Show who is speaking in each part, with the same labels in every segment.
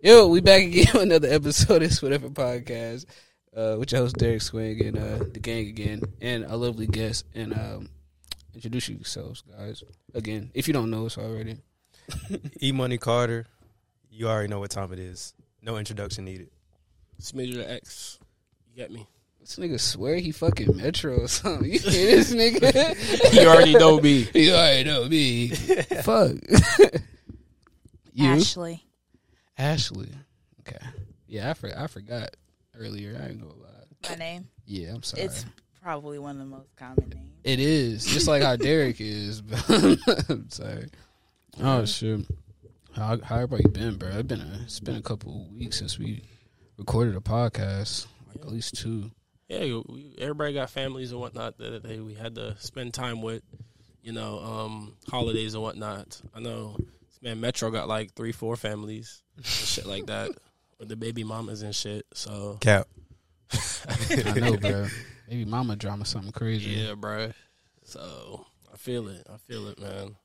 Speaker 1: Yo, we back again with another episode of this whatever podcast. Uh with your host Derek Swing and uh the gang again and a lovely guest and um introduce yourselves guys again if you don't know us already.
Speaker 2: E Money Carter. You already know what time it is. No introduction needed.
Speaker 3: Smidger X. You got me.
Speaker 1: This nigga swear he fucking Metro or something. You hear this nigga?
Speaker 3: You already know me.
Speaker 1: you already know me. Fuck. you
Speaker 4: Ashley.
Speaker 1: Ashley. Okay. Yeah, I for- I forgot earlier. I ain't gonna lie.
Speaker 4: My name.
Speaker 1: Yeah, I'm sorry.
Speaker 4: It's probably one of the most common names.
Speaker 1: It is just like how Derek is. But I'm sorry. Oh shit. How how everybody been, bro? It's been a it's been a couple of weeks since we recorded a podcast, like at least two.
Speaker 3: Yeah, you- we, everybody got families and whatnot that they we had to spend time with. You know, um, holidays and whatnot. I know, this man, Metro got like three, four families and shit like that with the baby mamas and shit. So
Speaker 2: Cap.
Speaker 1: I know, bro. Maybe Mama drama something crazy.
Speaker 3: yeah, bruh. So I feel it. I feel it, man.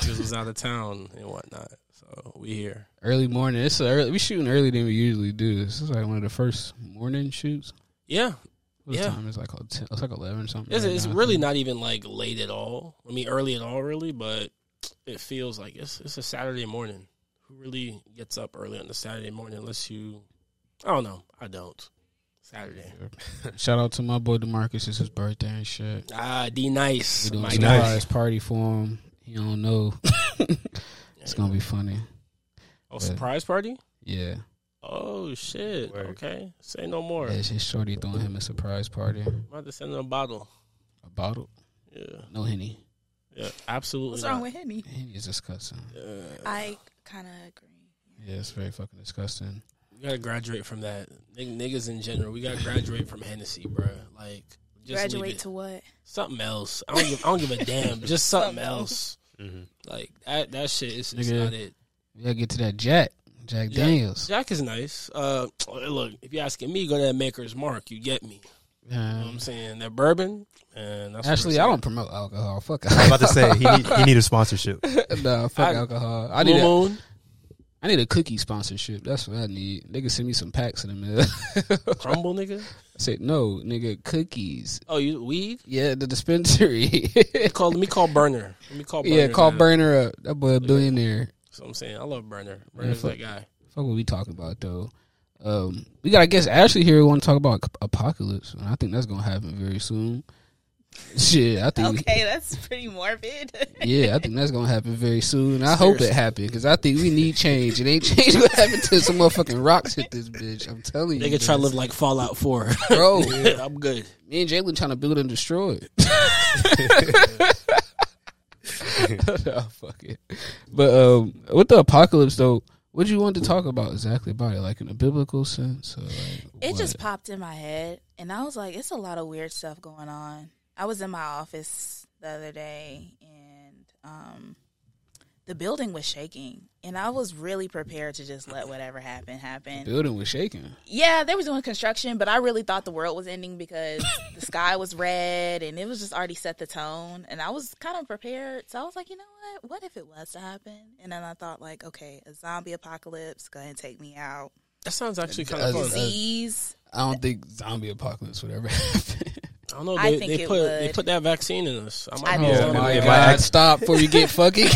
Speaker 3: Just was out of town and whatnot. So we here.
Speaker 1: Early morning. It's a early, we shooting earlier than we usually do. This is like one of the first morning shoots.
Speaker 3: Yeah,
Speaker 1: What
Speaker 3: Yeah.
Speaker 1: time is it? like? oh, 10 It's like eleven or something.
Speaker 3: It's,
Speaker 1: right
Speaker 3: it's
Speaker 1: now, I
Speaker 3: really
Speaker 1: think.
Speaker 3: not even like late at all. I mean, early at all, really, but it feels like it's it's a Saturday morning. Who really gets up early on the Saturday morning unless you? I don't know. I don't. Saturday.
Speaker 1: Shout out to my boy Demarcus. It's his birthday and shit.
Speaker 3: Ah, D nice.
Speaker 1: We doing a
Speaker 3: My
Speaker 1: surprise
Speaker 3: guy.
Speaker 1: party for him. He don't know. it's gonna be funny.
Speaker 3: Oh, surprise party.
Speaker 1: Yeah.
Speaker 3: Oh shit.
Speaker 2: Word.
Speaker 3: Okay. Say no more.
Speaker 1: Yeah, it's his shorty throwing him a surprise party.
Speaker 3: I'm about to send him a bottle.
Speaker 1: A bottle?
Speaker 3: Yeah.
Speaker 1: No henny.
Speaker 3: Yeah. Absolutely.
Speaker 4: What's wrong
Speaker 3: not.
Speaker 4: with Henny?
Speaker 1: Henny is disgusting. Uh,
Speaker 3: Yeah.
Speaker 4: I kind of agree.
Speaker 1: Yeah, it's very fucking disgusting.
Speaker 3: You gotta graduate from that. Nig- Niggas in general, we gotta graduate from Hennessy, bruh. Like, just leave
Speaker 4: Graduate
Speaker 3: it.
Speaker 4: to what?
Speaker 3: something else. I don't give, I don't give a damn. Just something else.
Speaker 2: Mm-hmm.
Speaker 3: Like that that shit is it's
Speaker 1: Nigga.
Speaker 3: not it.
Speaker 1: We gotta get to that Jack. Jack
Speaker 3: Jack-
Speaker 1: Daniels.
Speaker 3: Jack is nice. Uh, look, if you're asking me, go to that Maker's Mark. You get me. You know what
Speaker 1: Um,
Speaker 3: I'm saying that bourbon. And that's what
Speaker 1: actually,
Speaker 3: it's
Speaker 1: I
Speaker 3: at.
Speaker 1: don't promote alcohol. Fuck
Speaker 2: I'm
Speaker 1: alcohol.
Speaker 2: about to say he need, he need a sponsorship.
Speaker 1: nah, fuck
Speaker 3: I-
Speaker 1: alcohol. I need,
Speaker 3: Blue
Speaker 1: a,
Speaker 3: Moon,
Speaker 1: I need a cookie sponsorship. That's what I need. They can send me some packs in the mail.
Speaker 3: crumble, nigga.
Speaker 1: I said, no, nigga, cookies.
Speaker 3: Oh, you weed?
Speaker 1: Yeah, the dispensary.
Speaker 3: Call let me call Burner. Let me call Burner.
Speaker 1: yeah, call
Speaker 3: man.
Speaker 1: Burner up. That boy a billionaire.
Speaker 3: That's what I'm saying. I love Burner. Burner's
Speaker 1: fuck-
Speaker 3: that guy.
Speaker 1: Fuck what we talking about though. Um, we got I guess Ashley here. We want to talk about ap- apocalypse, and I think that's gonna happen very soon. Shit, I think.
Speaker 4: that's pretty morbid.
Speaker 1: Yeah, I think that's gonna happen very soon. I hope it happens because I think we need change. It ain't change gonna happen till some motherfucking rocks hit this bitch. I'm telling you,
Speaker 3: They could try to live like Fallout Four.
Speaker 1: bro.
Speaker 3: I'm good.
Speaker 1: Me and Jalen trying to build and destroy it. Nah, Oh, fuck it. But um, with the apocalypse though, what you want to talk about exactly about it, like in a biblical sense? Or like
Speaker 4: It
Speaker 1: what?
Speaker 4: just popped in my head, and I was like, it's a lot of weird stuff going on. I was in my office the other day, and um, the building was shaking, and I was really prepared to just let whatever happened happen.
Speaker 1: building was shaking.
Speaker 4: Yeah, they were doing construction, but I really thought the world was ending because the sky was red and it was just already set the tone. And I was kind of prepared. So I was like, you know what? What if it was to happen? And then I thought, like, okay, a zombie apocalypse, go ahead and take me out.
Speaker 3: That sounds actually kind of
Speaker 1: does.
Speaker 3: fun.
Speaker 4: Disease.
Speaker 1: I don't think zombie apocalypse would ever happen.
Speaker 3: I don't know.
Speaker 4: I
Speaker 3: They,
Speaker 4: think
Speaker 3: they
Speaker 4: it
Speaker 3: put they
Speaker 4: would.
Speaker 3: put that vaccine in us. I might
Speaker 4: I
Speaker 3: be
Speaker 1: Oh
Speaker 4: do.
Speaker 3: a zombie.
Speaker 2: my
Speaker 3: If I
Speaker 2: God.
Speaker 3: act-
Speaker 1: Stop before you get fucking.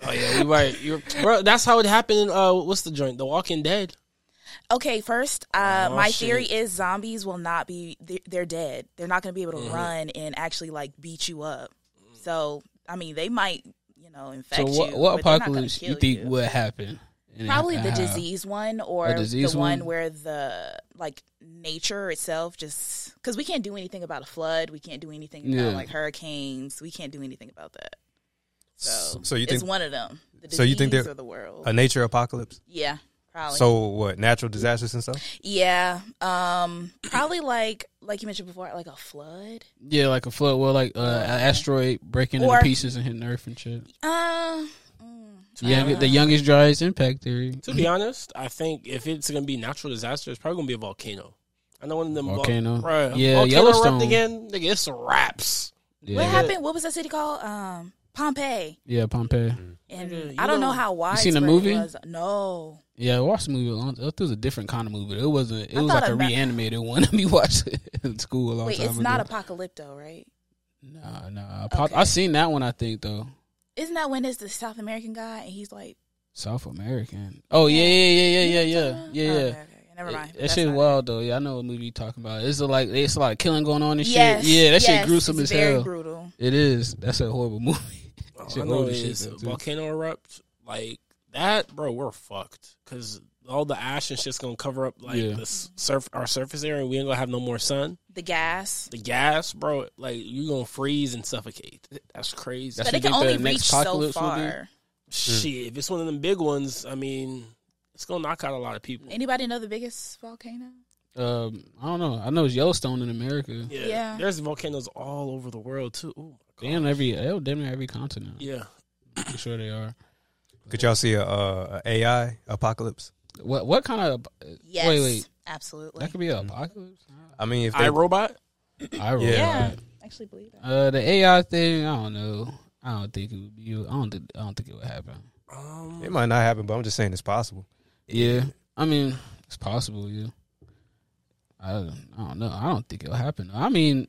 Speaker 3: Oh yeah, you right. You're, bro, that's how it happened. In, uh, what's the joint? The Walking Dead.
Speaker 4: Okay, first, uh,
Speaker 3: Oh,
Speaker 4: my
Speaker 3: shit.
Speaker 4: theory is zombies will not be, they're, they're dead. They're not going to be
Speaker 1: Mm-hmm.
Speaker 4: able to run and actually, like, beat you up. So, I mean, they might, you know,
Speaker 1: so
Speaker 4: infect
Speaker 1: what,
Speaker 4: you.
Speaker 1: what
Speaker 4: but they're not gonna
Speaker 1: apocalypse you
Speaker 4: kill
Speaker 1: think would happen? And
Speaker 4: Probably the
Speaker 1: how?
Speaker 4: disease one or
Speaker 1: The disease
Speaker 4: the one
Speaker 1: one?
Speaker 4: where the like nature itself just because we can't do anything about a flood, we can't do anything about
Speaker 1: Yeah.
Speaker 4: like hurricanes, we can't do anything about that. So,
Speaker 2: So you
Speaker 4: it's
Speaker 2: think
Speaker 4: one of them. The
Speaker 2: so you think
Speaker 4: disease
Speaker 2: they're-
Speaker 4: of the world?
Speaker 2: a nature apocalypse?
Speaker 4: yeah, probably.
Speaker 2: So what? Natural disasters and stuff.
Speaker 4: yeah, um, probably like like you mentioned before, like a flood.
Speaker 1: Yeah, like a flood, well, like uh, an asteroid breaking
Speaker 4: Or-
Speaker 1: into pieces and hitting Earth and shit.
Speaker 4: Um, mm,
Speaker 1: Yeah, the youngest driest impact theory.
Speaker 3: To be honest, I think if it's gonna be natural disaster, it's probably gonna be a volcano. I know one of them vol-
Speaker 1: Volcano.
Speaker 3: bruh,
Speaker 1: Yeah,
Speaker 3: volcano
Speaker 1: Yellowstone.
Speaker 3: erupt again. Nigga, it's raps.
Speaker 1: Yeah.
Speaker 4: what happened? What was that city called? Um, Pompeii.
Speaker 1: Yeah, Pompeii.
Speaker 4: And
Speaker 3: Nigga, you
Speaker 4: I don't know
Speaker 3: don't-
Speaker 4: how
Speaker 1: You
Speaker 4: widespread
Speaker 1: seen the movie?
Speaker 4: it was. No.
Speaker 1: Yeah, I watched the movie. a long- It was a different kind of movie. It wasn't. It
Speaker 4: I
Speaker 1: was
Speaker 4: thought
Speaker 1: like a
Speaker 4: about-
Speaker 1: reanimated one. We watched it in school a long
Speaker 4: Wait,
Speaker 1: time
Speaker 4: it's
Speaker 1: ago.
Speaker 4: not Apocalypto, right?
Speaker 1: Nah, nah. Apo-
Speaker 4: Okay.
Speaker 1: I seen that one. I think though.
Speaker 4: Isn't that when it's the South American guy and he's like,
Speaker 1: South American. Oh yeah, yeah, yeah, yeah, yeah, yeah, yeah.
Speaker 4: Oh,
Speaker 1: yeah.
Speaker 4: okay, okay. Never mind.
Speaker 1: That
Speaker 4: That's
Speaker 1: shit
Speaker 4: not it.
Speaker 1: wild though. Yeah, I know what movie you talking about. It's a, like it's a lot of killing going on and
Speaker 4: Yes,
Speaker 1: shit. Yeah, that
Speaker 4: yes,
Speaker 1: shit gruesome
Speaker 4: it's
Speaker 1: as
Speaker 4: very
Speaker 1: hell.
Speaker 4: brutal.
Speaker 1: It is. That's a horrible movie.
Speaker 3: All
Speaker 1: Shit
Speaker 3: Oh, I know
Speaker 1: old as shit,
Speaker 3: is
Speaker 1: though, too.
Speaker 3: volcano erupt like that, bro. We're fucked because all the ash and shit's gonna cover up like
Speaker 1: Yeah.
Speaker 3: the s- surf our surface area. and We ain't gonna have no more sun.
Speaker 4: The gas.
Speaker 3: The gas, bro, like you gonna freeze and suffocate. That's crazy.
Speaker 1: That's
Speaker 4: but
Speaker 1: what
Speaker 4: it can
Speaker 1: you think
Speaker 4: only
Speaker 1: the
Speaker 4: reach
Speaker 1: next
Speaker 4: so
Speaker 1: apocalypse will be?
Speaker 4: far.
Speaker 1: Mm.
Speaker 3: Shit, if it's one of them big ones, I mean, it's gonna knock out a lot of people.
Speaker 4: Anybody know the biggest volcano?
Speaker 1: Um, I don't know. I know it's Yellowstone in America.
Speaker 3: Yeah,
Speaker 4: Yeah.
Speaker 3: there's volcanoes all over the world too. Ooh, my
Speaker 1: Damn
Speaker 3: God.
Speaker 1: every, hell, damn near every continent.
Speaker 3: yeah.
Speaker 1: I'm sure they are.
Speaker 2: Could y'all see a, uh, a AI apocalypse?
Speaker 1: What what kind of
Speaker 4: Yes.
Speaker 1: wait wait
Speaker 4: Absolutely.
Speaker 1: that could be an apocalypse?
Speaker 2: I mean, if they,
Speaker 3: I robot.
Speaker 1: I roll.
Speaker 4: yeah. I actually believe that.
Speaker 1: Uh, the AI thing, I don't know. I don't think it would be. I don't. Think, I don't think it would happen.
Speaker 3: Um,
Speaker 2: it might not happen, but I'm just saying it's possible.
Speaker 1: Yeah, I mean, it's possible. Yeah, I don't, I don't know. I don't think it'll happen. I mean,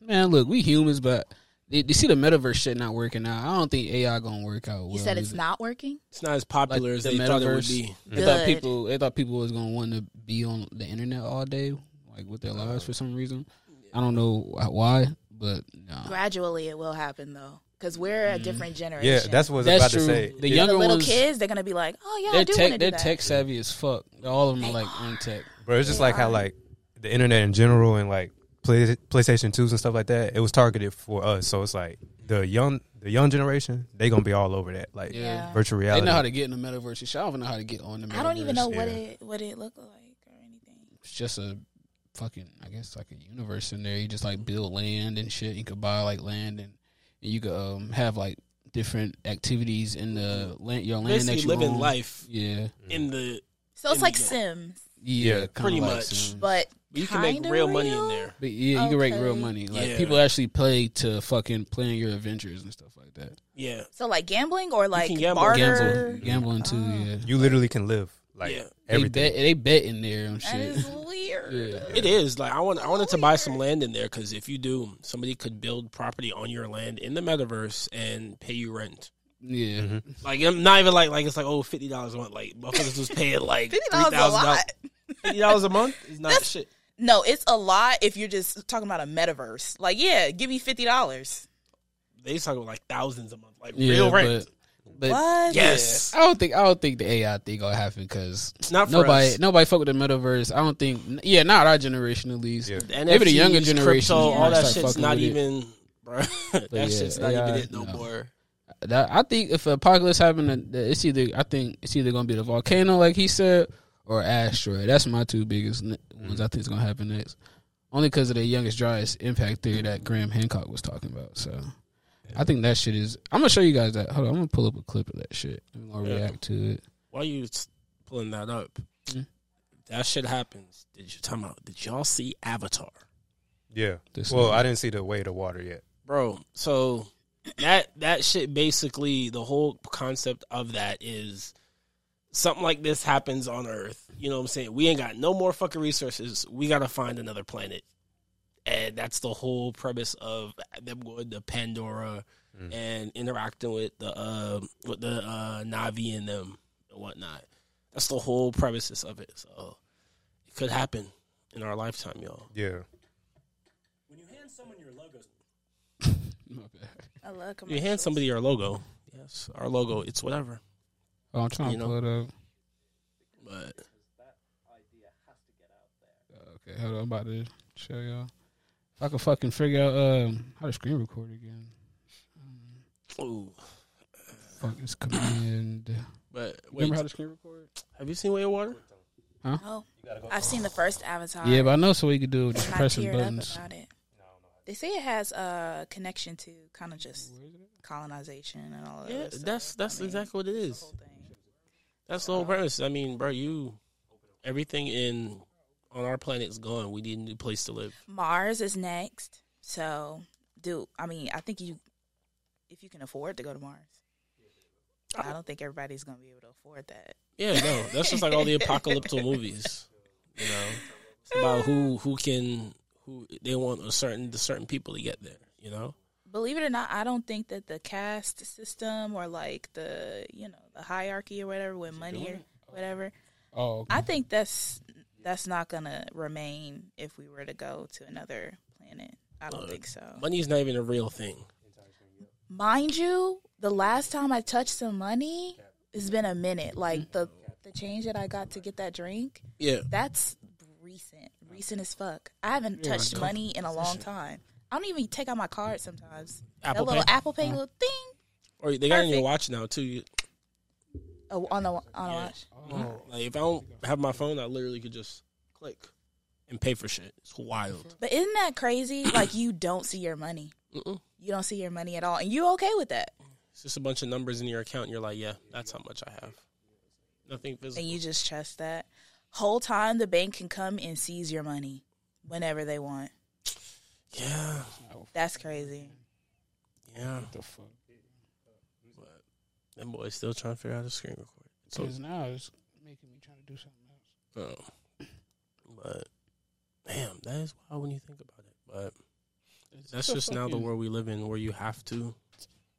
Speaker 1: man, look, we humans, but you you see the metaverse shit not working out. I don't think AI gonna work out.
Speaker 4: You
Speaker 1: well
Speaker 4: said it's
Speaker 1: either.
Speaker 4: not working?
Speaker 3: it's not as popular
Speaker 1: Like
Speaker 3: as
Speaker 1: the
Speaker 3: they thought it would
Speaker 1: metaverse.
Speaker 3: be.
Speaker 1: They thought
Speaker 4: Good.
Speaker 1: people. They thought people was gonna want to be on the internet all day, like with their lives for some reason. I don't know wh- why, but nah.
Speaker 4: Gradually, it will happen though, because we're
Speaker 1: Mm.
Speaker 4: a different generation.
Speaker 2: Yeah, that's what I was
Speaker 1: that's
Speaker 2: about
Speaker 1: true.
Speaker 2: to say.
Speaker 1: The
Speaker 2: Yeah.
Speaker 4: the
Speaker 1: younger
Speaker 4: little
Speaker 1: ones,
Speaker 4: kids. They're gonna be like, "Oh yeah, I
Speaker 1: they're
Speaker 4: do want to
Speaker 1: tech,
Speaker 4: do
Speaker 1: they're
Speaker 4: that."
Speaker 1: tech savvy as fuck. All of them are like on tech.
Speaker 2: Bro, it's just
Speaker 4: They
Speaker 2: like how
Speaker 4: are.
Speaker 2: like the internet in general and like play, PlayStation twos and stuff like that. It was targeted for us, so it's like the young the young generation they gonna be all over that like
Speaker 1: Yeah.
Speaker 4: Yeah.
Speaker 2: virtual
Speaker 1: They
Speaker 2: reality.
Speaker 1: know how to get in the metaverse. and shit. I don't even know how to get on the metaverse.
Speaker 4: I don't even know what
Speaker 2: yeah.
Speaker 4: it what it looked like or anything.
Speaker 1: It's just a fucking, I guess, like a universe in there. You just like build land and shit. You could buy like land and, and you could um, have like different activities in the land, your land
Speaker 3: Basically,
Speaker 1: that you
Speaker 3: living
Speaker 1: own.
Speaker 3: life
Speaker 1: Yeah,
Speaker 3: in the
Speaker 4: So it's like
Speaker 3: Yeah.
Speaker 4: Sims,
Speaker 1: yeah,
Speaker 2: Yeah,
Speaker 1: kinda
Speaker 3: pretty
Speaker 1: like
Speaker 3: much.
Speaker 1: Sims.
Speaker 4: but
Speaker 3: you can make
Speaker 4: kinda
Speaker 3: real, money in
Speaker 4: real?
Speaker 3: there.
Speaker 1: But yeah, you can make real
Speaker 4: Okay.
Speaker 1: money. Like
Speaker 3: Yeah.
Speaker 1: people actually play to fucking plan your adventures and stuff like that.
Speaker 3: Yeah,
Speaker 4: So like gambling or like
Speaker 3: can gamble.
Speaker 4: barter.
Speaker 1: Gambling, gambling too.
Speaker 4: Oh.
Speaker 1: Yeah,
Speaker 2: You literally can live like
Speaker 3: Yeah.
Speaker 1: they
Speaker 2: everything.
Speaker 1: bet, they bet in there and
Speaker 4: That
Speaker 1: shit.
Speaker 4: is weird.
Speaker 1: Yeah.
Speaker 3: it is. Like I want, I wanted to buy some land in there because if you do, somebody could build property on your land in the metaverse and pay you rent.
Speaker 1: Yeah,
Speaker 3: Like I'm not even like like it's like oh fifty dollars a month. Like motherfuckers was paying like three
Speaker 4: Fifty dollars a
Speaker 3: thousand dollars.
Speaker 4: lot.
Speaker 3: Fifty dollars a month is not shit.
Speaker 4: No, it's a lot if you're just talking about a metaverse. Like, yeah, give me fifty dollars.
Speaker 3: They talking about like thousands a month, like
Speaker 1: yeah,
Speaker 3: real rent.
Speaker 1: But, but
Speaker 4: What?
Speaker 3: Yes,
Speaker 1: I don't think I don't think the AI thing gonna happen because
Speaker 3: not for
Speaker 1: nobody
Speaker 3: us.
Speaker 1: nobody fuck with the metaverse. I don't think. Yeah, not our generation at least.
Speaker 2: Yeah.
Speaker 3: The
Speaker 1: Maybe the younger
Speaker 3: NFTs,
Speaker 1: generation
Speaker 3: crypto, all
Speaker 1: might
Speaker 3: that
Speaker 1: start
Speaker 3: shit's
Speaker 1: fucking
Speaker 3: not
Speaker 1: with it.
Speaker 3: even, bro. that
Speaker 1: yeah,
Speaker 3: shit's not
Speaker 1: AI,
Speaker 3: even it no,
Speaker 1: no.
Speaker 3: more.
Speaker 1: That- I think if apocalypse happened, uh, it's either I think it's either gonna be the volcano, like he said, or asteroid. That's my two biggest ne- ones. I think is gonna happen next, only because of the youngest driest impact theory that Graham Hancock was talking about. So. I think that shit is. I'm gonna show you guys that. Hold on, I'm gonna pull up a clip of that shit. I'm gonna
Speaker 3: Yeah.
Speaker 1: react to it.
Speaker 3: Why are you s- pulling that up?
Speaker 1: Mm.
Speaker 3: That shit happens. Did you talking about? Did y'all see Avatar,
Speaker 2: yeah.
Speaker 1: This
Speaker 2: well,
Speaker 1: one.
Speaker 2: I didn't see the way to water yet.
Speaker 3: bro? So that that shit basically the whole concept of that is something like this happens on Earth. You know what I'm saying? We ain't got no more fucking resources. We gotta find another planet, and that's the whole premise of them going to Pandora
Speaker 2: Mm.
Speaker 3: and interacting with the uh, with the uh, Navi and them and whatnot. That's the whole premises of it. So it could happen in our lifetime, y'all.
Speaker 2: Yeah.
Speaker 3: When you hand someone your logo,
Speaker 1: My bad.
Speaker 4: I love commercials.
Speaker 3: you hand somebody your logo. Yes, our logo. It's whatever.
Speaker 1: Oh, I'm trying
Speaker 3: You
Speaker 1: to
Speaker 3: know?
Speaker 1: pull it up.
Speaker 3: But
Speaker 1: Okay, hold on. I'm about to show y'all. If I can fucking figure out um, how to screen record again.
Speaker 3: ooh,
Speaker 1: Fuck, it's command.
Speaker 3: but wait,
Speaker 1: Remember how to screen record?
Speaker 3: have you seen Way of Water?
Speaker 4: Oh, I've seen the first Avatar.
Speaker 1: Yeah, but I know so we could do it just
Speaker 4: and I
Speaker 1: pressing
Speaker 4: teared
Speaker 1: buttons.
Speaker 4: up about it. They say it has a connection to kind of just colonization and all of that.
Speaker 3: Mm-hmm. Yeah,
Speaker 4: other stuff.
Speaker 3: that's that's
Speaker 4: I mean,
Speaker 3: exactly what it
Speaker 4: the
Speaker 3: is.
Speaker 4: whole thing.
Speaker 3: That's the whole premise. I mean, bro, you everything in on our planet is gone. We need a new place to live.
Speaker 4: Mars is next. So, dude, I mean, I think you if you can afford to go to Mars. I don't think everybody's going to be able to afford that.
Speaker 3: Yeah, no, that's just like all the apocalyptic movies. You know, it's about who who can who they want a certain the certain people to get there. You know,
Speaker 4: Believe it or not, I don't think that the caste system or like the you know the hierarchy or whatever with money or whatever.
Speaker 1: Oh, okay.
Speaker 4: I think that's that's not going to remain if we were to go to another planet. I don't think so.
Speaker 3: money's not even a real thing.
Speaker 4: Mind you, the last time I touched some money, it's been a minute. Like the the change that I got to get that drink,
Speaker 3: Yeah,
Speaker 4: that's recent, recent as fuck. I haven't touched money in a long time. I don't even take out my card sometimes.
Speaker 3: Apple
Speaker 4: that little
Speaker 3: Pay? Uh-huh.
Speaker 4: Apple Pay little thing
Speaker 3: or they got it in your
Speaker 4: Perfect.
Speaker 3: watch now too. You-
Speaker 4: oh, on the on the watch.
Speaker 3: Like if I don't have my phone, I literally could just click and pay for shit. It's wild.
Speaker 4: But isn't that crazy? like you don't see your money.
Speaker 3: Mm-mm.
Speaker 4: You don't see your money at all, and you okay with that?
Speaker 3: It's just a bunch of numbers in your account. And you're like, yeah, that's how much I have. Nothing
Speaker 4: And
Speaker 3: physical.
Speaker 4: you just trust that. Whole time the bank can come and seize your money whenever they want.
Speaker 3: yeah,
Speaker 4: That's crazy.
Speaker 3: yeah.
Speaker 1: What the fuck?
Speaker 3: But that boy's still trying to figure out how to screen record. So
Speaker 1: Because now it's making me trying to do something else.
Speaker 3: Um, but damn, that is wild when you think about it. But
Speaker 1: It's
Speaker 3: that's
Speaker 1: a
Speaker 3: just now the
Speaker 1: fucking-
Speaker 3: world we live in, where you have to,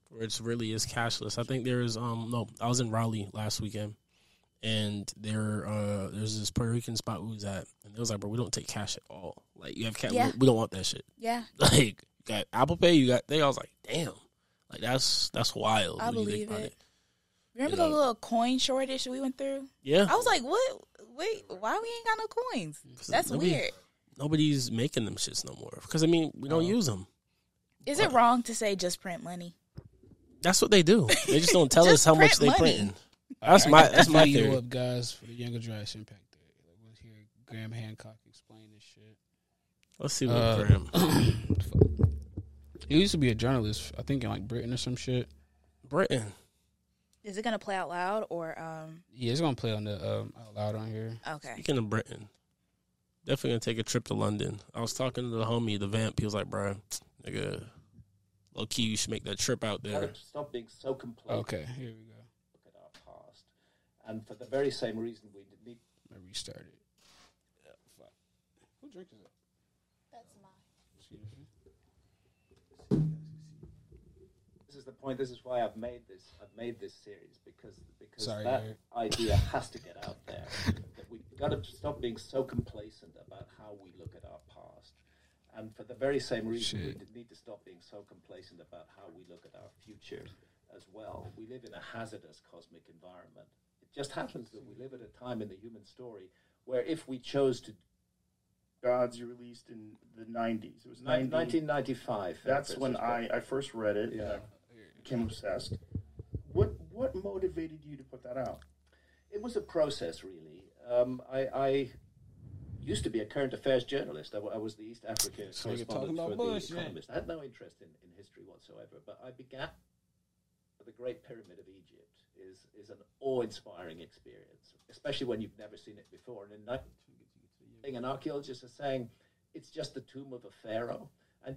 Speaker 3: where it's really is cashless. I think there is um no, I was in Raleigh last weekend, and there uh there's this Puerto Rican spot we was at, and it was like, bro, we don't take cash at all. Like you have cash,
Speaker 4: Yeah.
Speaker 3: we, we don't want that shit.
Speaker 4: Yeah,
Speaker 3: Like you got Apple Pay, you got they. I was like, damn, like that's that's wild.
Speaker 4: I
Speaker 3: when you think
Speaker 4: believe
Speaker 3: about
Speaker 4: it. Remember
Speaker 3: You
Speaker 4: the
Speaker 3: know-
Speaker 4: little coin shortage we went through?
Speaker 3: Yeah,
Speaker 4: I was like, what? Wait, why we ain't got no coins?
Speaker 3: 'Cause
Speaker 4: That's
Speaker 3: nobody-
Speaker 4: weird.
Speaker 3: Nobody's making them shits no more because I mean we don't
Speaker 1: Uh-huh.
Speaker 3: use them.
Speaker 4: Is it wrong to say just print money?
Speaker 3: That's what they do. They just don't tell us
Speaker 4: Just
Speaker 3: how much
Speaker 4: print
Speaker 3: they
Speaker 4: money.
Speaker 3: printing. That's my that's my
Speaker 1: Video
Speaker 3: theory.
Speaker 1: up, guys, for the younger generation impact theory. Like, we'll hear Graham Hancock explain this shit.
Speaker 3: Let's see what
Speaker 1: Uh,
Speaker 3: Graham.
Speaker 1: Fuck. he used to be a journalist, I think, in like Britain or some shit.
Speaker 3: Britain.
Speaker 4: Is it gonna play out loud or um?
Speaker 1: Yeah, it's gonna play on the um, out loud on here.
Speaker 4: Okay,
Speaker 3: Speaking of Britain, definitely gonna take a trip to London. I was talking to the homie, the vamp. He was like, "Bro, nigga, low key, you should make that trip out there."
Speaker 5: Gotta stop being so complacent
Speaker 1: Okay, here we go.
Speaker 5: at our past. And for the very same reason we need
Speaker 1: I restarted. Fuck. Who drink is that? That's mine. Excuse me.
Speaker 5: this is the point this is why I've made this I've made this series because because
Speaker 1: Sorry,
Speaker 5: that
Speaker 1: Eric.
Speaker 5: idea has to get out there. that we've got to stop being so complacent about how we look at our past. And for the very same reason we d- need to stop being so complacent about how we look at our future as well. We live in a hazardous cosmic environment. It just happens that we live at a time in the human story where if we chose to
Speaker 6: Gods you released in the 90s. It was 90,
Speaker 5: 1995
Speaker 6: That's
Speaker 5: Eric
Speaker 6: when
Speaker 5: Richards,
Speaker 6: I, I first read it.
Speaker 5: Yeah.
Speaker 6: and I became obsessed. What what motivated you to put that out?
Speaker 5: it was a process, really. Um, I, I used to be a current affairs journalist. I, wa- I was the East Africa
Speaker 1: you're
Speaker 5: correspondent
Speaker 1: talking about
Speaker 5: for
Speaker 1: Bush,
Speaker 5: the
Speaker 1: yeah.
Speaker 5: Economist. I had no interest in, in history whatsoever, but I began the Great Pyramid of Egypt. Is, is an awe-inspiring experience, especially when you've never seen it before. And in that thing, an archaeologist is saying it's just the tomb of a pharaoh, and,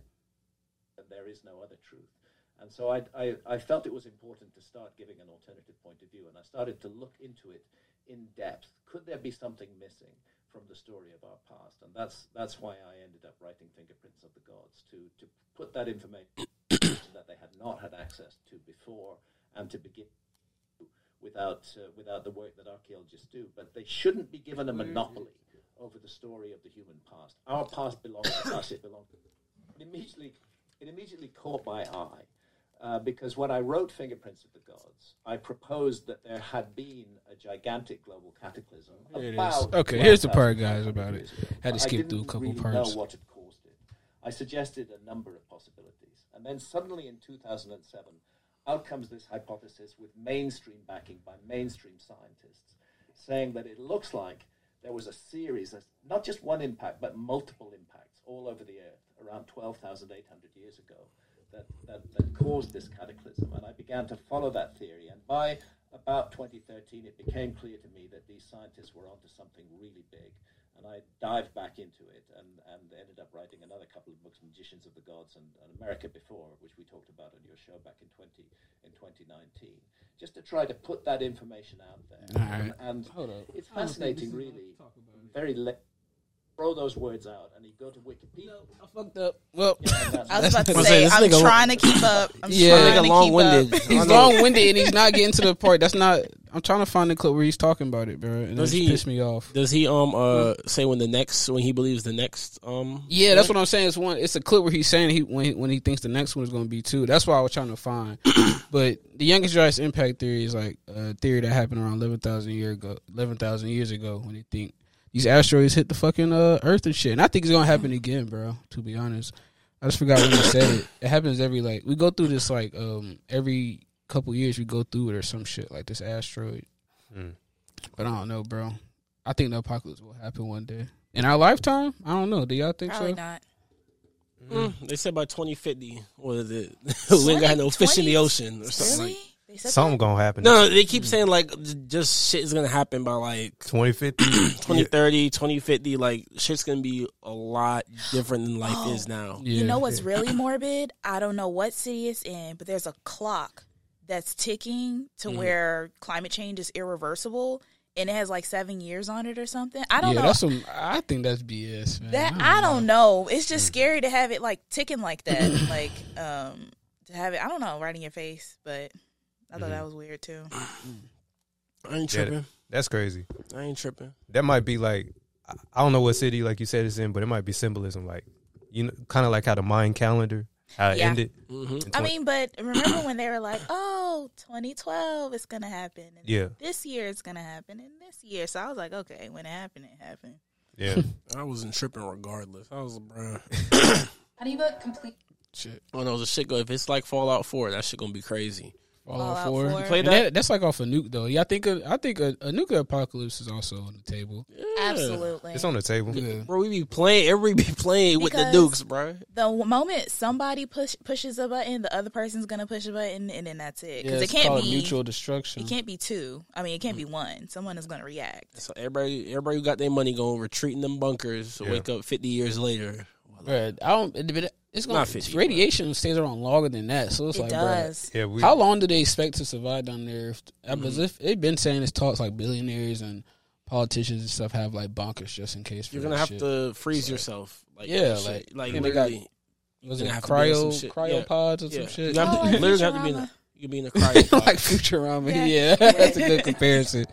Speaker 5: and there is no other truth. And so I, I, I felt it was important to start giving an alternative point of view, and I started to look into it in depth. Could there be something missing from the story of our past? And that's that's why I ended up writing Fingerprints of the Gods to to put that information that they had not had access to before, and to begin without uh, without the work that archaeologists do. But they shouldn't be given a monopoly over the story of the human past. Our past belongs to us. It belongs. It immediately, it immediately caught my eye. Uh, because when I wrote Fingerprints of the Gods, I proposed that there had been a gigantic global cataclysm.
Speaker 1: Here it is.
Speaker 5: about
Speaker 1: Okay, here's the
Speaker 5: 12,500
Speaker 1: part, guys, about it.
Speaker 5: years ago.
Speaker 1: Had to
Speaker 5: But I
Speaker 1: skip through a
Speaker 5: didn't
Speaker 1: couple
Speaker 5: really
Speaker 1: parts.
Speaker 5: Know what had caused it. I suggested a number of possibilities, and then suddenly in 2007, out comes this hypothesis with mainstream backing by mainstream scientists, saying that it looks like there was a series, of not just one impact, but multiple impacts all over the Earth around 12,800 years ago that, that, that caused this cataclysm. And I began to follow that theory. And by about 2013, it became clear to me that these scientists were onto something really big And I dived back into it and, and ended up writing another couple of books, Magicians of the Gods and, and America Before, which we talked about on your show back in 20, in 2019, just to try to put that information out there.
Speaker 1: Alright.
Speaker 5: And,
Speaker 1: Hold up.
Speaker 5: it's fascinating, really. Very le- throw those words out, and you go to Wikipedia.
Speaker 1: I fucked up. Well,
Speaker 5: and that's
Speaker 4: I was about to
Speaker 1: I'm
Speaker 4: say,
Speaker 1: saying, this
Speaker 4: I'm
Speaker 1: nigga-
Speaker 4: trying to keep up. I'm
Speaker 1: Yeah.
Speaker 4: trying to
Speaker 7: Nigga long-winded.
Speaker 4: keep up.
Speaker 1: he's long winded and he's not getting to the part. That's not. I'm trying to find the clip where he's talking about it, bro, and
Speaker 3: Does
Speaker 1: it
Speaker 3: he-
Speaker 1: just pissed me off.
Speaker 3: Does he um uh say when the next when he believes the next um
Speaker 1: Yeah, that's what I'm saying. It's one. It's a clip where he's saying he when he, when he thinks the next one is going to be too. That's what I was trying to find. but the youngest dryas impact theory is like a theory that happened around eleven thousand year ago, eleven thousand years ago, when they think these asteroids hit the fucking uh, Earth and shit. And I think it's gonna happen again, bro. To be honest, I just forgot when he said it. It happens every like we go through this like um every couple years we go through it or some shit like this asteroid.
Speaker 2: Hmm.
Speaker 1: But I don't know, bro. I think the apocalypse will happen one day. In our lifetime, I don't know. Do y'all think
Speaker 4: Probably
Speaker 1: so?
Speaker 4: not.
Speaker 3: Mm, they said by 2050 or the we ain't got no fish in the
Speaker 4: 20?
Speaker 3: ocean or something
Speaker 4: Really?
Speaker 3: like
Speaker 4: They said
Speaker 2: Something gonna happen.
Speaker 3: no, no, they keep saying like j- just shit is gonna happen by like
Speaker 2: Twenty fifty.
Speaker 3: 2030, 2050. Like shit's gonna be a lot different than life
Speaker 4: Oh.
Speaker 3: is now.
Speaker 1: Yeah.
Speaker 4: You know what's really morbid? I don't know what city it's in, but there's a clock that's ticking to where climate change is irreversible, and it has like seven years on it or something. I don't
Speaker 1: yeah,
Speaker 4: know.
Speaker 1: that's some. I think that's BS, man.
Speaker 4: that I don't know. It's just scary to have it like ticking like that, like um to have it. I don't know, right in your face. But I thought that was weird too.
Speaker 3: I ain't
Speaker 2: Yeah.
Speaker 3: tripping.
Speaker 2: That's crazy.
Speaker 3: I ain't tripping.
Speaker 2: That might be like I- I don't know what city like you said it's in, but it might be symbolism. Like you know, kind of like how the Mayan calendar how it
Speaker 4: Yeah.
Speaker 2: ended.
Speaker 3: hmm
Speaker 2: in
Speaker 4: I
Speaker 2: 20
Speaker 4: mean, but remember when they were like, "Oh, 2012 is gonna happen." And
Speaker 2: Yeah.
Speaker 4: This year it's gonna happen, and this year. So I was like, okay, when it happened, it happened.
Speaker 2: yeah.
Speaker 3: I wasn't tripping regardless. I was like, bruh.
Speaker 8: How do you vote complete?
Speaker 1: Shit.
Speaker 3: Oh no, the shit go if it's like Fallout 4, that shit gonna be crazy.
Speaker 1: Fallout
Speaker 4: Fallout
Speaker 1: 4.
Speaker 4: four.
Speaker 1: And
Speaker 4: Play
Speaker 1: that? That's like off a nuke, though. Yeah, I think a, I think a, a nuclear apocalypse is also on the table.
Speaker 4: Absolutely.
Speaker 2: It's on the table.
Speaker 1: Yeah.
Speaker 3: Bro, we be playing. Everybody be playing with the
Speaker 4: Because-
Speaker 3: Dukes, bro.
Speaker 4: the moment somebody push, pushes a button, the other person's gonna push a button, and then that's it. Because it can't be
Speaker 1: mutual destruction.
Speaker 4: It can't be two. I mean, it can't be
Speaker 2: Mm.
Speaker 4: one. Someone is gonna react.
Speaker 3: So everybody, everybody who got their money going retreat in them bunkers. to
Speaker 2: Yeah.
Speaker 3: Wake up 50 years later.
Speaker 1: Bruh, I don't. it- but It's gonna,
Speaker 3: Not 50,
Speaker 1: radiation stays around longer than that, so it's
Speaker 4: it
Speaker 1: like, bruh,
Speaker 4: does.
Speaker 2: Yeah. We,
Speaker 1: how long do they expect to survive down there? If, I
Speaker 3: Mm-hmm.
Speaker 1: was if they've been saying it's talks like billionaires and politicians and stuff have like bonkers just in case. for
Speaker 3: You're gonna
Speaker 1: that
Speaker 3: have
Speaker 1: shit.
Speaker 3: to freeze yourself. Like,
Speaker 1: Yeah,
Speaker 3: shit.
Speaker 1: like-
Speaker 3: like
Speaker 1: and they got-
Speaker 3: literally.
Speaker 1: was
Speaker 3: you're
Speaker 1: it
Speaker 3: gonna have to be on
Speaker 1: cryo
Speaker 3: some shit. Yeah.
Speaker 1: cryopods or
Speaker 3: yeah.
Speaker 1: some shit?
Speaker 3: You have to,
Speaker 4: Oh, like
Speaker 3: literally have to be in. A,
Speaker 4: Futurama.
Speaker 3: you be in a
Speaker 1: like
Speaker 3: cryo. like,
Speaker 1: Futurama. Yeah,
Speaker 4: Yeah.
Speaker 1: that's a good comparison.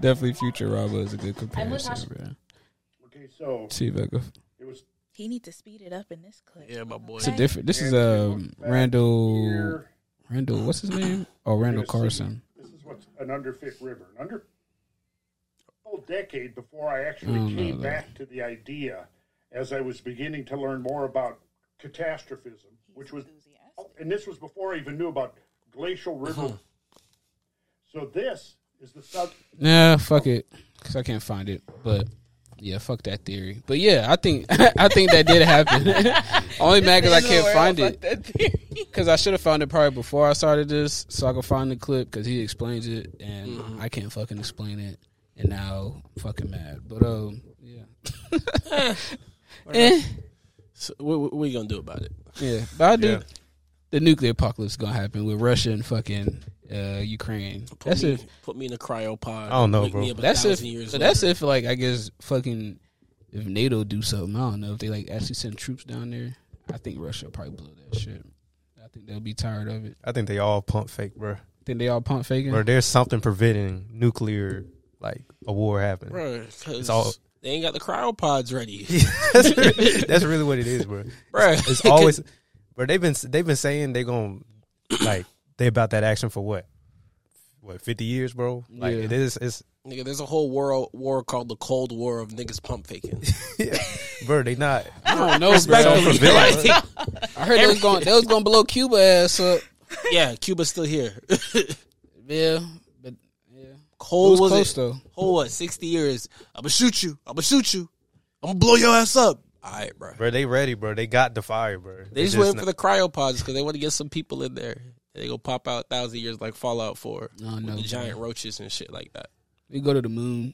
Speaker 1: Definitely Futurama is a good comparison. Bro.
Speaker 6: Okay, so
Speaker 1: See uh, if I go.
Speaker 6: it was
Speaker 4: He need to speed it up in this clip.
Speaker 3: yeah, my boy.
Speaker 1: It's a different. This is um Randall.
Speaker 6: here.
Speaker 1: Randall, what's his name? Oh, Randall Carson.
Speaker 6: This is what's an underfit river. An under a whole decade before I actually
Speaker 1: Oh, no,
Speaker 6: came
Speaker 1: no.
Speaker 6: back to the idea, as I was beginning to learn more about catastrophism, which was, Oh, and this was before I even knew about glacial
Speaker 1: Uh-huh.
Speaker 6: river. so this is the sub.
Speaker 1: Nah, fuck it, because I can't find it. But yeah, fuck that theory. But yeah, I think I think that did happen. Only mad because I can't find it. Because I should have found it probably before I started this, so I could find the clip because he explains it, and I can't fucking explain it, and now I'm fucking mad. But um, yeah,
Speaker 3: So what, what, what you gonna do about it?
Speaker 1: yeah. But I do.
Speaker 2: Yeah.
Speaker 1: The nuclear apocalypse gonna happen with Russia and fucking uh, Ukraine.
Speaker 3: Put
Speaker 1: That's
Speaker 3: me,
Speaker 1: it.
Speaker 3: Put me in a cryopod.
Speaker 2: I don't know,
Speaker 3: wake me
Speaker 2: bro.
Speaker 3: up a
Speaker 1: That's if.
Speaker 3: thousand years
Speaker 1: but that's
Speaker 3: later.
Speaker 1: if like I guess fucking if NATO do something. I don't know if they like actually send troops down there. I think Russia will probably blow that shit. I think they'll be tired of it.
Speaker 2: I think they all pump fake, bro.
Speaker 1: Think they all pump faking.
Speaker 2: Or there's something preventing nuclear like a war happening.
Speaker 3: bro. Cause
Speaker 2: all-
Speaker 3: they ain't got the cryopods ready,
Speaker 2: that's, really, that's really what it is, bro.
Speaker 3: bro.
Speaker 2: It's always, bro. They've been they've been saying they gonna like they about that action for what, what fifty years, bro. Like
Speaker 1: Yeah.
Speaker 2: it is, it's
Speaker 3: nigga. There's a whole world war called the Cold War of niggas pump faking.
Speaker 2: bro. They not
Speaker 1: I don't know,
Speaker 2: so
Speaker 1: bro.
Speaker 2: preventing. bro.
Speaker 1: I heard they was going. They was going to blow Cuba ass up.
Speaker 3: yeah, Cuba's still here.
Speaker 1: Yeah, but yeah, it
Speaker 3: Cold
Speaker 1: was
Speaker 3: was,
Speaker 1: close
Speaker 3: it?
Speaker 1: though.
Speaker 3: Cold what? Sixty years. I'ma shoot you. I'ma shoot you. I'ma blow your ass up. All right, bro.
Speaker 2: Bro, they ready, bro. They got the fire, bro.
Speaker 3: They just waiting for the cryopods because they want to get some people in there. They go pop out a thousand years like Fallout Four
Speaker 1: Oh, No,
Speaker 3: with
Speaker 1: no,
Speaker 3: the
Speaker 1: bro.
Speaker 3: giant roaches and shit like that.
Speaker 1: We go to the moon.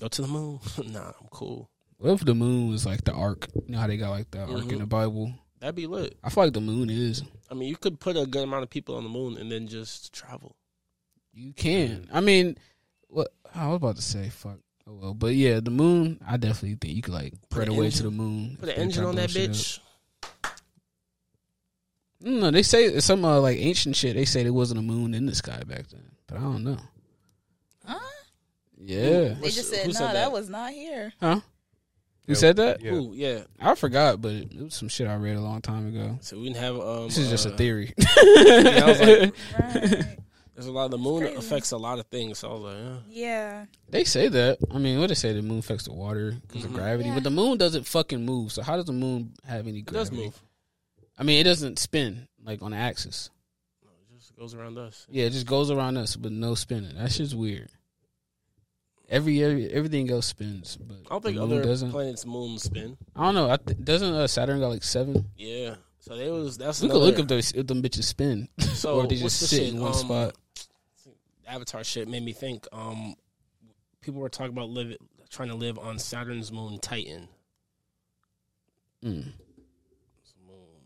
Speaker 3: Go to the moon. nah, I'm cool.
Speaker 1: What if the moon was like the ark? You know how they got like the ark in
Speaker 3: Mhm.
Speaker 1: the Bible?
Speaker 3: That'd be lit.
Speaker 1: I feel like the moon is.
Speaker 3: I mean, you could put a good amount of people on the moon and then just travel.
Speaker 1: You can. I mean, what I was about to say, fuck. Oh well, but yeah, the moon. I definitely think you could like pray
Speaker 3: an
Speaker 1: the way to
Speaker 3: engine-
Speaker 1: the moon.
Speaker 3: Put
Speaker 1: if
Speaker 3: an
Speaker 1: they
Speaker 3: engine
Speaker 1: try
Speaker 3: on
Speaker 1: to
Speaker 3: that
Speaker 1: blow shit
Speaker 3: bitch.
Speaker 1: up. No, they say some uh, like ancient shit. They say there wasn't a moon in the sky back then, but I don't know.
Speaker 4: Huh?
Speaker 1: Yeah,
Speaker 4: They
Speaker 3: What's-
Speaker 4: just said,
Speaker 3: who
Speaker 4: no,
Speaker 3: said
Speaker 4: that?
Speaker 3: that?
Speaker 4: was not here.
Speaker 1: huh? Who
Speaker 2: Yeah.
Speaker 1: said that?
Speaker 2: Yeah.
Speaker 3: Ooh, yeah.
Speaker 1: I forgot, but it was some shit I read a long time ago.
Speaker 3: So we can have. Um,
Speaker 1: This is just a
Speaker 3: uh,
Speaker 1: theory.
Speaker 3: yeah, I was like,
Speaker 4: Right.
Speaker 3: there's a lot. The moon
Speaker 4: crazy.
Speaker 3: affects a lot of things. So I was like, yeah.
Speaker 4: yeah.
Speaker 1: They say that. I mean, what they say, the moon affects the water because
Speaker 3: Mm-hmm.
Speaker 1: of gravity,
Speaker 4: Yeah.
Speaker 1: but the moon doesn't fucking move. So how does the moon have any
Speaker 3: it
Speaker 1: gravity?
Speaker 3: does move.
Speaker 1: I mean, it doesn't spin like on the axis.
Speaker 3: It just goes around us.
Speaker 1: Yeah, it just goes around us, but no spinning. That shit's weird. Every, every everything else spins, but
Speaker 3: I don't think
Speaker 1: the moon
Speaker 3: other
Speaker 1: doesn't.
Speaker 3: planets moons spin.
Speaker 1: I don't know. I th- doesn't uh, Saturn got like seven?
Speaker 3: Yeah. So they was that's
Speaker 1: We could
Speaker 3: another-
Speaker 1: look if those if them bitches spin
Speaker 3: So
Speaker 1: or if they
Speaker 3: what's
Speaker 1: just
Speaker 3: the
Speaker 1: sit
Speaker 3: shit?
Speaker 1: in one
Speaker 3: Um,
Speaker 1: spot.
Speaker 3: Avatar shit made me think. Um, people were talking about live trying to live on Saturn's moon Titan.
Speaker 1: Mm.
Speaker 3: Saturn's moon.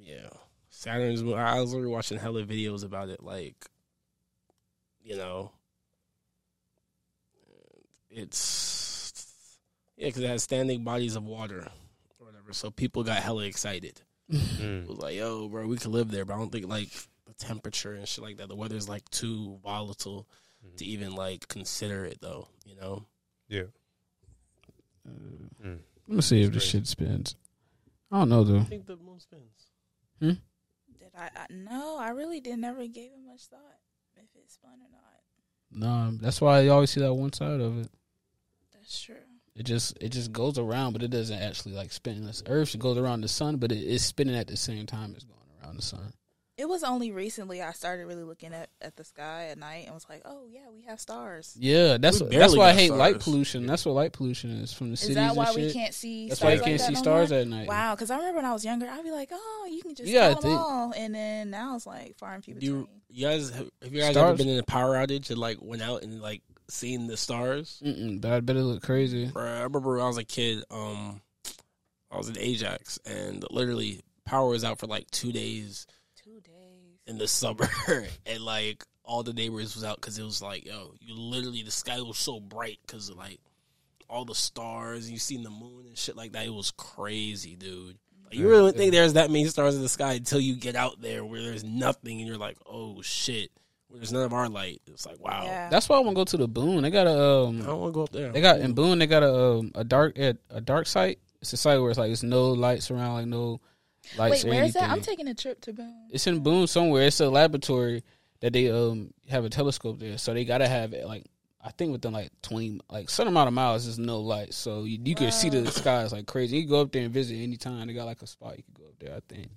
Speaker 3: Yeah, Saturn's moon. I was literally watching hella videos about it. Like, you know, it's yeah, because it has standing bodies of water or whatever. So people got hella excited. It
Speaker 2: mm.
Speaker 3: was like, yo, bro, we could live there, but I don't think like the temperature and shit like that. The weather's like too volatile to even like consider it though. You know,
Speaker 2: Yeah.
Speaker 3: Mm.
Speaker 1: Let me see if this shit spins. I don't know though.
Speaker 3: I think the moon spins.
Speaker 4: Did I, I? No, I really did never gave it much thought if it's fun or not.
Speaker 1: No, that's why you always see that one side of it.
Speaker 4: That's true.
Speaker 1: It just it just goes around, but it doesn't actually like spin. This Earth goes around the sun, but it is spinning at the same time as going around the sun.
Speaker 4: It was only recently I started really looking at, at the sky at night and was like, oh, yeah, we have stars.
Speaker 1: Yeah, that's
Speaker 3: We
Speaker 1: that's
Speaker 3: barely
Speaker 1: why I
Speaker 3: got
Speaker 1: hate light
Speaker 3: stars.
Speaker 1: pollution. That's what light pollution is from the
Speaker 4: Is
Speaker 1: cities
Speaker 4: that why
Speaker 1: and
Speaker 4: we
Speaker 1: shit.
Speaker 4: can't see
Speaker 1: that's why
Speaker 4: stars
Speaker 1: you can't
Speaker 4: like
Speaker 1: see
Speaker 4: that no
Speaker 1: stars
Speaker 4: more?
Speaker 1: at night.
Speaker 4: Wow, because I remember when I was younger, I'd be like, oh, you can just
Speaker 1: You gotta
Speaker 4: count
Speaker 1: think.
Speaker 4: them all. And then now it's like far and few
Speaker 3: Do
Speaker 4: between.
Speaker 3: you, you guys have have you guys ever
Speaker 1: Stars?
Speaker 3: been in a power outage and like went out and like seen the stars?
Speaker 1: Mm-mm, that better look crazy.
Speaker 3: Bruh, I remember when I was a kid, um, I was in Ajax and literally power was out for like two days
Speaker 4: Two days.
Speaker 3: in the summer, and like all the neighbors was out because it was like, yo, you literally the sky was so bright because like all the stars, you seen the moon and shit like that. It was crazy, dude. Like, you really don't think there's that many stars in the sky until you get out there where there's nothing, and you're like, oh shit, where there's none of our light. It's like, wow,
Speaker 4: Yeah.
Speaker 1: That's why I want to go to the Boone. They got a
Speaker 3: I
Speaker 1: um,
Speaker 3: don't want to go up there.
Speaker 1: they got in Boone they got a um, a dark a, a dark site. It's a site where it's like it's no lights around, like no lights
Speaker 4: Wait,
Speaker 1: or
Speaker 4: where is
Speaker 1: anything.
Speaker 4: that? I'm taking a trip to Boone.
Speaker 1: it's in Boone somewhere. It's a laboratory that they um have a telescope there, so they gotta have like I think within like twenty like certain amount of miles is no light, so you, you can see the skies like crazy. You can go up there and visit anytime. They got like a spot you can go up there, I think.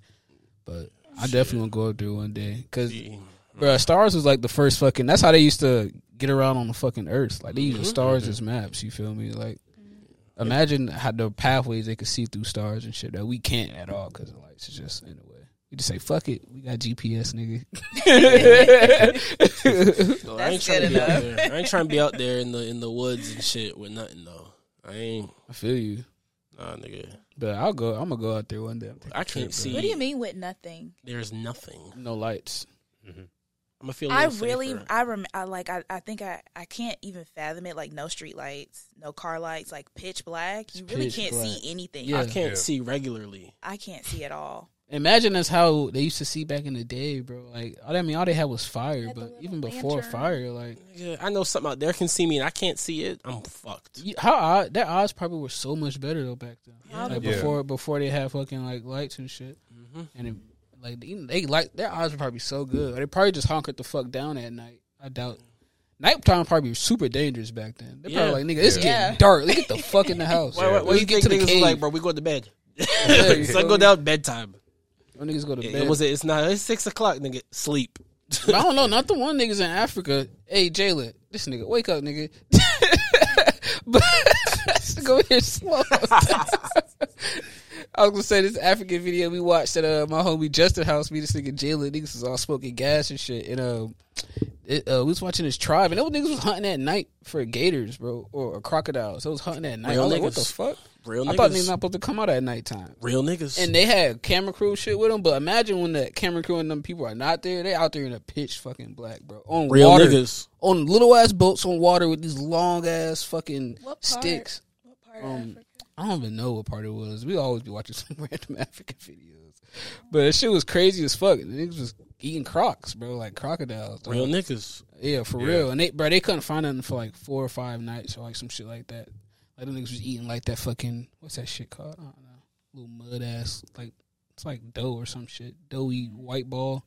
Speaker 1: But I definitely want to go up there one day because Bruh, stars was like the first fucking. That's how they used to get around on the fucking Earth. Like they used
Speaker 3: Mm-hmm.
Speaker 1: the stars as maps. You feel me? Like, imagine how the pathways they could see through stars and shit that we can't at all because the lights is just in the way. We just say fuck it. We got GPS, nigga.
Speaker 3: No, I ain't
Speaker 4: That's
Speaker 3: trying to
Speaker 4: good
Speaker 3: be out there. I ain't trying to be out there in the in the woods and shit with nothing though. I ain't
Speaker 1: I feel you,
Speaker 3: nah, nigga.
Speaker 1: but I'll go. I'm gonna go out there one day. I'm taking
Speaker 3: I
Speaker 1: a trip,
Speaker 3: can't
Speaker 1: bruh.
Speaker 3: see.
Speaker 4: What do you mean with nothing?
Speaker 3: There's nothing.
Speaker 1: No lights.
Speaker 3: I'm gonna feel. a
Speaker 4: I
Speaker 3: little
Speaker 4: really,
Speaker 3: safer.
Speaker 4: I rem, I like, I, I think I, I can't even fathom it. Like no street lights, no car lights, like pitch black. You really
Speaker 1: pitch
Speaker 4: can't
Speaker 1: black.
Speaker 4: see anything.
Speaker 1: Yeah.
Speaker 3: I can't
Speaker 2: Yeah.
Speaker 3: see regularly.
Speaker 4: I, I can't see at all.
Speaker 1: Imagine that's how they used to see back in the day, bro. Like, all- I mean, all they had was fire,
Speaker 4: Had the
Speaker 1: but
Speaker 4: little
Speaker 1: even before
Speaker 4: lantern.
Speaker 1: fire, like.
Speaker 3: Nigga, I know something out there can see me and I can't see it. I'm fucked.
Speaker 1: You- How odd, their odds probably were so much better though back then. Like
Speaker 2: Yeah.
Speaker 1: before before they had fucking like lights and shit,
Speaker 3: Mm-hmm.
Speaker 1: and it, like they, they like their odds were probably so good. They probably just honkered the fuck down at night. I doubt. Nighttime probably was super dangerous back then. They
Speaker 3: Yeah.
Speaker 1: probably like nigga, it's
Speaker 4: Yeah.
Speaker 1: getting dark. Let's get the fuck in the house.
Speaker 3: Why, why, why
Speaker 1: Let's
Speaker 3: you
Speaker 1: get
Speaker 3: think
Speaker 1: to the
Speaker 3: niggas
Speaker 1: cave.
Speaker 3: was like, bro, we go to bed.
Speaker 1: Yeah, you
Speaker 3: so I
Speaker 1: feel
Speaker 3: go
Speaker 1: me?
Speaker 3: down bedtime.
Speaker 1: When niggas go to
Speaker 3: It,
Speaker 1: bed.
Speaker 3: was it's not it's six o'clock, nigga. Sleep.
Speaker 1: But I don't know. Not the one niggas in Africa. Hey, Jalen, this nigga, wake up, nigga. but go here slow. I was gonna say this African video we watched at uh, my homie Justin house. Me, this nigga Jalen niggas was all smoking gas and shit. And uh, it, uh, we was watching this tribe, and those niggas was hunting at night for gators, bro, or, or crocodiles. They was hunting at night.
Speaker 3: Real
Speaker 1: I was like, what the
Speaker 3: niggas.
Speaker 1: fuck?
Speaker 3: Real
Speaker 1: I thought
Speaker 3: niggas.
Speaker 1: niggas not supposed to come out at nighttime.
Speaker 3: Real niggas.
Speaker 1: And they had camera crew shit with them, but imagine when that camera crew and them people are not there. They out there in a pitch fucking black, bro, on
Speaker 3: Real
Speaker 1: water,
Speaker 3: niggas.
Speaker 1: on little ass boats on water with these long ass fucking
Speaker 4: What part?
Speaker 1: sticks.
Speaker 4: What part of
Speaker 1: Um,
Speaker 4: Africa?
Speaker 1: I don't even know what part it was. We always be watching some random African videos, but that shit was crazy as fuck. The niggas was eating crocs, bro, like crocodiles. dog.
Speaker 3: Real niggas.
Speaker 1: yeah, for real. And they, bro, they couldn't find nothing for like four or five nights or like some shit like that. Like them niggas was eating like that fucking what's that shit called? I don't know. Little mud ass, like it's like dough or some shit, doughy white ball.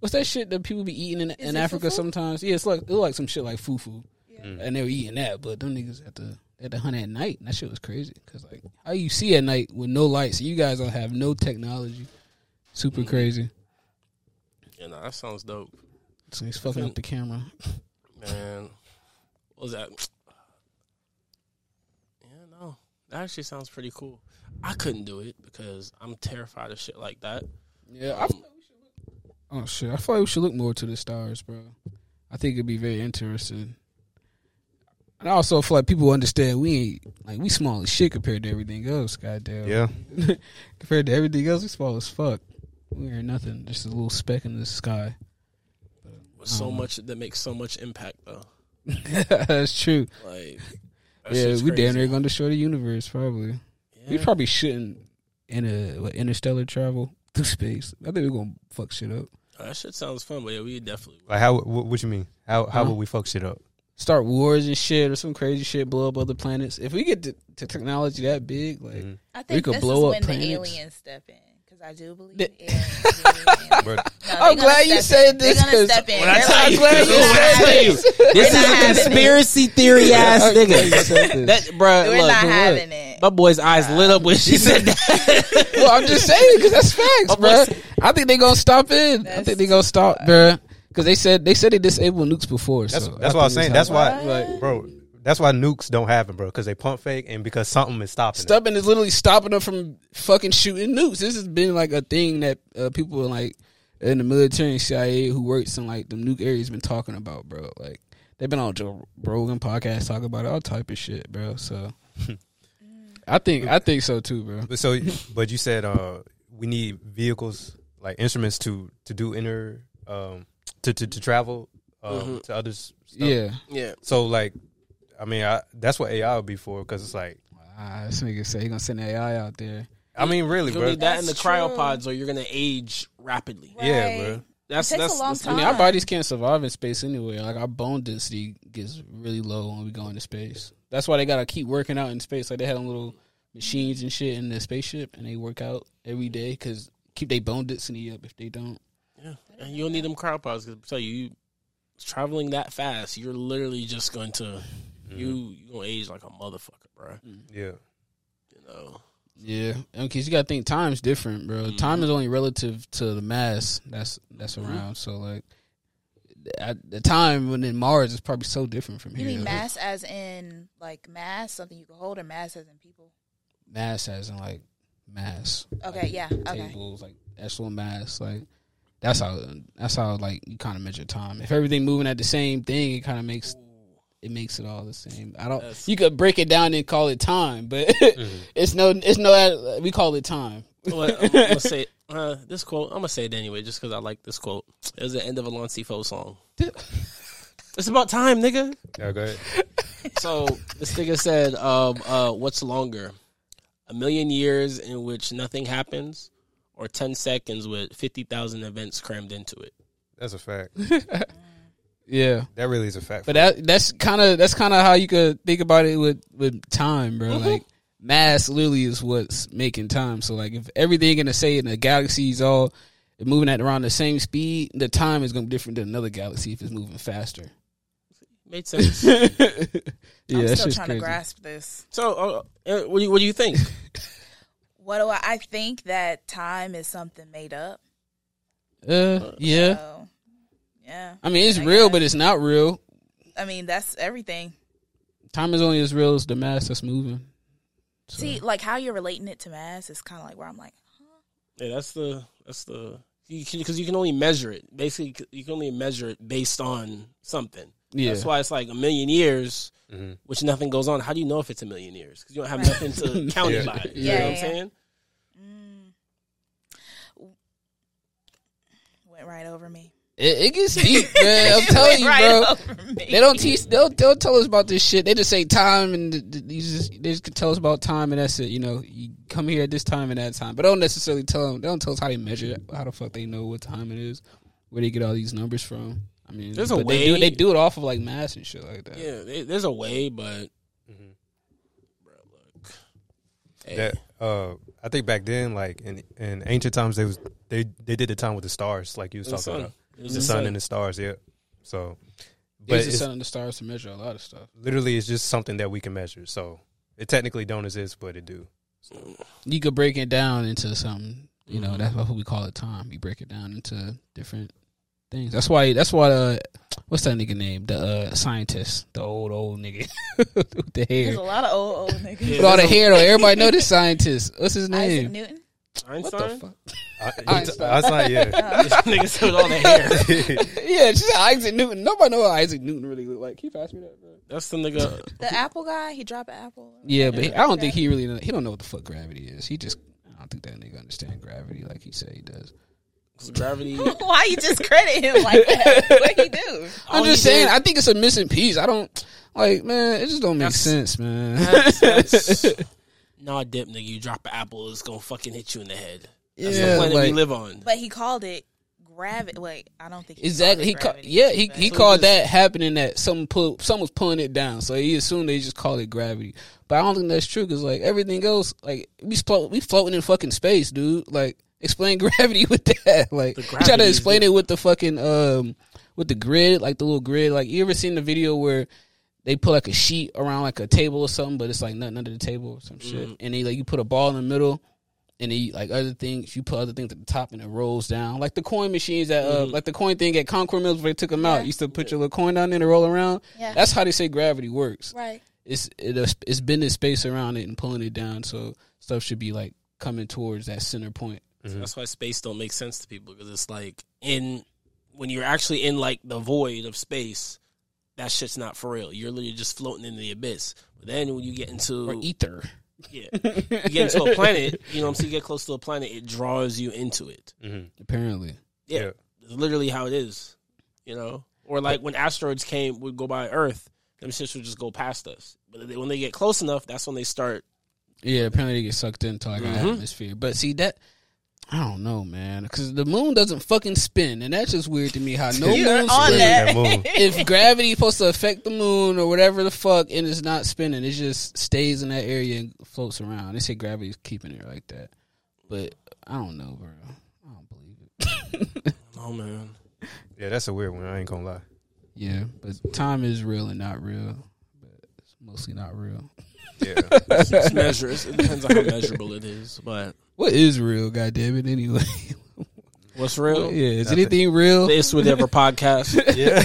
Speaker 1: What's that shit that people be eating in, in
Speaker 4: it
Speaker 1: Africa
Speaker 4: fufu?
Speaker 1: sometimes? Yeah, it's like it look like some shit like fufu
Speaker 4: Yeah.
Speaker 1: and they were eating that. But them niggas at the at the hunt at night, and that shit was crazy. Cause like how you see at night with no lights, you guys don't have no technology. Super crazy.
Speaker 3: Yeah, nah, that sounds dope,
Speaker 1: So he's fucking up the camera.
Speaker 3: man. What was that? Yeah, no, that actually sounds pretty cool. I couldn't do it because I'm terrified of shit like that. Um,
Speaker 1: Yeah. I, oh shit! I feel like we should look more to the stars, bro. I think it'd be very interesting. And I also feel like people understand we ain't like we small as shit compared to everything else. Goddamn.
Speaker 2: Yeah.
Speaker 1: compared to everything else, we small as fuck. We are nothing, just a little speck in the sky.
Speaker 3: With so
Speaker 1: Um.
Speaker 3: much that makes so much impact though.
Speaker 1: That's true.
Speaker 3: Like, that
Speaker 1: Yeah,
Speaker 3: shit's
Speaker 1: we damn
Speaker 3: crazy.
Speaker 1: near gonna destroy the universe. Probably. We
Speaker 3: Yeah.
Speaker 1: probably shouldn't in a what, interstellar travel through space. I think we're gonna fuck shit up.
Speaker 3: Oh, that shit sounds fun, but yeah, we definitely.
Speaker 2: Like how? What, what you mean? How how
Speaker 1: Huh?
Speaker 2: would we fuck shit up?
Speaker 1: Start wars and shit, or some crazy shit. Blow up other planets. If we get to, to technology that big, like
Speaker 2: Mhm.
Speaker 4: I think
Speaker 1: could
Speaker 4: this
Speaker 1: blow
Speaker 4: is
Speaker 1: up
Speaker 4: when
Speaker 1: planets.
Speaker 4: the aliens step in because I do believe
Speaker 1: The-
Speaker 4: the aliens. do.
Speaker 2: Bro,
Speaker 4: No,
Speaker 1: I'm
Speaker 4: they gonna
Speaker 1: glad you
Speaker 4: step
Speaker 1: said
Speaker 4: in.
Speaker 1: this
Speaker 4: They're gonna
Speaker 1: 'cause
Speaker 4: step in.
Speaker 3: When I
Speaker 4: They're
Speaker 3: tell
Speaker 4: like,
Speaker 3: you-
Speaker 1: glad
Speaker 4: "We're not
Speaker 1: said
Speaker 4: having
Speaker 1: this.
Speaker 7: This
Speaker 4: not having
Speaker 7: is a conspiracy theory ass
Speaker 1: I'm glad you
Speaker 7: nigga.
Speaker 1: said this.
Speaker 7: That, bruh,
Speaker 4: it. We're
Speaker 7: look,
Speaker 4: not
Speaker 7: look.
Speaker 4: having it.
Speaker 7: My boy's eyes lit up when she said that.
Speaker 1: well, I'm just saying because that's facts,
Speaker 7: I'm
Speaker 1: bro.
Speaker 7: just-
Speaker 1: I think they gonna stop in. I
Speaker 4: That's
Speaker 1: think they gonna stop, bro. Because they said they said they disabled nukes before.
Speaker 2: that's
Speaker 1: so
Speaker 2: that's what I was saying. That's why,
Speaker 1: Like-
Speaker 2: bro. That's why nukes don't happen, bro, because they pump fake and because something is stopping. it.
Speaker 1: Stubbing is literally stopping them from fucking shooting nukes. This has been like a thing that uh, people in like in the military and CIA who works in like the nuke areas been talking about, bro. Like they've been on Joe Rogan podcast talking about all type of shit, bro. So I think I think so too, bro.
Speaker 2: But so, but you said uh, we need vehicles like instruments to to do inner um, to to, to travel um, to others. Stuff.
Speaker 1: Yeah.
Speaker 3: Mm-hmm. Yeah,
Speaker 2: So like, I mean, I, that's what AI would be for because it's like,
Speaker 1: Ah, this nigga say he gonna send AI out there.
Speaker 2: I mean, really,
Speaker 3: you
Speaker 2: bro.
Speaker 3: need that in the
Speaker 4: That's
Speaker 3: cryopods, or you're gonna age rapidly.
Speaker 2: Yeah, bro.
Speaker 3: That's
Speaker 4: takes a
Speaker 3: that's,
Speaker 4: long
Speaker 3: that's
Speaker 1: I mean, our
Speaker 4: Time.
Speaker 1: bodies can't survive in space anyway. Like our bone density gets really low when we go into space. That's why they gotta keep working out in space. Like they had them little machines and shit in the spaceship, and they work out every day because keep their bone density up. If they don't,
Speaker 3: Yeah, and you don't need them crowd pods because I tell you, you traveling that fast, you're literally just going to
Speaker 2: Mm-hmm.
Speaker 3: you you gonna age like a motherfucker, bro.
Speaker 2: Yeah,
Speaker 3: You know,
Speaker 1: yeah, because you gotta think time's different, bro. Time is only relative to the mass that's that's around. So like. At the time when in Mars is probably so different from
Speaker 4: You
Speaker 1: here.
Speaker 4: mean
Speaker 1: Like,
Speaker 4: mass as in like mass, something you can hold, or mass as in people?
Speaker 1: mass as in like mass.
Speaker 4: Okay,
Speaker 1: Like,
Speaker 4: yeah, okay.
Speaker 1: tables, like actual mass, like that's how that's how like you kind of measure time. If everything moving at the same thing, it kind of makes it makes it all the same. I don't.
Speaker 3: That's-
Speaker 1: You could break it down and call it time, but it's no it's no. We call it time.
Speaker 3: Well, I'm, I'm gonna say uh, this quote. I'm gonna say it anyway, just because I like this quote. It was the end of a Lancey Foe song. It's about time, nigga.
Speaker 2: yeah. Go ahead.
Speaker 3: So this nigga said, um, uh, "What's longer, a million years in which nothing happens, or ten seconds with fifty thousand events crammed into it?"
Speaker 2: That's a fact.
Speaker 1: Yeah,
Speaker 2: That really is a fact.
Speaker 1: but that that's kind of that's kind of how you could think about it with with time, bro.
Speaker 4: Mm-hmm.
Speaker 1: Like mass literally is what's making time. So like if everything in the say in the galaxy is all moving at around the same speed, the time is gonna be different than another galaxy if it's moving faster.
Speaker 3: Made sense.
Speaker 1: yeah,
Speaker 4: I'm
Speaker 1: that's
Speaker 4: still
Speaker 1: just
Speaker 4: trying
Speaker 1: crazy.
Speaker 4: to grasp this.
Speaker 3: so, uh, uh, what, do you, what do you think?
Speaker 4: What do I? I think that time is something made up.
Speaker 1: Uh, yeah,
Speaker 4: So, yeah.
Speaker 1: I mean it's
Speaker 4: I
Speaker 1: real,
Speaker 4: guess.
Speaker 1: but it's not real.
Speaker 4: I mean, that's everything.
Speaker 1: Time is only as real as the mass that's moving.
Speaker 4: See, like how you're relating it to mass is kind of like where I'm like,
Speaker 3: Yeah, that's the that's the because you can only measure it. Basically, c- you can only measure it based on something.
Speaker 1: Yeah.
Speaker 3: That's why it's like a million years,
Speaker 2: Mhm.
Speaker 3: which nothing goes on. How do you know if it's a million years? Because you don't have
Speaker 4: Right.
Speaker 3: nothing to count
Speaker 2: Yeah.
Speaker 3: it by. You
Speaker 4: Yeah,
Speaker 3: know what I'm
Speaker 4: yeah.
Speaker 3: saying?
Speaker 4: mm. went right over me.
Speaker 1: It, it gets deep, man. I'm telling you,
Speaker 4: Right
Speaker 1: bro.
Speaker 4: over me.
Speaker 1: They don't teach. They'll they'll tell us about this shit. They just say time, and th- th- you just they just tell us about time, and that's it. You know, you come here at this time and that time, but they don't necessarily tell them. They don't tell us how they measure it, how the fuck they know what time it is, where they get all these numbers from. I mean,
Speaker 3: There's a
Speaker 1: but They do,
Speaker 3: way-
Speaker 1: they do it off of like mass and shit like that.
Speaker 3: Yeah, there- there's a way, but
Speaker 2: Mhm.
Speaker 3: bro, look, hey,
Speaker 2: That uh, I think back then, like in in ancient times, they was they they did the time with the stars, like you was
Speaker 3: it was
Speaker 2: talking
Speaker 3: sun.
Speaker 2: about
Speaker 3: It
Speaker 2: the sun and the stars. Yeah, so
Speaker 1: They
Speaker 2: but
Speaker 1: use the
Speaker 2: it's-
Speaker 1: sun and the stars to measure a lot of stuff.
Speaker 2: literally it's just something that we can measure. So it technically don't exist, but it do.
Speaker 1: You could break it down into something. You know,
Speaker 3: Mhm.
Speaker 1: that's what we call it time. You break it down into different things. That's why. That's why. Uh, what's that nigga name? The uh, scientist, the old old nigga with the hair.
Speaker 4: There's a lot of old old niggas.
Speaker 1: With all the hair though, everybody know this scientist. What's his
Speaker 4: Isaac
Speaker 1: name?
Speaker 4: Newton.
Speaker 1: What the
Speaker 3: Einstein.
Speaker 1: fuck?
Speaker 2: I,
Speaker 1: Einstein.
Speaker 2: I was like, yeah,
Speaker 3: Nigga said with all the hair.
Speaker 1: yeah, she said Isaac Newton. Nobody know what Isaac Newton really looked like. Can you pass me that, bro?
Speaker 3: That's the nigga.
Speaker 4: The apple guy. He dropped an apple.
Speaker 1: Yeah, but he- I don't think he really know, he don't know what the fuck gravity is. He just I don't think that nigga understand gravity like he said he does.
Speaker 3: 'cause gravity.
Speaker 4: Why you just credit him like that? what he do?
Speaker 1: I'm
Speaker 3: All
Speaker 1: just
Speaker 3: he did-
Speaker 1: saying. I think it's a missing piece. I don't like, man. It just don't make
Speaker 3: That's-
Speaker 1: sense, man.
Speaker 3: That's, that's, nah, dip, nigga. You drop an apple, it's gonna fucking hit you in the head. That's
Speaker 1: Yeah,
Speaker 3: the planet
Speaker 1: like-
Speaker 3: we live on.
Speaker 4: But he called it gravity. Wait, I don't think he
Speaker 1: Exactly. He
Speaker 4: Called it
Speaker 1: ca-
Speaker 4: gravity,
Speaker 1: yeah, he,
Speaker 4: but-
Speaker 1: he
Speaker 3: So
Speaker 1: called
Speaker 3: this-
Speaker 1: that happening that someone pull someone's pulling it down. So he assumed they just called it gravity. But I don't think that's true because like everything else, like we splo- we floating in fucking space, dude. Like explain gravity with that. Like you try
Speaker 3: gravity
Speaker 1: to
Speaker 3: is
Speaker 1: explain it with the fucking um with the grid, like the little grid. Like you ever seen the video where they put like a sheet around like a table or something, but it's like nothing under the table or some shit. And they like you put a ball in the middle and then you, like other things, you put other things at the top and it rolls down, like the coin machines that, uh, like the coin thing at Concord Mills where they took them out. You used to put your little coin down there and roll around.
Speaker 4: Yeah.
Speaker 1: That's how they say gravity works.
Speaker 4: Right.
Speaker 1: It's it, it's bending space around it and pulling it down, so stuff should be like coming towards that center point.
Speaker 2: Mm-hmm.
Speaker 3: That's why space don't make sense to people because it's like in when you're actually in like the void of space, that shit's not for real. You're literally just floating in the abyss. But then when you get
Speaker 1: Or
Speaker 3: into
Speaker 1: ether.
Speaker 3: yeah, you get into a planet, you know what I'm saying? You get close to a planet, it draws you into it.
Speaker 1: Apparently,
Speaker 3: Yeah,
Speaker 2: Yeah.
Speaker 3: It's literally how it is. You know, or like when asteroids came, would go by Earth. Them shits would just go past us. But they, when they get close enough, that's when they start.
Speaker 1: yeah. Apparently, they get sucked into like an atmosphere. But see that. I don't know, man, because the moon doesn't fucking spin, and that's just weird to me. How no
Speaker 2: You're
Speaker 1: moon
Speaker 4: on
Speaker 1: spins.
Speaker 4: that.
Speaker 2: that moon.
Speaker 1: if gravity is supposed to affect the moon or whatever the fuck, and it's not spinning, it just stays in that area and floats around. They say gravity's keeping it like that, but I don't know, bro. I don't believe it.
Speaker 3: Oh man,
Speaker 2: Yeah, that's a weird one. I ain't gonna lie.
Speaker 1: Yeah, but time is real and not real, but it's mostly not real.
Speaker 2: Yeah,
Speaker 3: it's measures. It depends on how measurable it is. But
Speaker 1: What is real? goddamn it! Anyway,
Speaker 3: what's
Speaker 1: yeah,
Speaker 3: real?
Speaker 1: is
Speaker 2: Nothing.
Speaker 1: anything real?
Speaker 3: This would ever podcast.
Speaker 2: yeah.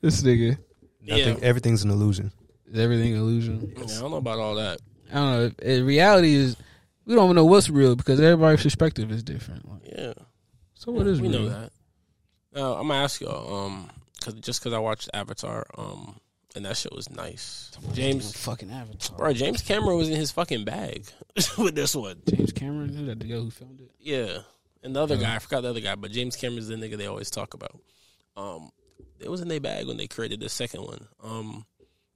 Speaker 1: This nigga
Speaker 3: Yeah.
Speaker 2: Nothing, everything's an illusion.
Speaker 1: is everything illusion.
Speaker 3: Yeah, I don't know about all that.
Speaker 1: I don't know. In reality is we don't know what's real because everybody's perspective is different. Like,
Speaker 3: Yeah,
Speaker 1: So what is
Speaker 3: we
Speaker 1: real?
Speaker 3: know that. Now I'm gonna ask y'all, um, cause just because I watched Avatar, um, and that shit was nice. James,
Speaker 1: fucking avatar.
Speaker 3: bro, James Cameron was in his fucking bag with this one.
Speaker 1: James Cameron, who's that the guy who filmed it?
Speaker 3: Yeah. And the other guy, I forgot the other guy, but James Cameron's the nigga they always talk about. Um, it was in their bag when they created the second one. Um,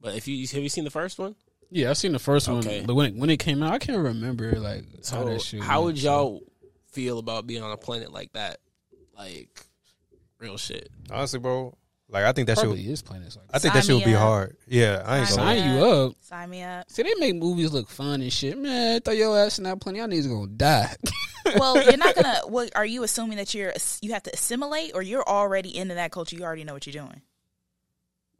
Speaker 3: but if you have you seen the first one?
Speaker 1: Yeah, I've seen the first
Speaker 3: Okay.
Speaker 1: one, but when it, when it came out, I can't remember like how
Speaker 3: So
Speaker 1: that shit.
Speaker 3: how
Speaker 1: went.
Speaker 3: would y'all feel about being on a planet like that? Like real shit.
Speaker 2: Honestly, bro, like I think that should.
Speaker 1: probably is planets like
Speaker 2: I
Speaker 1: that.
Speaker 2: think that
Speaker 4: Sign
Speaker 2: should
Speaker 4: me
Speaker 2: be
Speaker 4: up.
Speaker 2: hard. Yeah, I ain't gonna
Speaker 4: Sign me
Speaker 2: lie.
Speaker 1: sign
Speaker 4: Yeah.
Speaker 1: you up.
Speaker 4: Sign me up.
Speaker 1: See, they make movies look fun and shit. Man, throw your ass in that plenty. Y'all niggas gonna die.
Speaker 4: Well, you're not gonna. What are you assuming that you're you have to assimilate, or you're already into that culture? You already know what you're doing.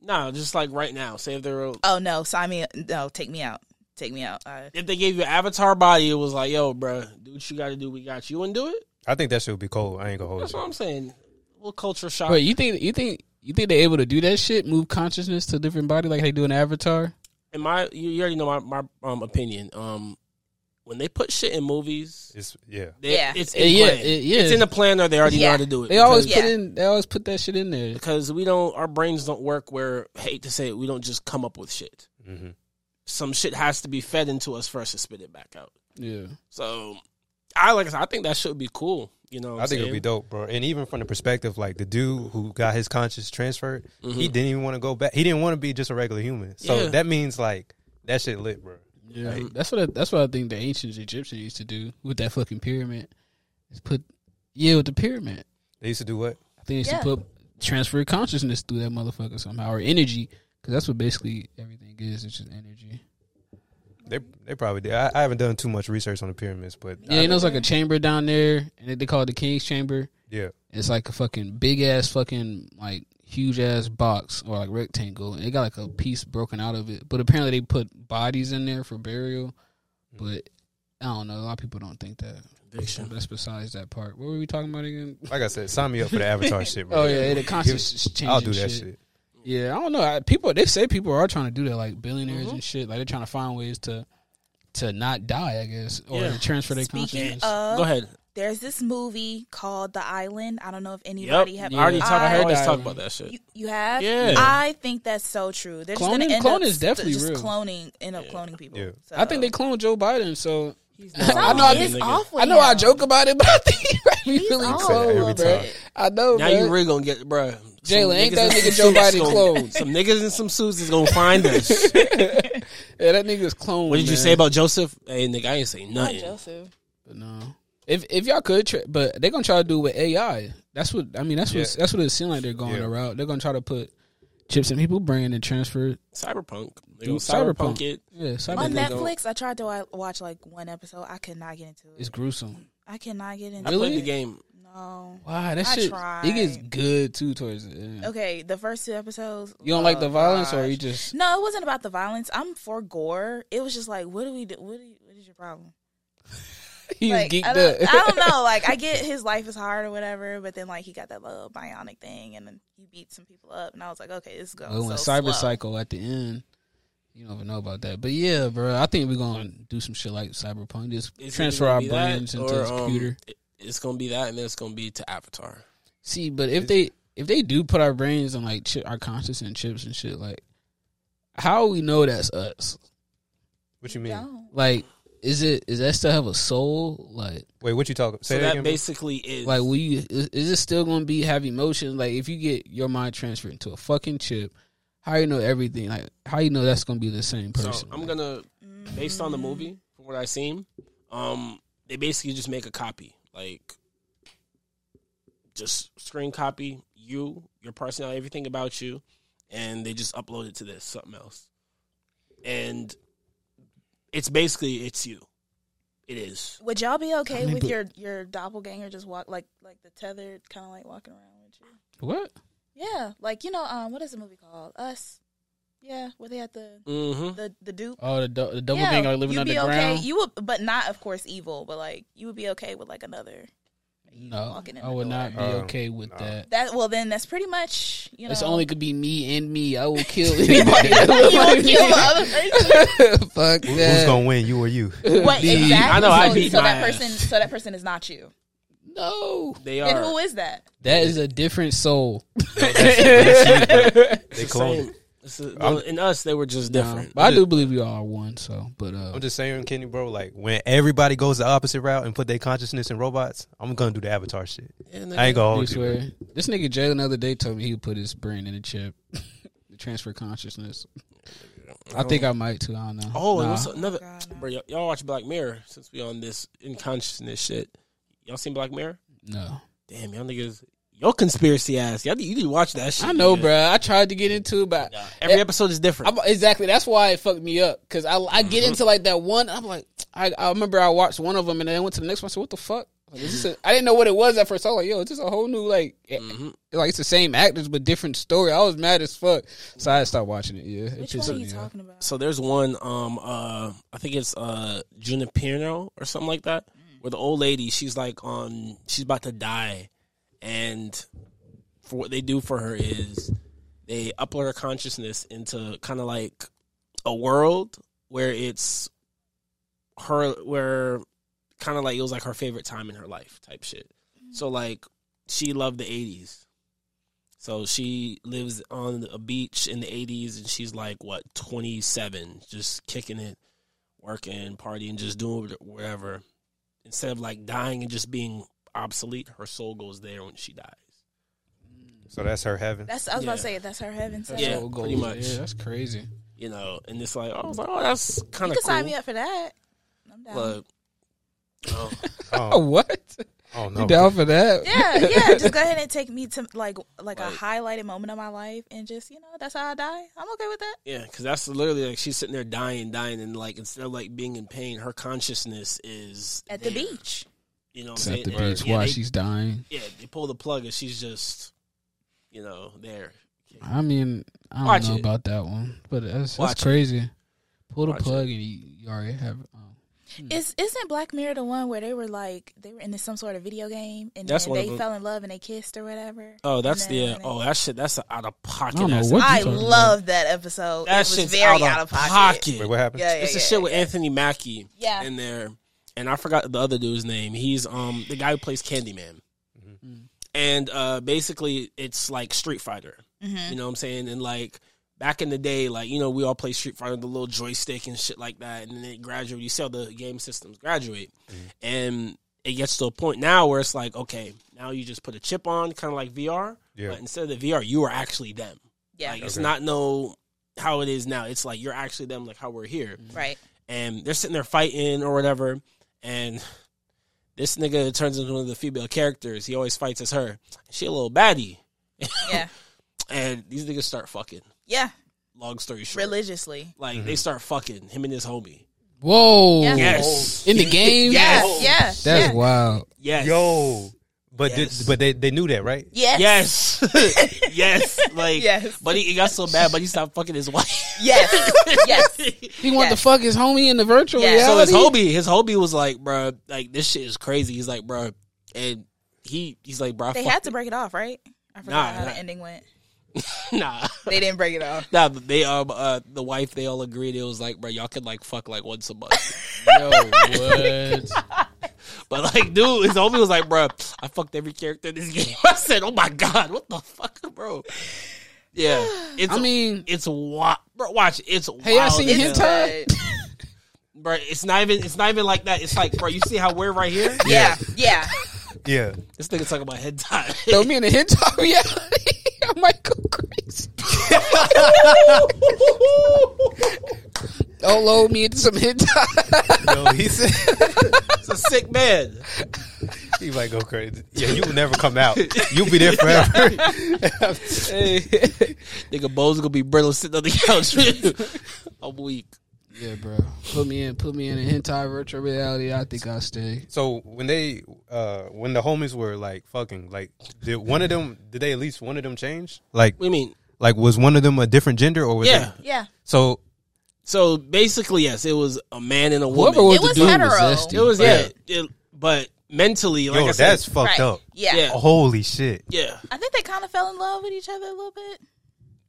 Speaker 3: Nah, just like right now. Say if they were
Speaker 4: Oh no, sign me. No, take me out. Take me out. Uh,
Speaker 3: if they gave you an avatar body, it was like, yo, bro, do what you gotta do, we got you and do it.
Speaker 2: I think that should be cold. I ain't gonna hold
Speaker 3: That's what
Speaker 2: you.
Speaker 3: I'm saying. Well culture shock.
Speaker 1: Wait, you think you think you think they're able to do that shit? Move consciousness to a different body like they do in Avatar?
Speaker 3: in my you you already know my my um, opinion. Um, when they put shit in movies,
Speaker 2: It's yeah.
Speaker 3: they,
Speaker 4: Yeah.
Speaker 3: it's
Speaker 1: Eh,
Speaker 3: in
Speaker 1: yeah,
Speaker 3: plan.
Speaker 1: eh, yeah.
Speaker 3: It's in the plan, or they already know
Speaker 4: Yeah.
Speaker 3: how to do it.
Speaker 1: They always
Speaker 3: because,
Speaker 1: put
Speaker 4: Yeah.
Speaker 1: in. They always put that shit in there.
Speaker 3: because we don't our brains don't work where I hate to say it, we don't just come up with shit.
Speaker 2: Mhm.
Speaker 3: Some shit has to be fed into us first to spit it back out.
Speaker 1: Yeah,
Speaker 3: So I like I said, I think that should be cool. You know, what
Speaker 2: I
Speaker 3: I'm
Speaker 2: think it'd
Speaker 3: saying?
Speaker 2: be dope, bro. And even from the perspective, like the dude who got his conscience transferred, he didn't even want to go back. He didn't want to be just a regular human. So
Speaker 3: Mm-hmm. Yeah.
Speaker 2: that means like that shit lit, bro.
Speaker 1: yeah. That's what. I, that's what I think the ancient Egyptians used to do with that fucking pyramid. Is put yeah with the pyramid.
Speaker 2: They used to do what?
Speaker 1: I think they used
Speaker 4: Yeah.
Speaker 1: to put transfer consciousness through that motherfucker somehow or energy because that's what basically everything is. It's just energy.
Speaker 2: They they probably did. I, I haven't done too much research on the pyramids, but
Speaker 1: Yeah, you know, it's like a chamber down there, and they call it the king's chamber.
Speaker 2: yeah.
Speaker 1: It's like a fucking big ass fucking like huge ass box or like rectangle. And it got like a piece broken out of it. But apparently they put bodies in there for burial. But I don't know. A lot of people don't think that. But
Speaker 3: Addiction.
Speaker 1: that's besides that part. What were we talking about again?
Speaker 2: Like I said, sign me up for the Avatar shit, bro.
Speaker 1: Oh yeah, the conscious change.
Speaker 2: I'll do that shit.
Speaker 1: Yeah, I don't know. I, people they say people are trying to do that, like billionaires and shit. Like they're trying to find ways to to not die, I guess, or
Speaker 3: Yeah.
Speaker 1: transfer their
Speaker 4: Speaking
Speaker 1: consciousness.
Speaker 4: of,
Speaker 3: Go ahead.
Speaker 4: there's this movie called The Island. I don't know if
Speaker 3: Yep.
Speaker 4: anybody have.
Speaker 3: I already
Speaker 1: Yeah.
Speaker 3: talk. I always
Speaker 1: I-
Speaker 3: talk about that shit.
Speaker 4: You, you have?
Speaker 3: Yeah.
Speaker 4: I think that's so true. They're just
Speaker 1: Cloning-
Speaker 4: gonna end
Speaker 1: clone
Speaker 4: up
Speaker 1: is definitely
Speaker 4: just
Speaker 1: real.
Speaker 4: cloning, end up cloning people.
Speaker 2: Yeah.
Speaker 1: I think they cloned Joe Biden, so
Speaker 4: I know
Speaker 1: I
Speaker 4: it's
Speaker 3: nigga.
Speaker 4: off.
Speaker 1: I know I joke about it, but I think he
Speaker 4: He's
Speaker 1: really
Speaker 4: off
Speaker 2: every
Speaker 1: cloned, bro.
Speaker 2: time.
Speaker 1: I know,
Speaker 3: Now
Speaker 1: bruh.
Speaker 3: you really gonna get, bruh. Some
Speaker 1: Jalen, ain't
Speaker 3: niggas
Speaker 1: that
Speaker 3: in
Speaker 1: nigga
Speaker 3: some
Speaker 1: Joe Biden
Speaker 3: suits gonna-
Speaker 1: cloned?
Speaker 3: Some niggas in some suits is gonna find us. what
Speaker 1: yeah, that nigga's cloned.
Speaker 3: did you
Speaker 1: man.
Speaker 3: say about Joseph? Hey, nigga, I ain't say nothing.
Speaker 4: Joseph.
Speaker 1: But no. If if y'all could, tra- but they're gonna try to do it with AI. That's what I mean. That's what
Speaker 2: Yeah.
Speaker 1: that's what it seems like they're going
Speaker 2: Yeah.
Speaker 1: around. They're gonna try to put chips in people' brain and transfer.
Speaker 3: Cyberpunk. They
Speaker 1: Do
Speaker 3: gonna
Speaker 1: cyberpunk.
Speaker 3: cyberpunk it.
Speaker 1: Yeah, cyber-
Speaker 4: On
Speaker 3: they don't-
Speaker 4: Netflix, I tried to wa- watch like one episode. I could not get into it.
Speaker 1: it's gruesome.
Speaker 4: I cannot get into
Speaker 3: I
Speaker 1: Really?
Speaker 3: played the
Speaker 4: it.
Speaker 3: game.
Speaker 4: No.
Speaker 1: Wow, that
Speaker 4: I
Speaker 1: shit. It gets
Speaker 4: tried.
Speaker 1: good too towards the end.
Speaker 4: Okay, the first two episodes.
Speaker 1: Mm. You don't like
Speaker 4: oh,
Speaker 1: the violence, or
Speaker 4: gosh.
Speaker 1: you just
Speaker 4: No, it wasn't about the violence. I'm for gore. It was just like, what do we do? What, do you, what is your problem?
Speaker 1: he's
Speaker 4: like,
Speaker 1: geeked
Speaker 4: I don't,
Speaker 1: up?
Speaker 4: I don't know. Like, I get his life is hard or whatever, but then like he got that little bionic thing, and then he beat some people up, and I was like, okay, this goes.
Speaker 1: Oh, and
Speaker 4: so
Speaker 1: cyber
Speaker 4: slow.
Speaker 1: psycho at the end. You don't even know about that, but yeah, bro. I think we're gonna do some shit like cyberpunk. Just
Speaker 3: It's either
Speaker 1: transfer
Speaker 3: gonna
Speaker 1: our
Speaker 3: be that
Speaker 1: brains into
Speaker 3: or,
Speaker 1: this
Speaker 3: um,
Speaker 1: computer.
Speaker 3: it- It's gonna be that, and then it's gonna be to Avatar.
Speaker 1: See, but if they if they do put our brains and like chip, our conscious and chips and shit, like how we know that's us?
Speaker 2: What you mean?
Speaker 4: Don't.
Speaker 1: Like, is it is that still have a soul? Like,
Speaker 2: Wait, what you talking? Say
Speaker 3: So
Speaker 2: that,
Speaker 3: that
Speaker 2: again. bro.
Speaker 3: basically is
Speaker 1: like will you is, is it still going to be have emotions? Like, if you get your mind transferred into a fucking chip, how you know everything? Like, how you know that's going to be the same person?
Speaker 3: So I'm
Speaker 1: Like,
Speaker 3: gonna, based on the movie, from what I seen, um, they basically just make a copy, like just screen copy you, your personality, everything about you, and they just upload it to this something else, and it's basically it's you. It is.
Speaker 4: Would y'all be okay
Speaker 1: I mean,
Speaker 4: with
Speaker 1: but-
Speaker 4: your your doppelganger just walk like like the tethered kind of like walking around with you?
Speaker 1: what?
Speaker 4: Yeah, like you know, um, what is the movie called? Us. Yeah, where they had the
Speaker 3: hmm
Speaker 4: the the dupe.
Speaker 1: Oh, the, dou- the double
Speaker 4: yeah,
Speaker 1: gang are living
Speaker 4: you'd be
Speaker 1: underground.
Speaker 4: Okay. You would, but not of course evil, but like you would be okay with like another.
Speaker 1: no,
Speaker 4: walking in
Speaker 1: I
Speaker 4: the
Speaker 1: would
Speaker 4: door.
Speaker 1: not be
Speaker 2: Uh,
Speaker 1: okay with
Speaker 2: nah.
Speaker 1: that.
Speaker 4: That well, then that's pretty much you know.
Speaker 1: It's only could be me and me. I will kill anybody. that
Speaker 4: you
Speaker 1: look like
Speaker 4: would
Speaker 1: me.
Speaker 4: kill the other person.
Speaker 1: Fuck
Speaker 2: Who-
Speaker 1: that.
Speaker 2: Who's gonna win, you or you?
Speaker 4: What
Speaker 1: Me.
Speaker 4: exactly?
Speaker 3: I know
Speaker 4: So,
Speaker 3: I beat
Speaker 4: so
Speaker 3: my
Speaker 4: that
Speaker 3: ass.
Speaker 4: person, so that person is not you.
Speaker 1: No,
Speaker 3: They
Speaker 4: Then
Speaker 3: are.
Speaker 4: who is that?
Speaker 1: that is a different soul.
Speaker 2: They
Speaker 3: the same.
Speaker 2: clone.
Speaker 3: It's the- well, in us, they were just different.
Speaker 1: But I do believe we are one. So, but uh,
Speaker 2: I'm just saying, Kenny, bro. Like when everybody goes the opposite route and put their consciousness in robots, I'm gonna do the Avatar shit. I ain't gonna
Speaker 1: I
Speaker 2: hold you.
Speaker 1: swear, this nigga Jay another day told me he would put his brain in a chip, to transfer consciousness. I think I might too. I don't know.
Speaker 3: Oh, and
Speaker 1: Nah.
Speaker 3: what's another? Bro, y- y'all watch Black Mirror since we on this in consciousness shit. Y'all seen Black Mirror?
Speaker 1: no,
Speaker 3: Damn, y'all niggas, y'all conspiracy ass. Y'all, you need to watch that shit.
Speaker 1: I know,
Speaker 3: nigga.
Speaker 1: bruh. I tried to get into it, but
Speaker 3: Every
Speaker 1: Yeah.
Speaker 3: episode is different.
Speaker 1: I'm, exactly. That's why it fucked me up because I I
Speaker 3: Mm-hmm.
Speaker 1: get into like that one. I'm like, I, I remember I watched one of them and then I went to the next one. So what the fuck? Like, is this a, I didn't know what it was at first. I was like, yo, it's just a whole new like, eh,
Speaker 3: Mm-hmm.
Speaker 1: like it's the same actors but different story. I was mad as fuck, so I stopped watching it. Yeah,
Speaker 4: Which
Speaker 1: it
Speaker 4: one
Speaker 1: pissed
Speaker 4: are
Speaker 1: me
Speaker 4: you
Speaker 1: off.
Speaker 4: talking about?
Speaker 3: so there's one, um, uh, I think it's uh Junipero or something like that, where the old lady she's like on, she's about to die, and for what they do for her is they upload her consciousness into kind of like a world where it's her where kind of like it was like her favorite time in her life type shit. So like she loved the 80s. So she lives on a beach in the 80s and she's like what 27 just kicking it working partying just doing whatever instead of like dying and just being obsolete her soul goes there when she dies.
Speaker 2: So that's her heaven.
Speaker 4: That's I was about to
Speaker 3: Yeah.
Speaker 4: say that's her heaven. So
Speaker 3: Yeah,
Speaker 1: Soul
Speaker 3: pretty
Speaker 1: goes-
Speaker 3: much.
Speaker 1: Yeah, that's crazy.
Speaker 3: You know, and it's like I was like oh that's
Speaker 4: you
Speaker 3: kind
Speaker 4: can
Speaker 3: of cool.
Speaker 4: sign me up for that. I'm down.
Speaker 3: Look. Oh,
Speaker 1: Oh,
Speaker 2: Oh,
Speaker 1: what?
Speaker 2: oh
Speaker 1: You
Speaker 2: no.
Speaker 1: down for that?
Speaker 4: Yeah, yeah. Just go ahead and take me to like like a highlighted moment of my life, and just you know that's how I die. I'm okay with that.
Speaker 3: Yeah, because that's literally like she's sitting there dying, dying, and like instead of like being in pain, her consciousness is
Speaker 4: At the
Speaker 3: there.
Speaker 4: beach,
Speaker 3: You know, what
Speaker 1: It's
Speaker 3: I'm
Speaker 1: at the
Speaker 3: saying?
Speaker 1: beach
Speaker 3: yeah,
Speaker 1: while
Speaker 3: they,
Speaker 1: she's dying.
Speaker 3: yeah, they pull the plug and she's just, you know, there.
Speaker 1: I mean, I don't
Speaker 3: Watch
Speaker 1: know
Speaker 3: it.
Speaker 1: about that one, but that's,
Speaker 3: Watch
Speaker 1: that's
Speaker 3: it.
Speaker 1: crazy. Pull the
Speaker 3: Watch it.
Speaker 1: plug and you, you already have. it. Oh.
Speaker 4: is isn't Black Mirror the one where they were like they were in some sort of video game and
Speaker 3: That's
Speaker 4: then
Speaker 3: one of
Speaker 4: they
Speaker 3: them.
Speaker 4: fell in love and they kissed or whatever?
Speaker 3: Oh, that's
Speaker 4: And
Speaker 3: the
Speaker 4: then-
Speaker 3: oh that shit. That's out of pocket.
Speaker 1: I don't know
Speaker 3: ass-
Speaker 1: what you
Speaker 4: I
Speaker 1: talking about.
Speaker 4: love that episode.
Speaker 3: that
Speaker 4: it was
Speaker 3: shit's
Speaker 4: very out of pocket.
Speaker 2: Wait, what happened?
Speaker 4: Yeah, yeah,
Speaker 3: It's the
Speaker 4: yeah,
Speaker 3: shit with
Speaker 4: yeah.
Speaker 3: Anthony Mackie.
Speaker 4: Yeah.
Speaker 3: In there, and I forgot the other dude's name. He's um the guy who plays Candyman,
Speaker 4: Mm-hmm.
Speaker 3: and uh basically it's like Street Fighter.
Speaker 4: Mm-hmm.
Speaker 3: You know what I'm saying? And like back in the day, like you know we all play Street Fighter, with the little joystick and shit like that, and then it graduate. You see how the game systems graduate,
Speaker 2: Mm-hmm.
Speaker 3: and it gets to a point now where it's like okay, now you just put a chip on, kind of like VR.
Speaker 2: Yeah.
Speaker 3: But instead of the VR, you are actually them.
Speaker 4: Yeah,
Speaker 3: Like it's
Speaker 2: Okay.
Speaker 3: not no how it is now. It's like you're actually them, like how we're here.
Speaker 4: right.
Speaker 3: And they're sitting there fighting or whatever. And this nigga turns into one of the female characters. He always fights as her. She a little baddie.
Speaker 4: Yeah,
Speaker 3: And these niggas start fucking.
Speaker 4: yeah.
Speaker 3: Long story short.
Speaker 4: Religiously.
Speaker 3: Like
Speaker 1: Mm-hmm.
Speaker 3: they start fucking him and his homie.
Speaker 1: Whoa!
Speaker 4: Yeah.
Speaker 3: Yes.
Speaker 1: In the game,
Speaker 4: Yeah,
Speaker 3: Yes.
Speaker 4: yeah,
Speaker 1: that's
Speaker 4: yeah.
Speaker 1: wild.
Speaker 3: Yes.
Speaker 2: Yo, but did-
Speaker 3: Yes.
Speaker 2: but they they knew that, right?
Speaker 4: Yes.
Speaker 3: Yes. yes. Like
Speaker 4: Yes.
Speaker 3: but he, it got so bad, but he stopped fucking his wife.
Speaker 4: Yes. yes.
Speaker 1: He wanted
Speaker 4: Yes.
Speaker 1: to fuck his homie in the virtual
Speaker 4: Yeah.
Speaker 3: So his
Speaker 1: reality.
Speaker 3: homie, his homie was like, bro, like this shit is crazy. He's like, bro, and he, he's like, bro, I
Speaker 4: They
Speaker 3: fucked
Speaker 4: had to break it off, right? I forgot
Speaker 3: Nah, nah.
Speaker 4: how the ending went.
Speaker 3: it." Nah,
Speaker 4: They didn't break it off.
Speaker 3: nah, but they um, uh, the wife, they all agreed it was like, bro, y'all could like fuck like once a month.
Speaker 1: Yo, what?
Speaker 3: but like, dude, his homie was like, bro, I fucked every character in this game. I said, oh my god, what the fuck, bro? Yeah, it's
Speaker 1: I mean,
Speaker 3: it's wa- bro, watch, it's
Speaker 1: Hey, y'all
Speaker 3: wild,
Speaker 1: seen
Speaker 3: as
Speaker 1: him
Speaker 3: hell.
Speaker 1: Hentai?
Speaker 4: good.
Speaker 3: bro. It's not even, it's not even like that. It's like, bro, you see how we're right here?
Speaker 4: Yeah, yeah.
Speaker 2: Yeah.
Speaker 3: This nigga talking about head time.
Speaker 1: throw me in a hentai reality. I might go crazy. Don't load me into some hentai.
Speaker 2: Yo, he said
Speaker 3: it's a sick man.
Speaker 2: he might go crazy. Yeah, you will never come out. You'll be there forever.
Speaker 3: Hey. Nigga Bo's gonna be brittle sitting on the couch. I'm weak.
Speaker 1: yeah, bro. Put me in. Put me in a hentai virtual reality. I think I'll stay.
Speaker 2: so when they uh when the homies were like fucking, like did one of them did they at least one of them change? Like
Speaker 3: What do you mean?
Speaker 2: like was one of them a different gender or was
Speaker 3: Yeah.
Speaker 2: it-
Speaker 4: Yeah.
Speaker 2: so
Speaker 3: So basically, yes, it was a man and a woman.
Speaker 1: Whoever was
Speaker 4: It
Speaker 1: the
Speaker 4: was
Speaker 1: dude
Speaker 4: hetero.
Speaker 1: was zesty.
Speaker 3: it was yeah.
Speaker 2: Yeah.
Speaker 3: It, but mentally, like
Speaker 2: yo
Speaker 3: I said,
Speaker 2: that's fucked
Speaker 4: Right.
Speaker 2: up.
Speaker 4: Yeah.
Speaker 3: Yeah.
Speaker 2: Holy shit.
Speaker 3: yeah.
Speaker 4: I think they kind of fell in love with each other a little bit.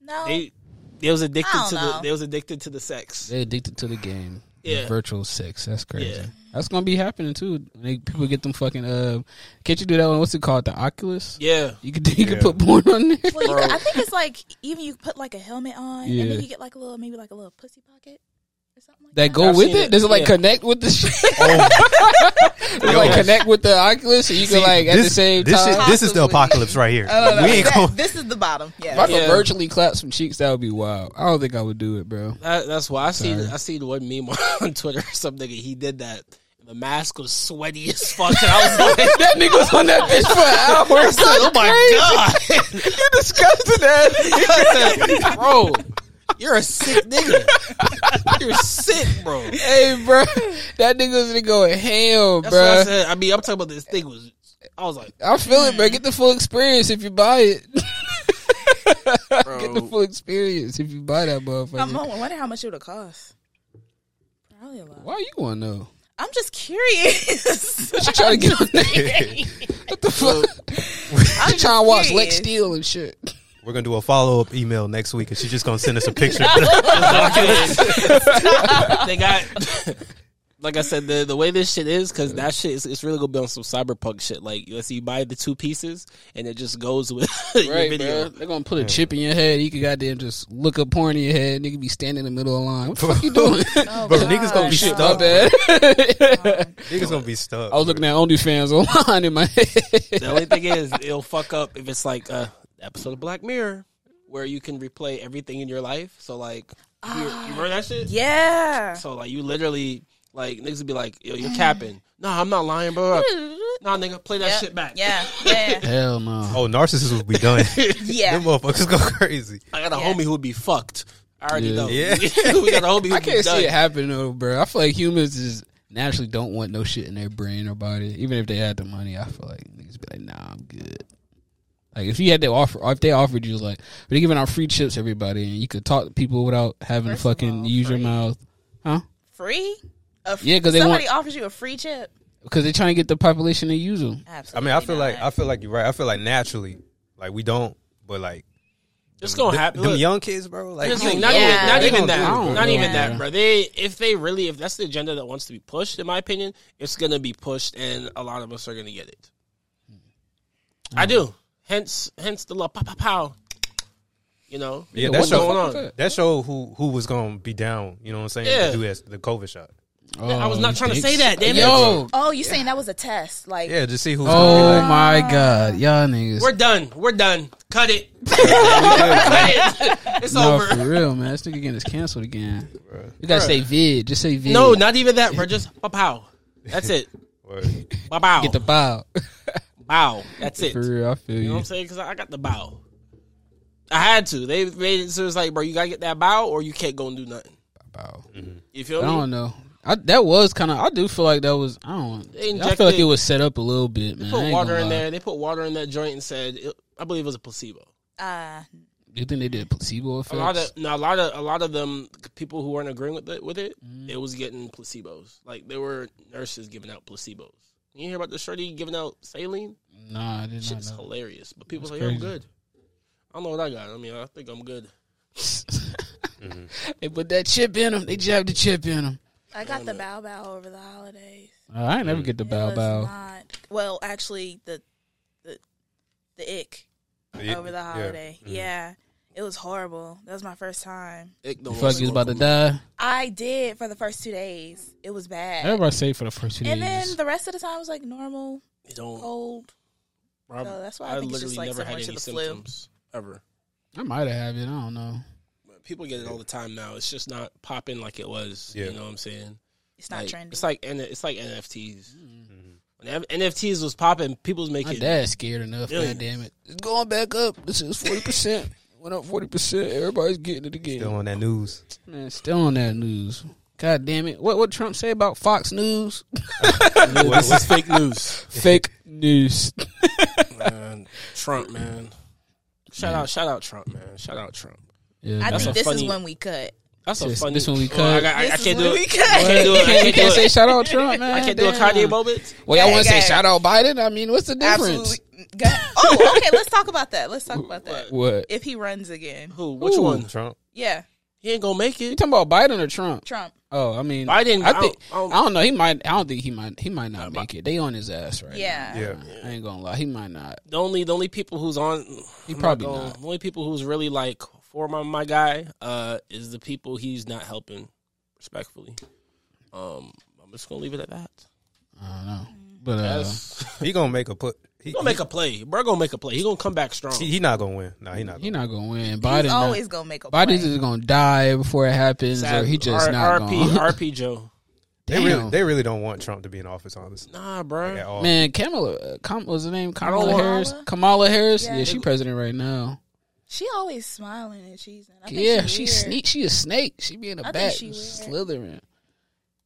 Speaker 4: No.
Speaker 3: They they was addicted
Speaker 4: I don't
Speaker 3: to the
Speaker 4: know.
Speaker 3: they was addicted to the sex.
Speaker 1: They addicted to the game.
Speaker 3: Yeah.
Speaker 1: Virtual sex. That's crazy.
Speaker 3: Yeah.
Speaker 1: That's gonna be happening too. They, people get them fucking. Uh, can't you do that one? What's it called? The Oculus.
Speaker 3: Yeah,
Speaker 1: You could you
Speaker 2: Yeah.
Speaker 1: could put porn on there.
Speaker 4: well, you could, I think it's like even you put like a helmet on, and
Speaker 1: Yeah.
Speaker 4: then you get like a little maybe like a little pussy pocket or something like
Speaker 1: That
Speaker 4: that.
Speaker 1: go
Speaker 3: I've
Speaker 1: with
Speaker 3: seen
Speaker 1: it?
Speaker 3: it.
Speaker 1: Does it like
Speaker 3: Yeah.
Speaker 1: connect with the shit? Does it,
Speaker 2: Oh. Yo.
Speaker 1: like connect with the Oculus? So you can like at
Speaker 2: this,
Speaker 1: the same
Speaker 2: this
Speaker 1: time.
Speaker 2: shit- this is the
Speaker 4: Possibly.
Speaker 2: apocalypse right here.
Speaker 4: I don't know.
Speaker 2: We ain't
Speaker 4: That-
Speaker 2: going
Speaker 4: this is the bottom.
Speaker 1: If I
Speaker 4: Yeah.
Speaker 1: could
Speaker 3: Yeah.
Speaker 1: virtually clap some cheeks, that would be wild. I don't think I would do it, bro.
Speaker 3: that, that's why I seen
Speaker 1: Sorry.
Speaker 3: I seen one meme on Twitter. Some nigga he did that. The mask was sweaty as fuck. And I was like,
Speaker 1: That nigga was on that bitch for hours.
Speaker 3: oh my god.
Speaker 1: You disgusted that.
Speaker 3: I said, bro, you're a sick nigga. You're sick, bro. That's
Speaker 1: Hey, bro, that nigga was going ham,
Speaker 3: what I
Speaker 1: bro.
Speaker 3: said. I mean, I'm talking about this thing was. I was like,
Speaker 1: I feel it,
Speaker 2: Mm.
Speaker 1: bro. Get the full experience if you buy it.
Speaker 3: bro,
Speaker 1: Get the full experience if you buy that motherfucker.
Speaker 4: I'm, I wonder how much it would cost. Probably a lot.
Speaker 1: Why you want to know?
Speaker 4: I'm just curious.
Speaker 1: What you trying to get on there? what the fuck? You trying to watch Lex Steele and shit?
Speaker 2: We're gonna do a follow up email next week, and she's just gonna send us a picture.
Speaker 3: they got like I said, the the way this shit is, because that shit is it's really gonna be on some cyberpunk shit. Like let's say you buy the two pieces and it just goes with your
Speaker 1: Right, bro.
Speaker 3: video.
Speaker 1: They're gonna put a chip in your head. You can goddamn just look up porn in your head. Nigga be standing in the middle of the line. What the fuck you doing?
Speaker 4: Oh,
Speaker 2: Bro, niggas gonna be
Speaker 4: gosh.
Speaker 2: stuck.
Speaker 1: My bad.
Speaker 2: Niggas gonna be stuck.
Speaker 1: I was looking at OnlyFans online in my head.
Speaker 3: The only thing is, it'll fuck up if it's like a episode of Black Mirror where you can replay everything in your life. So like, you, you remember that
Speaker 1: Ah,
Speaker 3: shit?
Speaker 4: Yeah.
Speaker 3: So like, you literally like niggas would be like, "Yo, you're capping." No, I'm not lying, bro. Nah, nigga, play that
Speaker 4: Yep.
Speaker 3: shit back.
Speaker 4: Yeah. Yeah.
Speaker 1: Hell no.
Speaker 2: Oh, narcissists will be done.
Speaker 4: Yeah.
Speaker 2: Them motherfuckers go crazy.
Speaker 3: I got a
Speaker 4: Yeah.
Speaker 3: homie who would be fucked. I already
Speaker 1: Yeah.
Speaker 3: know.
Speaker 2: Yeah.
Speaker 3: we got a homie who
Speaker 1: I
Speaker 3: would be
Speaker 1: can't
Speaker 3: done.
Speaker 1: see it happening though, bro. I feel like humans just naturally don't want no shit in their brain or body. Even if they had the money, I feel like niggas be like, nah, I'm good. Like if you had to offer, if they offered you like, they're giving out free chips, to everybody, and you could talk to people without having
Speaker 4: First
Speaker 1: to
Speaker 4: of
Speaker 1: fucking
Speaker 4: all,
Speaker 1: use your
Speaker 4: free.
Speaker 1: mouth, huh?
Speaker 4: Free? A f-
Speaker 1: Yeah, 'cause they
Speaker 4: somebody offers you a free chip.
Speaker 1: Because they're trying to get the population to use them.
Speaker 2: I
Speaker 4: Absolutely.
Speaker 2: mean, I feel like
Speaker 4: not.
Speaker 2: I feel like you're right. I feel like naturally, like we don't, but like
Speaker 3: It's gonna happen.
Speaker 2: them
Speaker 3: Look.
Speaker 2: young kids, bro. Like
Speaker 3: Here's the thing, not
Speaker 4: Yeah.
Speaker 3: even, not
Speaker 4: They
Speaker 3: even
Speaker 2: gonna do
Speaker 3: that,
Speaker 1: it,
Speaker 3: not
Speaker 1: bro.
Speaker 3: even
Speaker 1: Yeah.
Speaker 3: that, bro. They, if they really, if that's the agenda that wants to be pushed, in my opinion, it's gonna be pushed, and a lot of us are gonna get it.
Speaker 1: Hmm.
Speaker 3: I do. Hence, hence the law. Pow, pow, pow. You know,
Speaker 2: yeah,
Speaker 1: What
Speaker 2: that
Speaker 3: what's
Speaker 1: the
Speaker 2: show,
Speaker 3: going
Speaker 1: fuck
Speaker 3: on?
Speaker 1: is
Speaker 2: that show who who was gonna be down. You know what I'm saying?
Speaker 3: Yeah.
Speaker 2: To do as the COVID shot.
Speaker 3: I was
Speaker 1: Oh,
Speaker 3: not
Speaker 1: you
Speaker 3: trying to
Speaker 1: think
Speaker 3: say
Speaker 1: so?
Speaker 3: that, damn it.
Speaker 1: Yo,
Speaker 4: Oh, you saying that was a test? Like,
Speaker 2: Yeah, just see who's.
Speaker 1: oh my god, y'all niggas.
Speaker 3: We're done. We're done. Cut it.
Speaker 2: Gonna
Speaker 3: It's
Speaker 1: no,
Speaker 3: over.
Speaker 1: for real, man. This nigga getting us canceled again. You gotta say vid. Just say vid.
Speaker 3: No, not even that, bro. Just pow, pow. That's it.
Speaker 2: be like,
Speaker 3: Pow, pow.
Speaker 1: get the bow.
Speaker 3: bow. That's it.
Speaker 1: for real, I feel
Speaker 3: You know what
Speaker 1: you.
Speaker 3: I'm saying? Because I got the bow. I had to. They made it so it's like, bro, you gotta get that bow, or you can't go and do nothing.
Speaker 1: Bow.
Speaker 3: You
Speaker 1: I
Speaker 3: feel me?
Speaker 1: don't know. I, that was kind of. I do feel like that was. I don't.
Speaker 3: They
Speaker 1: I feel like
Speaker 3: injected-
Speaker 1: it was set up a little bit, man. I
Speaker 3: put
Speaker 1: ain't
Speaker 3: water
Speaker 1: gonna
Speaker 3: in
Speaker 1: lie.
Speaker 3: there. They put water in that joint and said, it, I believe it was a placebo.
Speaker 4: uh,
Speaker 1: You think they did placebo effects?
Speaker 3: A lot of no, a lot of a lot of them people who weren't agreeing with it with it,
Speaker 1: Mm-hmm.
Speaker 3: it was getting placebos. Like there were nurses giving out placebos. You hear about the shorty giving out saline?
Speaker 1: nah, I did
Speaker 3: Shit
Speaker 1: not
Speaker 3: is
Speaker 1: know.
Speaker 3: hilarious. But people
Speaker 1: That's
Speaker 3: like, I'm
Speaker 1: crazy.
Speaker 3: good. I don't know what I got. I mean, I think I'm good. Mm-hmm.
Speaker 1: They put that chip in them. They jabbed the chip in them.
Speaker 4: I got the bow bow over the holidays.
Speaker 1: I ain't
Speaker 3: Mm.
Speaker 1: never get the
Speaker 4: It
Speaker 1: bow
Speaker 4: was
Speaker 1: bow.
Speaker 4: Not, well, actually, the the the ick
Speaker 2: Yeah,
Speaker 4: over the
Speaker 2: yeah.
Speaker 4: holiday. Yeah. it was horrible. That was my first time.
Speaker 3: Ick
Speaker 1: The
Speaker 3: don't
Speaker 1: fuck
Speaker 3: want
Speaker 1: is about to
Speaker 3: smoke.
Speaker 1: die.
Speaker 4: I did for the first two days. It was bad,
Speaker 1: Everybody say for the first two
Speaker 4: and then
Speaker 1: days.
Speaker 4: the rest of the time was like normal
Speaker 3: You don't.
Speaker 4: cold.
Speaker 3: Rob,
Speaker 4: no, that's why Oh, I think it's just, like, similar to the flu.
Speaker 3: ever.
Speaker 1: I might have had it. I don't know.
Speaker 3: But People get it all the time now. It's just not popping like it was.
Speaker 2: Yeah.
Speaker 3: You know what I'm saying?
Speaker 4: It's not
Speaker 3: like,
Speaker 4: trendy.
Speaker 3: It's like N- it's like NFTs.
Speaker 1: Mm-hmm.
Speaker 3: When N- NFTs was popping, people was
Speaker 1: My
Speaker 3: making
Speaker 1: dad's scared enough.
Speaker 3: Yeah.
Speaker 1: God damn it! It's going back up. This is forty percent. Went up forty percent. Everybody's getting it again.
Speaker 2: still on that news.
Speaker 1: Man, still on that news. God damn it! What what Trump say about Fox News?
Speaker 3: this is fake news.
Speaker 1: Fake news.
Speaker 3: Man, Trump, man. Shout out, shout out Trump, man. Shout out Trump.
Speaker 1: Yeah,
Speaker 4: I
Speaker 1: man.
Speaker 3: that's
Speaker 4: think
Speaker 3: a
Speaker 4: this
Speaker 3: funny-
Speaker 4: is when we cut.
Speaker 3: That's a
Speaker 1: This-
Speaker 3: funny.
Speaker 1: this one we
Speaker 3: Well,
Speaker 1: cut.
Speaker 3: I, got- I- I
Speaker 4: This is
Speaker 3: can't do
Speaker 4: when
Speaker 3: it.
Speaker 4: we
Speaker 3: I
Speaker 4: cut.
Speaker 3: can't do it. I
Speaker 1: You
Speaker 3: can't do
Speaker 1: can't say
Speaker 3: it.
Speaker 1: shout out Trump, man.
Speaker 3: I can't do a
Speaker 1: Damn.
Speaker 3: Kanye moment.
Speaker 1: Well, y'all want to say
Speaker 4: Yeah,
Speaker 1: shout out Biden? I mean, what's the difference?
Speaker 4: Absolutely. Go- oh, okay. Let's talk about that. Let's talk about that.
Speaker 1: What?
Speaker 4: If he runs again,
Speaker 3: Who? Which
Speaker 1: Ooh.
Speaker 3: one?
Speaker 2: Trump.
Speaker 4: yeah,
Speaker 3: He ain't gonna make
Speaker 1: You
Speaker 3: it.
Speaker 1: talking about Biden or Trump?
Speaker 4: Trump.
Speaker 1: Oh, I mean,
Speaker 3: Biden,
Speaker 1: I think
Speaker 3: I don't-
Speaker 1: I don't know. He might. I don't think he might. He might not make it. They on his ass right
Speaker 4: Yeah.
Speaker 2: Yeah.
Speaker 1: now. I ain't gonna lie. He might not.
Speaker 3: The only the only people who's on
Speaker 1: He
Speaker 3: I'm
Speaker 1: probably
Speaker 3: gonna-
Speaker 1: not.
Speaker 3: The only people who's really like for my my guy uh, is the people he's not helping, respectfully. Um, I'm just gonna leave it at that.
Speaker 1: I don't know. But uh,
Speaker 3: That's-
Speaker 2: He gonna make a put. He,
Speaker 3: He gonna make a play. Bro gonna make a play. He gonna come back strong.
Speaker 2: he, he not gonna win. Nah, he not.
Speaker 1: he
Speaker 2: Gonna.
Speaker 1: not gonna win. Biden.
Speaker 4: He's
Speaker 1: not-
Speaker 4: always gonna make a
Speaker 1: Biden's
Speaker 4: play.
Speaker 1: just gonna die before it happens, or he just
Speaker 3: R-
Speaker 1: not
Speaker 3: RP,
Speaker 1: gonna.
Speaker 3: RP Joe.
Speaker 2: They really,
Speaker 1: Damn.
Speaker 2: they really don't want Trump to be in office, honestly.
Speaker 3: Nah, bro.
Speaker 2: At all.
Speaker 1: Man, Kamala, uh, Kam- what's her name? Kamala
Speaker 3: want-
Speaker 1: Harris. Kamala Harris.
Speaker 4: Yeah.
Speaker 1: Yeah, she president right now.
Speaker 4: She always smiling and cheesing. I think
Speaker 1: Yeah,
Speaker 4: she
Speaker 1: she
Speaker 4: weird.
Speaker 1: sneak. She a snake. She be in the
Speaker 4: I think
Speaker 1: back,
Speaker 4: she weird.
Speaker 1: slithering.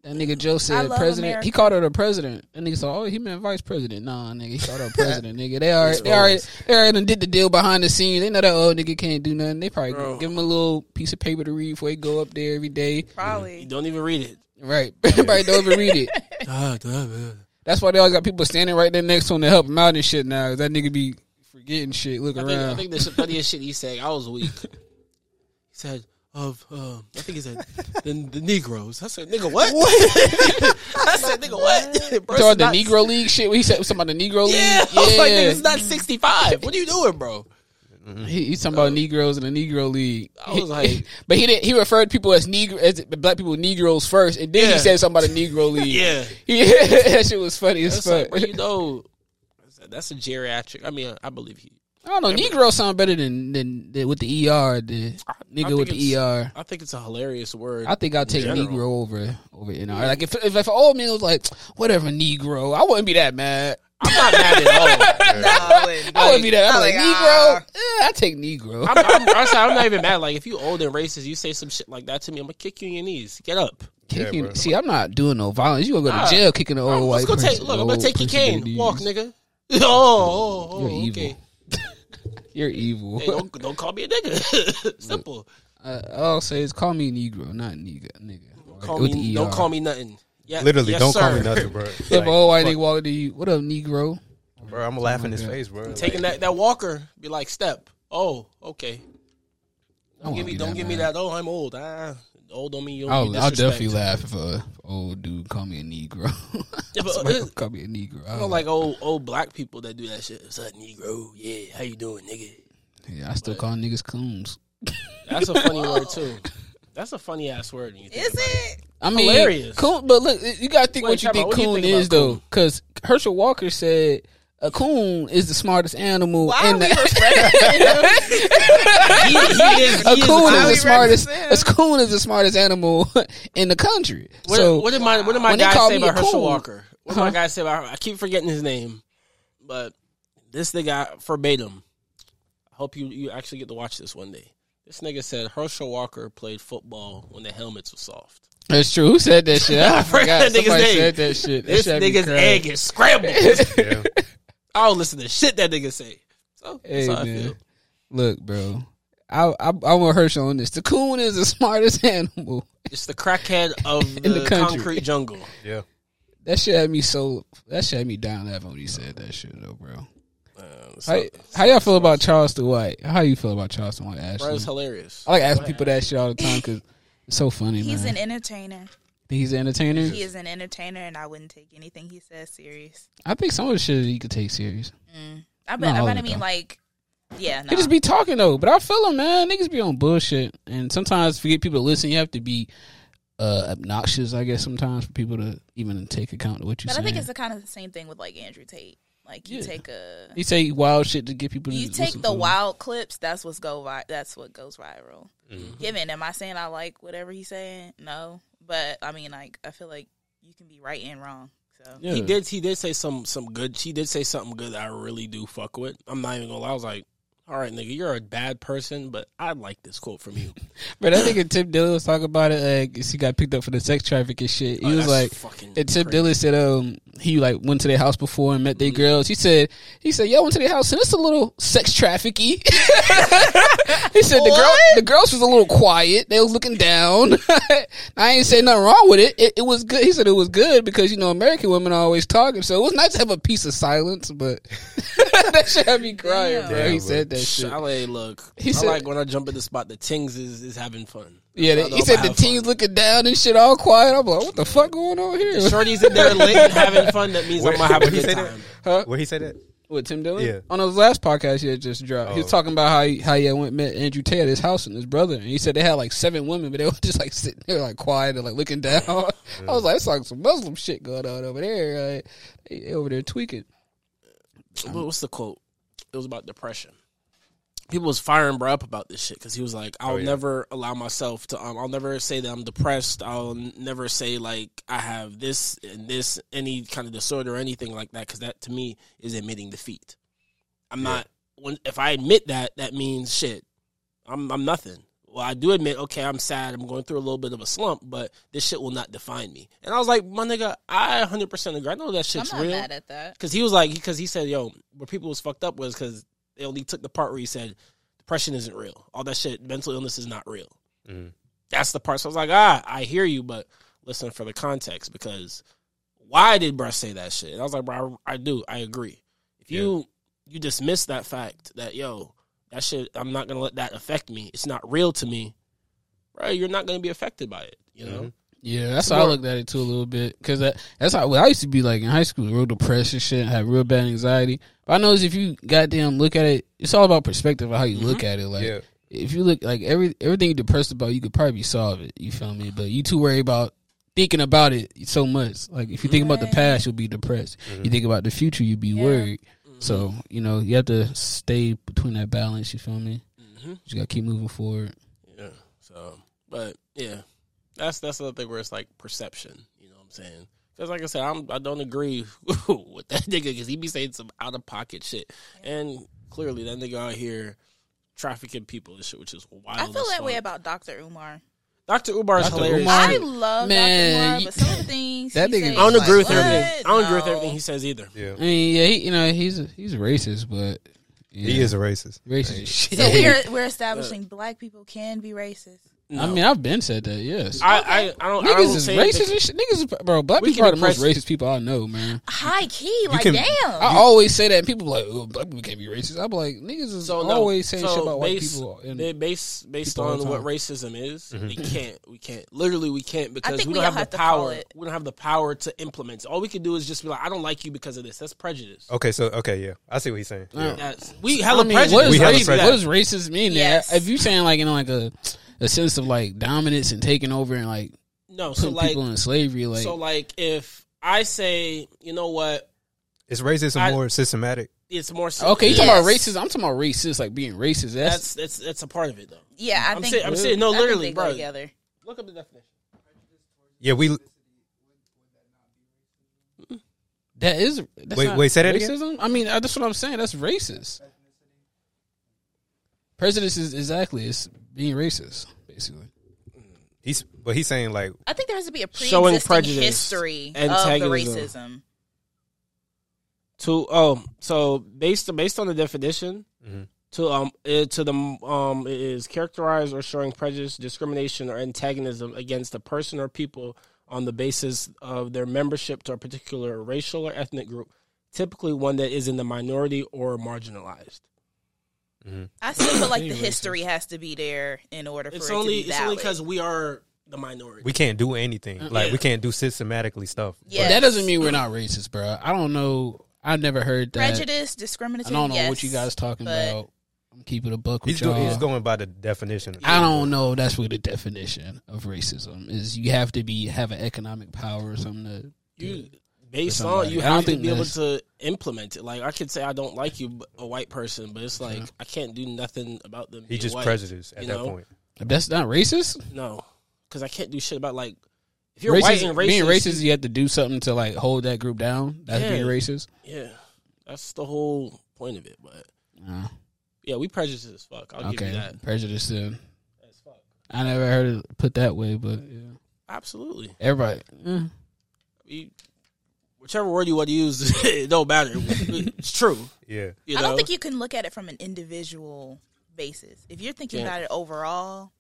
Speaker 1: That nigga Joe said
Speaker 4: love
Speaker 1: president.
Speaker 4: America.
Speaker 1: He called her the president. And nigga said, "Oh, he meant vice president." Nah, nigga, he called her president. nigga, they already, they already, they already done did the deal behind the scenes. They know that old nigga can't do nothing. They probably
Speaker 3: Bro.
Speaker 1: give him a little piece of paper to read before he go up there every day.
Speaker 3: You
Speaker 4: Probably.
Speaker 3: don't even read it.
Speaker 1: Right? Everybody don't even read it. That's why they always got people standing right there next to him to help him out and shit. Now 'cause that nigga be forgetting shit. Look
Speaker 3: I think, I
Speaker 1: around.
Speaker 3: think the funniest shit he said, I was weak. He said, of, um, I think he said, the, the Negroes. I said, nigga, what? I said, nigga, what? Bro,
Speaker 1: You talking
Speaker 3: it's
Speaker 1: about
Speaker 3: not-
Speaker 1: the Negro League shit. What he said something about the Negro League.
Speaker 3: Yeah. I was like, nigga, it's not 65. What are you doing, bro?
Speaker 1: He, he's talking about Negroes in the Negro League.
Speaker 3: I was like-
Speaker 1: but he didn't. He referred people as Negro as black people Negroes first, and then
Speaker 3: Yeah.
Speaker 1: he said something about the Negro League.
Speaker 3: Yeah.
Speaker 1: Yeah, that shit was funny as
Speaker 3: It's like,
Speaker 1: fuck.
Speaker 3: bro, you know, I said, that's a geriatric. I mean, I believe he.
Speaker 1: I don't know. Negro sound better than than, than with the ER. The
Speaker 3: I
Speaker 1: nigga
Speaker 3: think
Speaker 1: with the
Speaker 3: it's-
Speaker 1: ER.
Speaker 3: I think it's a hilarious word.
Speaker 1: I think I'll take
Speaker 3: general.
Speaker 1: Negro over over NR. Like if if, if an old man was like whatever Negro, I wouldn't be that mad.
Speaker 3: I'm not mad at all.
Speaker 4: I wouldn't,
Speaker 1: I wouldn't be that. I'm like, Negro.
Speaker 4: ah.
Speaker 1: Yeah, I take Negro.
Speaker 3: I'm, I'm, I'm, sorry, I'm not even mad. Like, if you old and racist, you say some shit like that to me, I'm gonna kick you in your knees. Get up.
Speaker 1: Kicking-
Speaker 2: bro.
Speaker 1: see, I'm not doing no violence. You gonna go
Speaker 3: Nah.
Speaker 1: to jail kicking an old
Speaker 3: I'm,
Speaker 1: white
Speaker 3: let's go
Speaker 1: person.
Speaker 3: take. Look, I'm gonna
Speaker 1: old
Speaker 3: take your
Speaker 1: person in
Speaker 3: cane.
Speaker 1: these.
Speaker 3: Walk, nigga. Oh, oh, oh,
Speaker 1: You're evil.
Speaker 3: okay.
Speaker 1: You're evil.
Speaker 3: Hey, don't don't call me a nigga. Simple.
Speaker 1: Uh, all I'll say is call me Negro, not nigga. Nigga.
Speaker 3: Call
Speaker 1: With
Speaker 3: me.
Speaker 1: the
Speaker 3: Don't
Speaker 1: ER.
Speaker 3: call me nothing. Yeah,
Speaker 2: Literally,
Speaker 3: yes,
Speaker 2: don't call
Speaker 3: sir.
Speaker 2: me nothing, bro. Like,
Speaker 1: If an old white nigga walk up to you, what up, Negro?
Speaker 2: bro, I'm laughing in his face, bro.
Speaker 3: Taking that that walker, be like step. Oh, okay. Don't
Speaker 1: won't
Speaker 3: give me
Speaker 1: be
Speaker 3: don't
Speaker 1: that
Speaker 3: give me
Speaker 1: mad.
Speaker 3: that. Oh, I'm old. Ah, old don't mean you.
Speaker 1: I'll, I'll definitely laugh if a old dude call me a Negro.
Speaker 3: Yeah, but,
Speaker 1: Somebody
Speaker 3: uh,
Speaker 1: call me a Negro. I
Speaker 3: I
Speaker 1: don't
Speaker 3: don't like old old black people that do that shit. What's up, Negro? Yeah, how you doing, nigga?
Speaker 1: Yeah, I still call niggas coons.
Speaker 3: That's a funny word too. That's a funny ass word. when you think
Speaker 4: Is
Speaker 3: about
Speaker 4: it?
Speaker 1: I mean,
Speaker 3: Hilarious.
Speaker 1: Coon, but look, you gotta think
Speaker 3: Wait,
Speaker 1: what you
Speaker 3: time out.
Speaker 1: think
Speaker 3: What do you
Speaker 1: coon
Speaker 3: think about
Speaker 1: is though, because Herschel Walker said a coon is the smartest animal
Speaker 4: Why are
Speaker 1: in
Speaker 4: we
Speaker 1: the.
Speaker 4: respecting him?
Speaker 3: He, he is.
Speaker 1: a
Speaker 3: He
Speaker 1: coon is
Speaker 3: is
Speaker 4: highly
Speaker 1: the smartest.
Speaker 4: represented.
Speaker 1: A coon is the smartest animal in the country.
Speaker 3: What,
Speaker 1: so
Speaker 3: what did my what did my
Speaker 1: When they
Speaker 3: guy
Speaker 1: call
Speaker 3: say
Speaker 1: me a
Speaker 3: about Herschel
Speaker 1: coon-
Speaker 3: Walker? What did my guy say about? I keep forgetting his name, but this nigga verbatim. I hope you you actually get to watch this one day. This nigga said Herschel Walker played football when the helmets were soft.
Speaker 1: that's true. Who said that shit? I
Speaker 3: I forgot
Speaker 1: forgot.
Speaker 3: that nigga's
Speaker 1: Somebody
Speaker 3: name.
Speaker 1: said that shit. That
Speaker 3: This
Speaker 1: shit had me
Speaker 3: nigga's
Speaker 1: crying.
Speaker 3: egg is scrambled.
Speaker 2: Yeah.
Speaker 3: I don't listen to shit that nigga say. So
Speaker 1: Hey
Speaker 3: that's how I
Speaker 1: man,
Speaker 3: feel.
Speaker 1: look, bro. I I, I want Herschel on this. The coon is the smartest animal.
Speaker 3: It's the crackhead of the,
Speaker 1: In the country.
Speaker 3: concrete jungle.
Speaker 2: yeah.
Speaker 1: That shit had me so. That shit had me down laughing when he said that shit though, bro.
Speaker 3: Uh,
Speaker 1: How,
Speaker 3: so,
Speaker 1: how y'all feel about Charleston White? How you feel about Charleston White,
Speaker 3: bro,
Speaker 1: Ashley?
Speaker 3: it's hilarious.
Speaker 1: I like asking people that shit all the time because it's so funny,
Speaker 4: He's
Speaker 1: man.
Speaker 4: an entertainer.
Speaker 1: He's an entertainer.
Speaker 4: He is an entertainer, and I wouldn't take anything he says serious.
Speaker 1: I think some of the shit he could take serious.
Speaker 4: I
Speaker 1: Not
Speaker 4: bet. I
Speaker 1: all
Speaker 4: bet.
Speaker 1: of
Speaker 4: I
Speaker 1: it,
Speaker 4: mean,
Speaker 1: though.
Speaker 4: like, yeah.
Speaker 1: He
Speaker 4: No.
Speaker 1: just be talking though, but I feel him, man. Niggas be on bullshit, and sometimes for people to listen, you have to be uh, obnoxious, I guess. Sometimes for people to even take account of what you.
Speaker 4: but
Speaker 1: saying.
Speaker 4: I think it's the kind of the same thing with like Andrew Tate. Like, you
Speaker 1: Yeah.
Speaker 4: take a.
Speaker 1: You say wild shit to get people. to
Speaker 4: You
Speaker 1: listen
Speaker 4: take
Speaker 1: to
Speaker 4: the
Speaker 1: him.
Speaker 4: wild clips. That's what's go. Vi- that's what goes viral. Given, am I saying I like whatever he's saying? No, but I mean, like, I feel like you can be right and wrong. So
Speaker 1: Yeah.
Speaker 3: He did. He did say some some good. She did say something good that I really do fuck with. I'm not even gonna lie. I was like, all right, nigga, you're a bad person, but I like this quote from you.
Speaker 1: But I think if Tim Dillon was talking about it, like 'cause he got picked up for the sex trafficking shit. He
Speaker 3: Oh,
Speaker 1: was
Speaker 3: that's
Speaker 1: like,
Speaker 3: fucking
Speaker 1: and Tim
Speaker 3: crazy. Mm-hmm.
Speaker 1: Dillon said, um, he like went to their house before and met their girls. He said, he said, yo, I went to their house and it's a little sex trafficky. he said the girl, the girls was a little quiet. They was looking down. I ain't say nothing wrong with it. it. It was good. He said it was good because you know American women are always talking, so it was nice to have a piece of silence. But that shit had me crying.
Speaker 4: Damn.
Speaker 1: bro.
Speaker 2: Damn,
Speaker 1: he
Speaker 2: bro.
Speaker 1: said that shit.
Speaker 3: I like, look.
Speaker 1: He
Speaker 3: I
Speaker 1: said-
Speaker 3: like when I jump in the spot. The tings is is having fun.
Speaker 1: Yeah, they,
Speaker 3: Y'all
Speaker 1: he
Speaker 3: know
Speaker 1: said
Speaker 3: I
Speaker 1: the
Speaker 3: have
Speaker 1: team's
Speaker 3: fun.
Speaker 1: looking down and shit, all quiet. I'm like, what the fuck going on here?
Speaker 3: Shorty's in there lit and having fun. That means I'm gonna have a
Speaker 2: Where he
Speaker 3: good
Speaker 2: said
Speaker 3: time.
Speaker 2: that?
Speaker 1: Huh?
Speaker 2: Where he said that?
Speaker 1: What Tim Dillon?
Speaker 2: Yeah.
Speaker 1: On his last podcast, he had just dropped. He was
Speaker 2: Oh.
Speaker 1: talking about how he, how he had went met Andrew Tate at his house and his brother, and he said they had like seven women, but they were just like sitting there like quiet and like looking down. I was like, it's like some Muslim shit going on over there. Like, they, they over there tweaking.
Speaker 3: What- what's the quote? It was about depression. People was firing bro up about this shit because he was like, "I'll
Speaker 2: yeah.
Speaker 3: never allow myself to. Um, I'll never say that I'm depressed. I'll n- never say like I have this and this any kind of disorder or anything like that because that to me is admitting defeat. I'm not. When if I admit that, that means shit. I'm I'm nothing. Well, I do admit, okay, I'm sad. I'm going through a little bit of a slump, but this shit will not define me. And I was like, my nigga, I 100% agree. I know that
Speaker 4: I'm
Speaker 3: shit's
Speaker 4: not
Speaker 3: real.
Speaker 4: mad at that.
Speaker 3: Because he was like, because he said, yo, where people was fucked up was because they only took the part where he said, depression isn't real. All that shit, mental illness is not real.
Speaker 2: Mhm.
Speaker 3: That's the part. So I was like, ah, I hear you, but listen for the context because why did Brush say that shit? And I was like, bro, I, I do. I agree. If you you dismiss that fact that yo, that shit, I'm not gonna let that affect me. It's not real to me, right? You're not gonna be affected by it. You know,
Speaker 1: Yeah, that's how I looked at it too a little bit because that, that's how well, I used to be like in high school, real depressed and shit, and have real bad anxiety. But I noticed if you goddamn look at it, it's all about perspective of how you look at it. Like
Speaker 2: Yeah.
Speaker 1: if you look like every everything you're depressed about, you could probably solve it. You feel me? But you too worry about thinking about it so much. Like if you think about the past, you'll be depressed.
Speaker 3: Mm-hmm.
Speaker 1: You think about the future, you'll be worried. So you know you have to stay between that balance. You feel me?
Speaker 3: Mhm.
Speaker 1: You gotta keep moving forward.
Speaker 3: yeah. So, but yeah, that's that's the thing where it's like perception. You know what I'm saying? Because like I said, I'm I don't agree with that nigga because he be saying some out of pocket shit, and clearly that nigga out here trafficking people and shit, which is wild.
Speaker 4: I feel
Speaker 3: as
Speaker 4: that way
Speaker 3: fuck.
Speaker 4: about Dr. Umar.
Speaker 3: Dr. Ubar is
Speaker 1: Dr.
Speaker 3: hilarious.
Speaker 1: Umar-
Speaker 4: I love
Speaker 1: Man,
Speaker 4: Dr. Umar,
Speaker 1: you-
Speaker 4: but some of the things
Speaker 1: That
Speaker 4: he
Speaker 1: nigga-
Speaker 4: says,
Speaker 3: I don't agree with
Speaker 4: like,
Speaker 3: everything. I
Speaker 4: what?
Speaker 3: don't agree with
Speaker 4: No.
Speaker 3: everything he says either.
Speaker 2: Yeah.
Speaker 1: I mean, yeah, he, you know he's he's racist, but yeah.
Speaker 2: He is a racist.
Speaker 1: racist. as shit.
Speaker 4: So we're we're establishing black people can be racist.
Speaker 3: No.
Speaker 1: I mean, I've been said that. Yes,
Speaker 3: I, I, I don't. I
Speaker 1: niggas
Speaker 3: don't
Speaker 1: is
Speaker 3: say
Speaker 1: racist.
Speaker 3: that-
Speaker 1: and shit. Niggas, is, bro, black
Speaker 3: We
Speaker 1: people are
Speaker 3: can
Speaker 1: the most
Speaker 3: oppress-
Speaker 1: racist people I know, man.
Speaker 4: High key, like
Speaker 2: can-
Speaker 4: damn.
Speaker 1: I always say that, and people like, oh, black people can't be racist. I'm like, niggas is
Speaker 3: So no.
Speaker 1: always saying
Speaker 3: So
Speaker 1: shit about white
Speaker 3: based-
Speaker 1: people. And,
Speaker 3: They base based
Speaker 1: People all
Speaker 3: on
Speaker 1: the
Speaker 3: what
Speaker 1: time.
Speaker 3: racism is.
Speaker 2: Mm-hmm.
Speaker 3: We can't. We can't. Literally, we can't because
Speaker 4: think
Speaker 3: we
Speaker 4: we
Speaker 3: don't
Speaker 4: all
Speaker 3: have,
Speaker 4: have
Speaker 3: the
Speaker 4: to call
Speaker 3: power.
Speaker 4: it.
Speaker 3: We don't have the power to implement. it. All we can do is just be like, I don't like you because of this. That's prejudice.
Speaker 2: Okay, so okay, yeah, I see what he's saying. Yeah.
Speaker 3: That's, we
Speaker 1: I
Speaker 3: hella
Speaker 1: mean,
Speaker 3: prejudice.
Speaker 1: what, is
Speaker 2: We have a
Speaker 1: racist,
Speaker 2: prejudice.
Speaker 1: what does racist mean?
Speaker 4: Yes.
Speaker 1: That if you saying like in like a a sense of like dominance and taking over and like
Speaker 3: no, so
Speaker 1: putting
Speaker 3: like,
Speaker 1: people in slavery, like,
Speaker 3: so like, if I say, you know what,
Speaker 2: Is racism
Speaker 3: I-
Speaker 2: more systematic?
Speaker 3: it's more.
Speaker 1: okay, you
Speaker 3: that's,
Speaker 1: talking about
Speaker 4: Yes.
Speaker 1: racist? I'm talking about racist, like being racist. That's
Speaker 3: that's that's that's a part of it though.
Speaker 4: yeah, I
Speaker 3: I'm
Speaker 4: think
Speaker 3: saying- I'm saying- no,
Speaker 4: I think
Speaker 3: literally,
Speaker 4: they go
Speaker 3: bro.
Speaker 4: Together.
Speaker 3: Look up the definition.
Speaker 2: Yeah, we
Speaker 1: That is that's
Speaker 2: Wait-
Speaker 1: not
Speaker 2: wait, say that again?
Speaker 1: racism. I mean, uh, that's what I'm saying. That's racist. Prejudice is exactly it's being racist, basically.
Speaker 2: he's but he's saying like
Speaker 4: I think there has to be a pre-existing
Speaker 3: Showing prejudice,
Speaker 4: history
Speaker 3: antagonism.
Speaker 4: of the racism.
Speaker 3: to oh so based based on the definition
Speaker 1: Mm-hmm.
Speaker 3: to um it, to the um it is characterized or showing prejudice discrimination or antagonism against a person or people on the basis of their membership to a particular racial or ethnic group typically one that is in the minority or marginalized
Speaker 4: I still feel like the history has to be there in order for
Speaker 3: it's
Speaker 4: it
Speaker 3: only
Speaker 4: to be
Speaker 3: it's only
Speaker 4: valid.
Speaker 3: because we are the minority
Speaker 2: we can't do anything. Like
Speaker 3: Yeah.
Speaker 2: we can't do systematically stuff.
Speaker 4: Yes.
Speaker 1: That doesn't mean we're not racist, bro. I don't know. I never heard that.
Speaker 4: prejudice,
Speaker 1: I
Speaker 4: discriminatory.
Speaker 1: don't know
Speaker 4: yes,
Speaker 1: what you guys talking
Speaker 4: but-
Speaker 1: about. I'm keeping a buck with
Speaker 2: He's,
Speaker 1: y'all.
Speaker 2: go, he's going by the definition.
Speaker 1: I don't know. if That's what the definition of racism is. You have to be have an economic power or something. To,
Speaker 3: you based
Speaker 1: For
Speaker 3: on
Speaker 1: somebody.
Speaker 3: you
Speaker 1: I don't
Speaker 3: have to
Speaker 1: think
Speaker 3: be able
Speaker 1: that's-
Speaker 3: to implement it. Like I could say I don't like you, b- a white person, but it's like I can't do nothing about them.
Speaker 2: He
Speaker 3: being
Speaker 2: just
Speaker 3: white,
Speaker 2: prejudiced at
Speaker 3: you
Speaker 2: that
Speaker 3: know?
Speaker 2: point.
Speaker 1: that's not racist.
Speaker 3: No, because I can't do shit about like if you're
Speaker 1: Racist-
Speaker 3: white and racist.
Speaker 1: being racist, you have to do something to like hold that group down. That's
Speaker 3: Yeah.
Speaker 1: being racist.
Speaker 3: yeah, that's the whole point of it. But
Speaker 1: Nah.
Speaker 3: yeah, we prejudiced as fuck. I'll give
Speaker 1: okay,
Speaker 3: you that.
Speaker 1: prejudice. Then
Speaker 3: As fuck.
Speaker 1: I never heard it put that way, but yeah.
Speaker 3: Absolutely.
Speaker 1: everybody. eh.
Speaker 3: We, whichever word you want to use, it don't matter. It's true.
Speaker 2: Yeah,
Speaker 3: You
Speaker 4: I
Speaker 3: know?
Speaker 4: don't think you can look at it from an individual basis. If you're thinking
Speaker 3: Yeah.
Speaker 4: about it overall,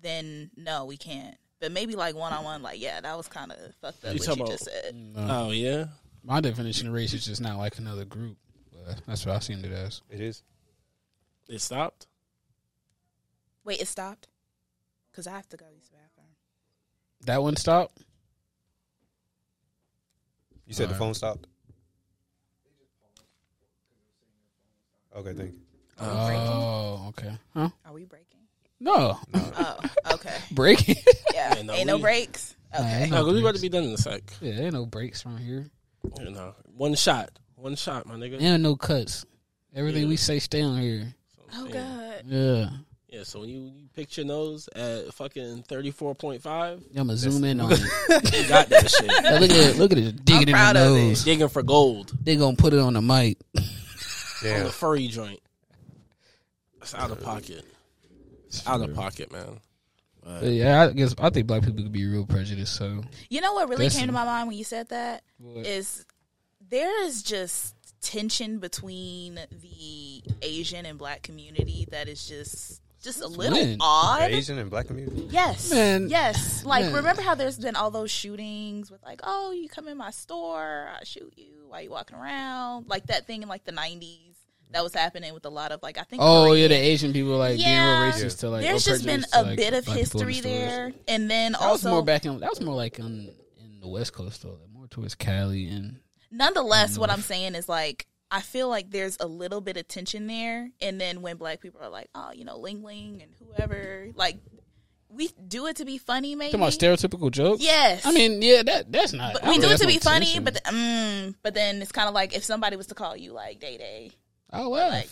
Speaker 4: then no, we can't. But maybe like one on one, like yeah, that was kind of fucked up.
Speaker 3: You
Speaker 4: what you
Speaker 3: talking
Speaker 4: just said.
Speaker 1: Uh.
Speaker 3: Oh yeah.
Speaker 1: My definition of race is just not like another group. But that's what I seen it as.
Speaker 2: it is.
Speaker 3: It stopped.
Speaker 4: Wait, it stopped because I have to go use the bathroom.
Speaker 1: That one stopped.
Speaker 2: You said the
Speaker 1: Alright.
Speaker 2: phone stopped. Okay, thank you.
Speaker 4: Are we breaking?
Speaker 1: Oh, okay. Huh?
Speaker 4: Are we breaking?
Speaker 1: No,
Speaker 4: Oh, okay.
Speaker 1: breaking.
Speaker 4: Yeah,
Speaker 3: Yeah, no,
Speaker 4: ain't no
Speaker 3: we-
Speaker 4: breaks. Okay.
Speaker 1: ain't
Speaker 3: No, 'cause we about to be done in a sec.
Speaker 1: yeah, ain't no breaks around here.
Speaker 3: You know, one shot, one shot, my nigga.
Speaker 1: Ain't no cuts. Everything we say stay on here.
Speaker 4: Oh god.
Speaker 1: Yeah,
Speaker 3: Yeah, so when you, you pick your nose at fucking 34.5,
Speaker 1: I'm gonna zoom in on it.
Speaker 3: you got that shit.
Speaker 1: Now look at it, look at it digging in the
Speaker 4: proud of it.
Speaker 1: nose.
Speaker 3: Digging for gold
Speaker 1: They gonna put it on the mic.
Speaker 3: on the
Speaker 2: Damn.
Speaker 3: furry joint. It's out of pocket. It's out of pocket, man.
Speaker 1: But yeah, I guess I think black people could be real prejudiced. So
Speaker 4: You know what really
Speaker 1: Listen.
Speaker 4: came to my mind when you said that is there is just tension between the Asian and black community that is just just a little
Speaker 1: weird.
Speaker 4: odd.
Speaker 2: The Asian and black community.
Speaker 4: Yes.
Speaker 1: Man.
Speaker 4: Yes. Like
Speaker 1: Man.
Speaker 4: remember how there's been all those shootings with like, oh, you come in my store, I shoot you while you walking around, like that thing in like the 90s that was happening with a lot of like I think.
Speaker 1: Oh
Speaker 4: Korea.
Speaker 1: yeah, the Asian people like
Speaker 4: Yeah.
Speaker 1: being real racist to like.
Speaker 4: There's
Speaker 1: or
Speaker 4: just been
Speaker 1: prejudiced
Speaker 4: a
Speaker 1: to, like,
Speaker 4: bit of
Speaker 1: black people in
Speaker 4: history
Speaker 1: stores.
Speaker 4: there, and then
Speaker 1: That was
Speaker 4: also
Speaker 1: more back in. That was more like on in the West Coast though, like more towards Cali and
Speaker 4: nonetheless,
Speaker 1: Mm.
Speaker 4: what I'm saying is like I feel like there's a little bit of tension there, and then when black people are like, oh, you know, Ling Ling and whoever, like we do it to be funny, maybe.
Speaker 1: talking about stereotypical jokes.
Speaker 4: Yes.
Speaker 1: I mean, yeah, that that's not.
Speaker 4: But
Speaker 1: I
Speaker 4: we
Speaker 1: don't
Speaker 4: do
Speaker 1: know
Speaker 4: it to
Speaker 1: that's
Speaker 4: be
Speaker 1: no
Speaker 4: funny,
Speaker 1: tension.
Speaker 4: but the, mm, but then it's kind of like if somebody was to call you like Day Day,
Speaker 1: I laugh.
Speaker 4: like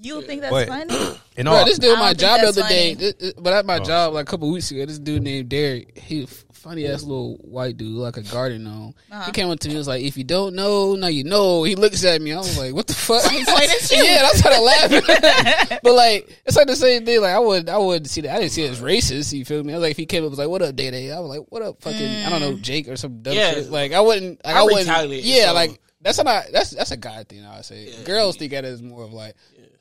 Speaker 4: you would think that's
Speaker 2: But-
Speaker 4: funny.
Speaker 2: And
Speaker 1: Bro,
Speaker 2: all,
Speaker 1: this
Speaker 4: I
Speaker 1: dude at
Speaker 4: don't
Speaker 1: my
Speaker 4: think
Speaker 1: job the
Speaker 4: that's
Speaker 1: other day.
Speaker 4: funny.
Speaker 1: th- th- But at
Speaker 7: Oh,
Speaker 1: my job, like a couple weeks ago, this dude named Derek, he a funny ass little white dude, like a garden gnome.
Speaker 4: Uh-huh.
Speaker 1: He came up to me and was like, "If you don't know, now you know." He looks at me. I was like, "What the fuck?" He's
Speaker 4: pointing at you.
Speaker 1: yeah, and I started laughing. but like, it's like the same thing. Like, I would, I would see that. I didn't see it as racist. You feel me? I was like, if he came up, and was like, "What up, Day Day?" I was like, "What up, fucking?" I don't know,
Speaker 4: Mm.
Speaker 1: Jake or some dumb
Speaker 7: Yeah.
Speaker 1: shit. Like, I wouldn't. Like,
Speaker 7: I
Speaker 1: I, wouldn't.
Speaker 7: retaliate,
Speaker 1: Yeah,
Speaker 7: so-
Speaker 1: like that's not. That's that's a guy thing. I would say girls think that is more of like.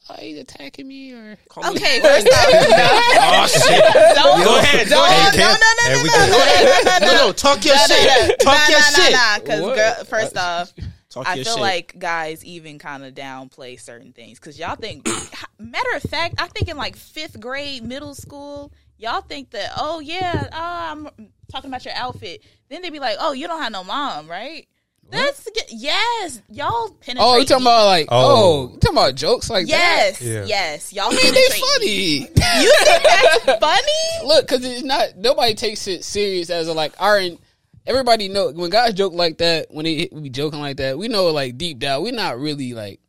Speaker 1: Oh, he's attacking me, or
Speaker 3: Call me-
Speaker 4: Okay, first off,
Speaker 7: Oh shit!
Speaker 4: don't
Speaker 7: Go ahead. Go
Speaker 4: Oh,
Speaker 7: ahead.
Speaker 4: no, no, no,
Speaker 2: Hey,
Speaker 4: no,
Speaker 2: we
Speaker 4: no,
Speaker 2: can-
Speaker 4: no, no, no, no,
Speaker 7: No,
Speaker 4: no.
Speaker 7: no, talk your
Speaker 4: Nah, nah, nah.
Speaker 7: shit. Talk your
Speaker 4: nah, nah,
Speaker 7: shit.
Speaker 4: nah, Because
Speaker 1: What?
Speaker 4: girl, first off,
Speaker 3: Talk
Speaker 4: I
Speaker 3: your
Speaker 4: feel
Speaker 3: shit.
Speaker 4: like guys even kind of downplay certain things because y'all think. matter of fact, I think in like fifth grade, middle school, y'all think that oh yeah, uh, I'm talking about your outfit. Then they be like, oh, you don't have no mom, right? That's yes, y'all penetrate.
Speaker 1: Oh, you talking
Speaker 4: me.
Speaker 1: about like oh,
Speaker 2: Oh.
Speaker 1: you talking about jokes like that?
Speaker 4: yes,
Speaker 2: Yeah.
Speaker 4: yes, y'all
Speaker 1: I mean
Speaker 4: penetrate.
Speaker 1: they
Speaker 4: me.
Speaker 1: funny.
Speaker 4: You think that's funny?
Speaker 1: Look, because it's not nobody takes it serious as a like iron. Everybody know when guys joke like that, when they we joking like that, we know like deep down we're not really like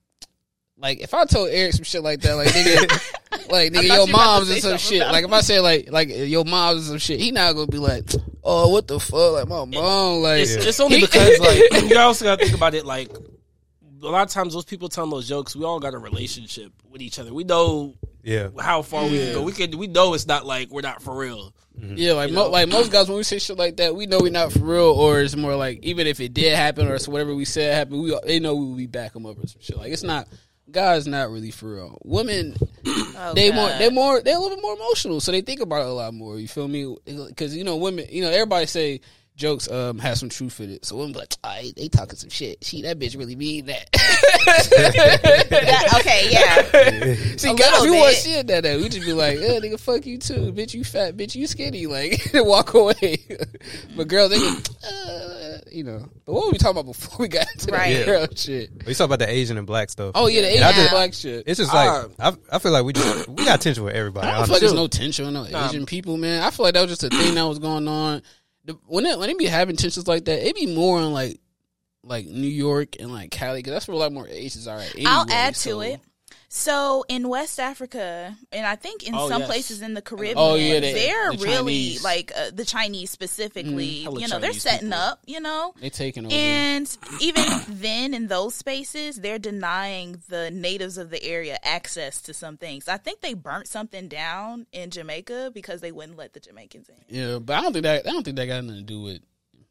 Speaker 1: like if I told Eric some shit like that, like nigga, like nigga, your
Speaker 4: you about to
Speaker 1: mom's
Speaker 4: say
Speaker 1: and some
Speaker 4: something
Speaker 1: shit.
Speaker 4: about
Speaker 1: Like if I say like like your mom's and some shit, he not gonna be like, oh what the fuck, like my mom, like
Speaker 3: It's, it's only
Speaker 1: He-
Speaker 3: because like you also gotta think about it like a lot of times those people telling those jokes we all got a relationship with each other we know
Speaker 2: yeah,
Speaker 3: how far we can go we can we know it's not like we're not for real
Speaker 1: Yeah, like mo- like most guys, when we say shit like that, we know we not for real, or it's more like even if it did happen or it's whatever we said happened, we they know we we back them up or some shit. Like it's not guys not really for real. Women
Speaker 4: Oh,
Speaker 1: they
Speaker 4: God.
Speaker 1: more they more they a little bit more emotional, so they think about it a lot more. You feel me? Because you know women, you know everybody say jokes um have some truth in it. So women be like, all right, they talking some shit. She that bitch really mean that.
Speaker 4: That- okay, yeah.
Speaker 1: See,
Speaker 4: A
Speaker 1: guys,
Speaker 4: little
Speaker 1: we want
Speaker 4: bit.
Speaker 1: shit that that we just be like, yeah, nigga, fuck you too, bitch. You fat, bitch. You skinny, like and walk away. but girls, they, be, uh, you know. But what were we talking about before we got to
Speaker 4: Right.
Speaker 1: that girl shit?
Speaker 2: you talk about the Asian and black stuff.
Speaker 1: Oh yeah, the Asian
Speaker 2: I
Speaker 1: and
Speaker 2: just-
Speaker 1: black shit.
Speaker 2: It's just
Speaker 3: Ah.
Speaker 2: like I, I feel like we just we got tension with everybody.
Speaker 1: I don't feel
Speaker 2: honestly.
Speaker 1: like there's no tension with no Asian people, man. I feel like that was just a thing that was going on. The, when it, when it be having tensions like that, it be more on like like New York and like Cali because that's where a lot more Asians are. At anyway,
Speaker 4: I'll add to
Speaker 1: so-
Speaker 4: it. So in West Africa, and I think in
Speaker 3: Oh,
Speaker 4: some
Speaker 3: yes.
Speaker 4: places in the Caribbean,
Speaker 1: Oh, yeah, they-
Speaker 4: they, are
Speaker 1: the
Speaker 4: really
Speaker 1: Chinese.
Speaker 4: like uh, the Chinese specifically.
Speaker 3: Mm, Hella
Speaker 4: You know, they're
Speaker 3: Chinese
Speaker 4: setting
Speaker 3: people. Mm-hmm.
Speaker 4: up. You know,
Speaker 1: They taking over.
Speaker 4: and even then, in those spaces, they're denying the natives of the area access to some things. I think they burnt something down in Jamaica because they wouldn't let the Jamaicans in.
Speaker 1: Yeah, but I don't think that I don't think that got nothing to do with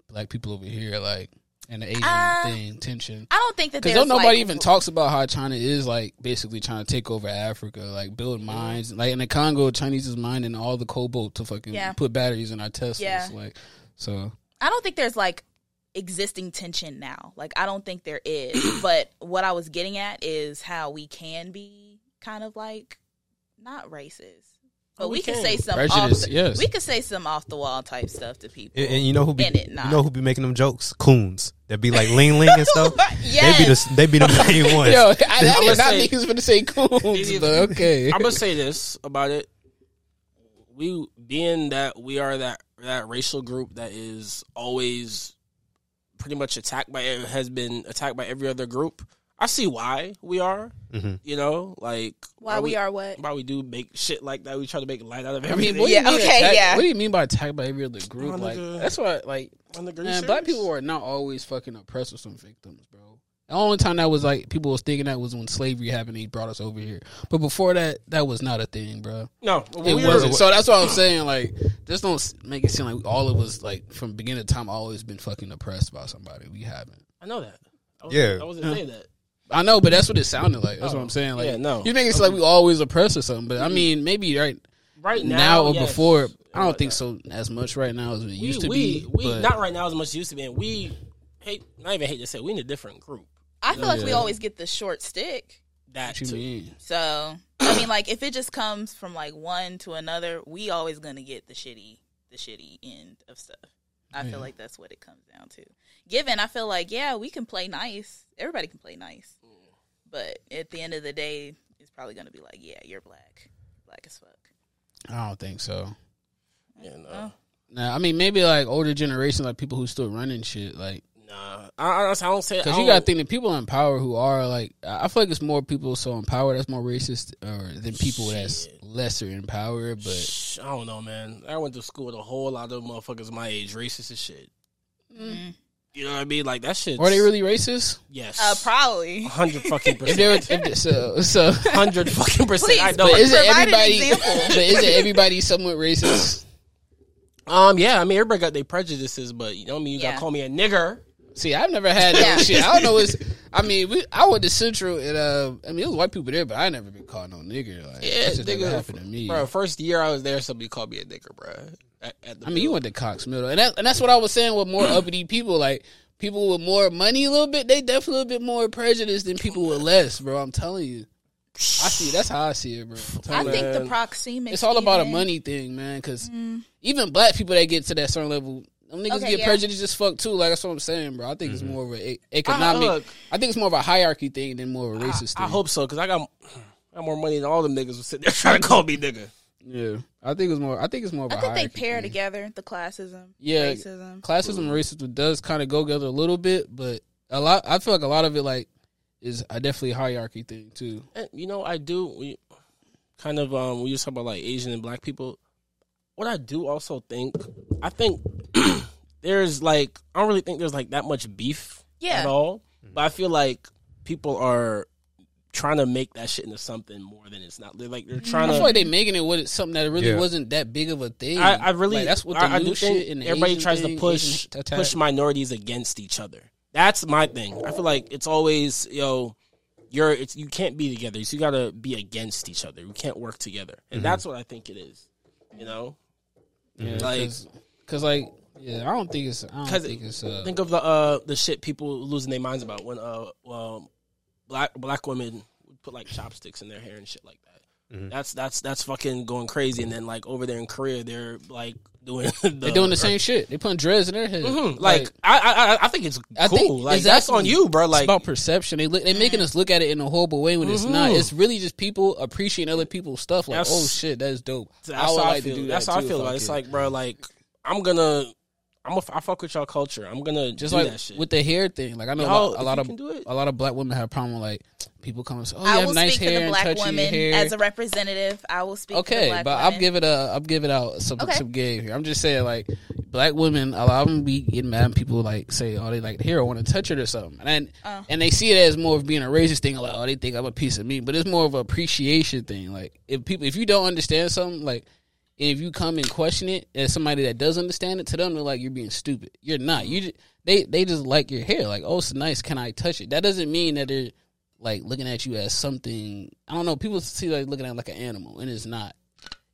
Speaker 1: black people over here, like and the Asian
Speaker 4: Uh,
Speaker 1: thing tension.
Speaker 4: I don't think that
Speaker 1: Because
Speaker 4: there's
Speaker 1: don't nobody
Speaker 4: like,
Speaker 1: even talks about how China is like basically trying to take over Africa, like build mines, like in the Congo, Chinese is mining all the cobalt to fucking
Speaker 4: Yeah.
Speaker 1: put batteries in our Teslas,
Speaker 4: Yeah.
Speaker 1: like so.
Speaker 4: I don't think there's like existing tension now. Like I don't think there is. but what I was getting at is how we can be kind of like not racist. But Oh, we, can say some off
Speaker 1: Prejudice,
Speaker 4: the,
Speaker 1: yes.
Speaker 4: we could say some off the wall type stuff to people.
Speaker 2: And, and you know who be
Speaker 4: And it not.
Speaker 2: you know who be making them jokes? Coons that be like ling ling and stuff.
Speaker 4: Yes.
Speaker 2: They be the they be the main ones.
Speaker 1: Yo, I, I
Speaker 3: I'ma
Speaker 1: did not
Speaker 3: say-
Speaker 1: think he was going to say coons, but okay.
Speaker 3: I'm gonna say this about it. We being that we are that that racial group that is always pretty much attacked by has been attacked by every other group. I see why we are.
Speaker 1: Mm-hmm.
Speaker 3: You know, like
Speaker 4: Why we are what?
Speaker 3: Why we do make shit like that? We try to make light out of
Speaker 1: I mean,
Speaker 3: everything.
Speaker 1: what
Speaker 4: Yeah,
Speaker 1: do you mean
Speaker 4: okay,
Speaker 1: attack-
Speaker 4: yeah.
Speaker 1: What do you mean by attack by every other group?
Speaker 3: Oh,
Speaker 1: Like
Speaker 3: nigga.
Speaker 1: that's why, like,
Speaker 3: On the green
Speaker 1: man, black
Speaker 3: series?
Speaker 1: people are not always fucking oppressors and victims, bro. The only time that was like people was thinking that was when slavery happened. and He brought us over here, but before that, that was not a thing, bro.
Speaker 3: No,
Speaker 1: It
Speaker 3: we
Speaker 1: wasn't.
Speaker 3: Were,
Speaker 1: So that's what I'm saying. Like, just don't s- make it seem like all of us, like from beginning of time, always been fucking oppressed by somebody. We haven't.
Speaker 3: I know that. I was,
Speaker 2: Yeah.
Speaker 3: I wasn't saying that.
Speaker 1: I know, but that's what it sounded like. That's what I'm saying. Like,
Speaker 3: Oh. yeah, no.
Speaker 1: you make it sound like we always oppressed or something, but I mean, maybe right
Speaker 3: Right
Speaker 1: now,
Speaker 3: now,
Speaker 1: or
Speaker 3: yes.
Speaker 1: before. I don't
Speaker 3: Right
Speaker 1: think
Speaker 3: now.
Speaker 1: so as much right now as it
Speaker 3: We
Speaker 1: used to
Speaker 3: we,
Speaker 1: be.
Speaker 3: we
Speaker 1: but-
Speaker 3: not right now as much as it used to be. And we hate. Not even hate to say it, we in a different group.
Speaker 4: I feel like we always get the short stick.
Speaker 3: that
Speaker 1: What you
Speaker 3: too.
Speaker 1: mean?
Speaker 4: So I mean, like if it just comes from like one to another, we always gonna get the shitty, the shitty end of stuff. I
Speaker 1: Yeah.
Speaker 4: feel like that's what it comes down to. Given, I feel like yeah, we can play nice. Everybody can play nice, but at the end of the day, it's probably gonna be like, yeah, you're black, black as fuck.
Speaker 1: I don't think so.
Speaker 3: Yeah, no.
Speaker 4: Oh.
Speaker 1: Nah, I mean maybe like older generations, like people who still running shit, like
Speaker 3: Nah, I, I honestly, I don't say.
Speaker 1: because
Speaker 3: I
Speaker 1: you got to
Speaker 3: don't-
Speaker 1: think the people in power who are like, I I feel like it's more people so in power that's more racist or than people that's
Speaker 3: Shit.
Speaker 1: lesser in power. But
Speaker 3: Shh, I don't know, man. I went to school with a whole lot of motherfuckers my age, racist as shit.
Speaker 4: Mm-hmm.
Speaker 3: You know what I mean? Like that shit.
Speaker 1: are they really racist?
Speaker 3: Yes.
Speaker 4: Uh, probably.
Speaker 3: hundred fucking
Speaker 1: If they were,
Speaker 3: percent.
Speaker 1: if they, so so,
Speaker 3: Hundred fucking percent. I
Speaker 4: Please,
Speaker 3: know.
Speaker 1: but
Speaker 3: it.
Speaker 1: is it
Speaker 4: Provide an
Speaker 1: everybody?
Speaker 4: example.
Speaker 1: But is it everybody somewhat racist?
Speaker 3: Um, yeah. I mean, everybody got their prejudices, but you know what I mean. You
Speaker 4: Yeah.
Speaker 3: gotta call me a nigger.
Speaker 1: See, I've never had that
Speaker 4: Yeah.
Speaker 1: shit. I don't know. It's. I mean, we. I went to Central, and uh, I mean, it was white people there, but I never been called no nigger. Like,
Speaker 3: Yeah,
Speaker 1: that shit never
Speaker 3: nigga,
Speaker 1: happened to me.
Speaker 3: Bro, first year I was there, somebody called me a nigger, bro. At, at the
Speaker 1: I mean, you
Speaker 3: building.
Speaker 1: went to Cox Middle, and that, and that's what I was saying with more uppity people, like people with more money, a little bit. They definitely a little bit more prejudiced than people with less, bro. I'm telling you, I see. That's how I see it, bro. I'm telling
Speaker 4: I
Speaker 1: you.
Speaker 4: think the
Speaker 3: Man.
Speaker 4: proximity.
Speaker 1: it's all about a
Speaker 4: even-
Speaker 1: money thing, man. Because even black people that get to that certain level, them niggas
Speaker 4: Mm-hmm. Okay,
Speaker 1: get
Speaker 4: yeah. Uh,
Speaker 1: prejudiced as fuck too. Like that's what I'm saying, bro. I think it's more of a e- economic.
Speaker 3: Ah, look.
Speaker 1: I think it's more of a hierarchy thing than more of a racist
Speaker 3: I,
Speaker 1: thing.
Speaker 3: I hope so because I got I got more money than all them niggas was sitting there trying to call me nigga.
Speaker 1: Yeah, I think it's more. I think it's more of a
Speaker 4: I think they
Speaker 1: hierarchy
Speaker 4: pair
Speaker 1: thing.
Speaker 4: together the classism,
Speaker 1: Yeah,
Speaker 4: racism.
Speaker 1: classism and racism does kind of go together a little bit, but a lot. I feel like a lot of it like is a definitely hierarchy thing too.
Speaker 3: And, you know, I do we, kind of um when you talk about like Asian and black people. What I do also think, I think there's like I don't really think there's like that much beef
Speaker 4: Yeah.
Speaker 3: at all, but I feel like people are trying to make that shit into something more than it's not. They're like they're
Speaker 1: I
Speaker 3: trying
Speaker 1: feel
Speaker 3: to.
Speaker 1: like they making it what it's something that really
Speaker 2: Yeah.
Speaker 1: wasn't that big of a thing.
Speaker 3: I, I really
Speaker 1: Like, that's what the
Speaker 3: I, I
Speaker 1: new
Speaker 3: do
Speaker 1: shit
Speaker 3: think
Speaker 1: and the
Speaker 3: everybody
Speaker 1: Asian
Speaker 3: tries
Speaker 1: thing,
Speaker 3: to push
Speaker 1: Asian attack.
Speaker 3: push minorities against each other. That's my thing. I feel like it's always yo, you're it's you can't be together. You gotta be against each other. You can't work together,
Speaker 1: Mm-hmm.
Speaker 3: and that's what I think it is. You know,
Speaker 1: Yeah,
Speaker 3: like-
Speaker 1: because like yeah, I don't think it's. I don't
Speaker 3: 'Cause
Speaker 1: think it's. Uh,
Speaker 3: think of the uh the shit people losing their minds about when uh well black black women would put like chopsticks in their hair and shit like that.
Speaker 1: Mm-hmm.
Speaker 3: That's that's that's fucking going crazy. And then like over there in Korea, they're like doing the,
Speaker 1: they're doing the same shit. They putting dreads in their head.
Speaker 3: Mhm. Like, I, I, I- I think it's cool.
Speaker 1: I think
Speaker 3: like that's
Speaker 1: exactly.
Speaker 3: on you, bro.
Speaker 1: it's
Speaker 3: Like,
Speaker 1: about perception. They look, they making us look at it in a horrible way when it's not. It's really just people appreciating other people's stuff. Like,
Speaker 3: Mm-hmm. That's-
Speaker 1: oh shit, that is dope.
Speaker 3: that's
Speaker 1: I
Speaker 3: how
Speaker 1: would
Speaker 3: I
Speaker 1: like
Speaker 3: feel.
Speaker 1: to do
Speaker 3: that's
Speaker 1: that
Speaker 3: how I
Speaker 1: too
Speaker 3: feel.
Speaker 1: if
Speaker 3: Like, it's
Speaker 1: could.
Speaker 3: like, bro, like I'm gonna, I'm a, I fuck with y'all culture. I'm gonna
Speaker 1: just
Speaker 3: do
Speaker 1: like
Speaker 3: that shit.
Speaker 1: with the hair thing. Like I know
Speaker 3: Yo,
Speaker 1: a lot-
Speaker 3: if
Speaker 1: a lot
Speaker 3: you
Speaker 1: of
Speaker 3: can do it.
Speaker 1: a lot of black women have a problem with like people come and say, "Oh, you
Speaker 4: I
Speaker 1: have
Speaker 4: will
Speaker 1: nice
Speaker 4: speak
Speaker 1: hair
Speaker 4: to the black
Speaker 1: and touchy
Speaker 4: woman
Speaker 1: hair."
Speaker 4: as a representative. I will speak. to the
Speaker 1: okay,
Speaker 4: black
Speaker 1: but
Speaker 4: woman.
Speaker 1: I'm giving a I'm giving out some
Speaker 4: Okay.
Speaker 1: some game here. I'm just saying like black women a lot of them be getting mad when people like say, "Oh, they like hair, I want to touch it or something," and then,
Speaker 4: Oh.
Speaker 1: and they see it as more of being a racist thing. Like, "Oh, they think I'm a piece of meat," but it's more of an appreciation thing. Like if people if you don't understand something like. If you come and question it as somebody that does understand it, to them they're like you're being stupid. You're not. You just, they they just like your hair. Like oh, it's nice. Can I touch it? That doesn't mean that they're like looking at you as something. I don't know. People see like looking at like an animal, and it's not.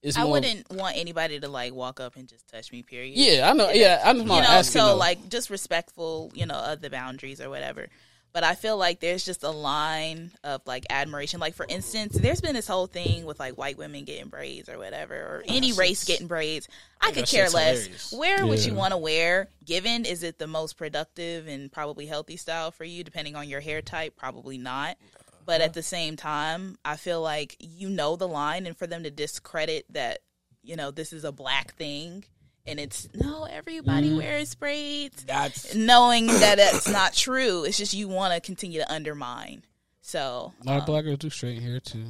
Speaker 1: It's
Speaker 4: I
Speaker 1: more,
Speaker 4: wouldn't want anybody to like walk up and just touch me. Period.
Speaker 1: Yeah, I know. Yeah, I'm just
Speaker 4: you
Speaker 1: not
Speaker 4: know,
Speaker 1: asking.
Speaker 4: so
Speaker 1: though.
Speaker 4: like just respectful, you know, of the boundaries or whatever. But I feel like there's just a line of like admiration. Like for instance, there's been this whole thing with like white women getting braids or whatever, or
Speaker 1: Oh,
Speaker 4: any race getting braids. I could
Speaker 3: that
Speaker 4: care
Speaker 3: shit's
Speaker 4: less.
Speaker 3: hilarious.
Speaker 4: Wear what you want to wear. Given is it the most productive and probably healthy style for you, depending on your hair type? Probably not. But
Speaker 3: Uh-huh.
Speaker 4: at the same time, I feel like you know the line, and for them to discredit that, you know, this is a black thing, and it's no, everybody
Speaker 1: Mm-hmm.
Speaker 4: wears braids,
Speaker 3: that's
Speaker 4: knowing that it's not true. It's just you want to continue to undermine. So,
Speaker 1: a lot of black girls do straight hair too.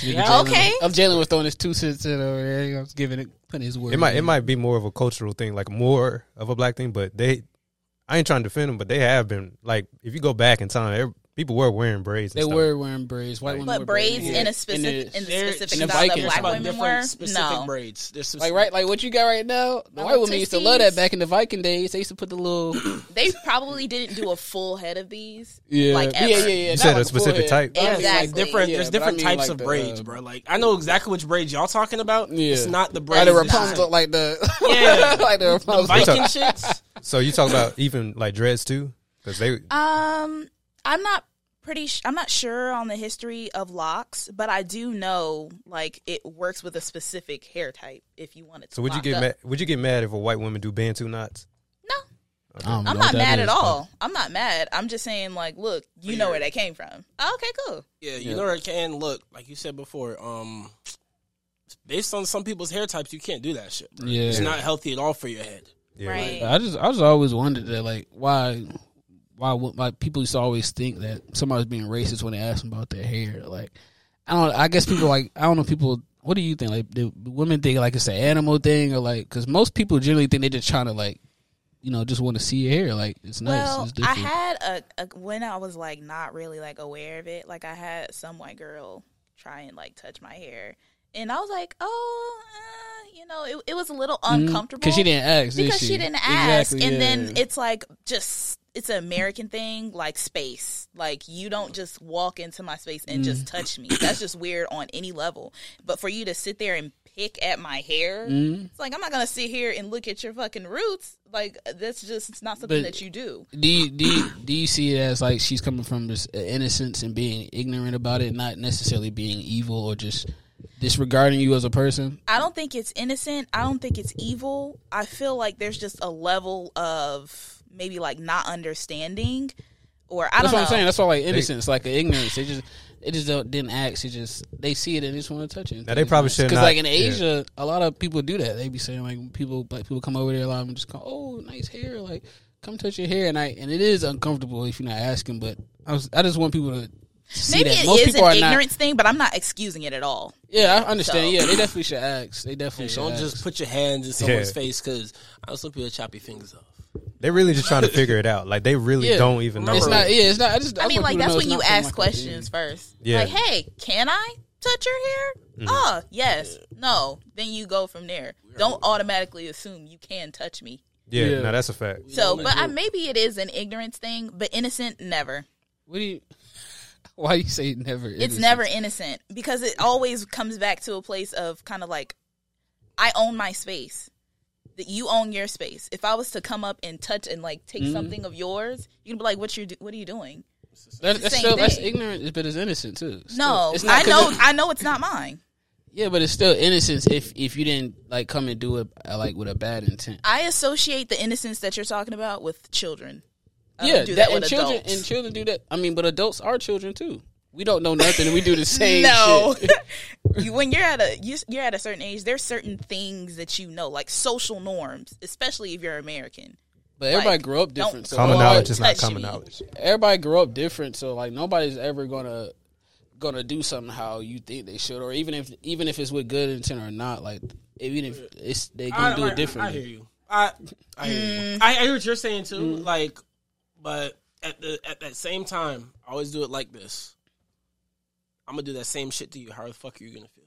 Speaker 3: Yeah.
Speaker 4: okay.
Speaker 1: Um, Jalen was throwing his two cents in over there. He was giving it, putting his word.
Speaker 2: It might it
Speaker 1: in.
Speaker 2: might be more of a cultural thing, like more of a black thing. But they, I ain't trying to defend them, but they have been like if you go back in time, every, people were wearing braids. And
Speaker 1: They
Speaker 2: stuff.
Speaker 1: were wearing braids. White women,
Speaker 4: But
Speaker 1: wore
Speaker 4: braids in a
Speaker 1: And
Speaker 4: specific
Speaker 1: it's-
Speaker 4: in the
Speaker 3: they're-
Speaker 4: specific
Speaker 1: in the
Speaker 4: style that
Speaker 1: Vikings,
Speaker 4: black
Speaker 1: about
Speaker 4: women
Speaker 3: different
Speaker 4: wear,
Speaker 3: specific
Speaker 4: no.
Speaker 3: braids. There's
Speaker 1: like right, like what you got right now. The white women used to love that back in the Viking days. They used to put the little
Speaker 4: They probably didn't do a full head of these.
Speaker 1: yeah,
Speaker 4: Like
Speaker 1: yeah, yeah,
Speaker 4: ever.
Speaker 1: yeah.
Speaker 2: You
Speaker 1: Not
Speaker 2: said
Speaker 1: like
Speaker 2: a
Speaker 1: the full
Speaker 2: specific
Speaker 1: head.
Speaker 2: type.
Speaker 1: I mean, like,
Speaker 4: Exactly.
Speaker 3: different.
Speaker 1: yeah,
Speaker 3: there's
Speaker 1: but I
Speaker 3: different
Speaker 1: mean,
Speaker 3: types
Speaker 1: like,
Speaker 3: of
Speaker 1: the,
Speaker 3: braids,
Speaker 1: uh,
Speaker 3: bro. Like I know exactly which braids y'all talking about.
Speaker 1: Yeah.
Speaker 3: It's not the braids.
Speaker 1: Like the
Speaker 3: it's not
Speaker 1: Rapunzel, like the
Speaker 3: Yeah.
Speaker 1: like the
Speaker 3: the
Speaker 1: Rapunzel.
Speaker 3: Viking shits.
Speaker 2: So you talk about even like dreads too, because they
Speaker 4: Um, I'm not pretty sh- I'm not sure on the history of locks, but I do know like it works with a specific hair type if you want it to.
Speaker 2: So would you
Speaker 4: lock
Speaker 2: get
Speaker 4: up.
Speaker 2: mad? Would you get mad if a white woman do bantu knots?
Speaker 4: No.
Speaker 1: I don't know
Speaker 4: I'm
Speaker 1: what
Speaker 4: not
Speaker 1: that
Speaker 4: mad
Speaker 1: is,
Speaker 4: at
Speaker 1: but-
Speaker 4: all. I'm not mad. I'm just saying like look, you know
Speaker 3: you're-
Speaker 4: where that came from. Oh, okay, cool.
Speaker 3: Yeah, you know it can look like you said before. Um, based on some people's hair types, you can't do that shit. bro.
Speaker 1: Yeah.
Speaker 3: it's not healthy at all for your head.
Speaker 2: Yeah.
Speaker 4: right.
Speaker 1: I just I just always wondered that like why why would- like people used to always think that somebody's being racist when they ask them about their hair. Like I don't I guess people like I don't know people. What do you think? Like do women think like it's an animal thing or like because most people generally think they're just trying to like you know just want to see your hair like it's nice.
Speaker 4: Well,
Speaker 1: it's
Speaker 4: I
Speaker 1: different.
Speaker 4: had a, a when I was like not really like aware of it. Like I had some white girl try and like touch my hair, and I was like, oh, uh, you know, it, it was a little uncomfortable
Speaker 1: because Mm, she didn't ask did
Speaker 4: because she?
Speaker 1: she
Speaker 4: didn't ask.
Speaker 1: Exactly,
Speaker 4: and
Speaker 1: yeah.
Speaker 4: then it's like just it's an American thing, like space. Like you don't just walk into my space and
Speaker 1: Mm.
Speaker 4: just touch me. That's just weird on any level. But for you to sit there and pick at my hair,
Speaker 1: Mm.
Speaker 4: it's like I'm not gonna sit here and look at your fucking roots. Like that's just it's not something
Speaker 1: But-
Speaker 4: that you do.
Speaker 1: do you, do you, do you see it as like she's coming from this innocence and being ignorant about it, not necessarily being evil or just disregarding you as a person?
Speaker 4: I don't think it's innocent. I don't think it's evil. I feel like there's just a level of maybe like not understanding, or
Speaker 1: That's
Speaker 4: I don't
Speaker 1: what
Speaker 4: know.
Speaker 1: I'm saying. That's all like innocence, like an ignorance. They just they just don't, didn't ask. They just they see it and they just want to touch it.
Speaker 2: Now, they probably should
Speaker 1: because
Speaker 2: not-
Speaker 1: like in
Speaker 2: yeah.
Speaker 1: Asia, a lot of people do that. They be saying like people black people come over there a lot and just go, oh nice hair, like come touch your hair and I and it is uncomfortable if you're not asking. But I was I just want people to see
Speaker 4: Maybe
Speaker 1: that
Speaker 4: it
Speaker 1: most
Speaker 4: is
Speaker 1: people
Speaker 4: an
Speaker 1: are not.
Speaker 4: ignorance thing, but I'm not excusing it at all.
Speaker 1: Yeah, I understand.
Speaker 4: So-
Speaker 1: Yeah, they definitely should ask. They definitely should.
Speaker 3: Don't
Speaker 1: ask.
Speaker 3: just put your hands in someone's
Speaker 2: Yeah.
Speaker 3: face because I know some people chop your fingers off.
Speaker 2: They really just trying to figure it out. Like they really
Speaker 1: Yeah.
Speaker 2: don't even know.
Speaker 1: It's not. Yeah, it's not. I just.
Speaker 4: I mean,
Speaker 1: want people to
Speaker 4: like that's
Speaker 1: know
Speaker 4: when
Speaker 1: it's
Speaker 4: you
Speaker 1: not something
Speaker 4: ask
Speaker 1: like that.
Speaker 4: questions first.
Speaker 2: Yeah.
Speaker 4: Like, hey, can I touch your
Speaker 1: Mm-hmm.
Speaker 4: hair? Oh, yes. No. Then you go from there. Don't automatically assume you can touch me.
Speaker 2: yeah,
Speaker 1: Yeah.
Speaker 2: no, that's a fact.
Speaker 4: So, but I, maybe it is an ignorance thing, but innocent never.
Speaker 1: What do you? Why you say never?
Speaker 4: It's never innocent because it always comes back to a place of kind of like I own my space. That you own your space. If I was to come up and touch and like take
Speaker 1: Mm-hmm.
Speaker 4: something of yours, you'd be like, "What you? Do- what are you doing?"
Speaker 1: That, that's
Speaker 4: Same
Speaker 1: still that's
Speaker 4: thing.
Speaker 1: ignorant, but it's innocent too. Still-
Speaker 4: No,
Speaker 1: it's
Speaker 4: I
Speaker 1: 'cause
Speaker 4: know.
Speaker 1: it-
Speaker 4: I know it's not mine.
Speaker 1: yeah, but it's still innocence if if you didn't like come and do it uh, like with a bad intent.
Speaker 4: I associate the innocence that you're talking about with children. I
Speaker 1: yeah,
Speaker 4: don't do that,
Speaker 1: and
Speaker 4: with
Speaker 1: children
Speaker 4: adults.
Speaker 1: and children do that. I mean, but adults are children too. We don't know nothing, and we do the same.
Speaker 4: no,
Speaker 1: shit.
Speaker 4: you, when you're at a you, you're at a certain age, there's certain things that you know, like social norms, especially if you're American.
Speaker 1: but everybody
Speaker 4: Like,
Speaker 1: grew up
Speaker 4: don't-
Speaker 1: different. So
Speaker 2: Common
Speaker 1: nobody-
Speaker 2: knowledge is not
Speaker 4: touch
Speaker 2: common
Speaker 4: me.
Speaker 2: knowledge.
Speaker 1: everybody grow up different, so like nobody's ever gonna gonna do something how you think they should, or even if even if it's with good intent or not, like even if it's they gonna do it
Speaker 3: I hear
Speaker 1: differently.
Speaker 3: you. I I hear you. I, I hear what you're saying too. Like, but at the at that same time, I always do it like this. I'm gonna do that same shit to you. How the fuck are you gonna feel?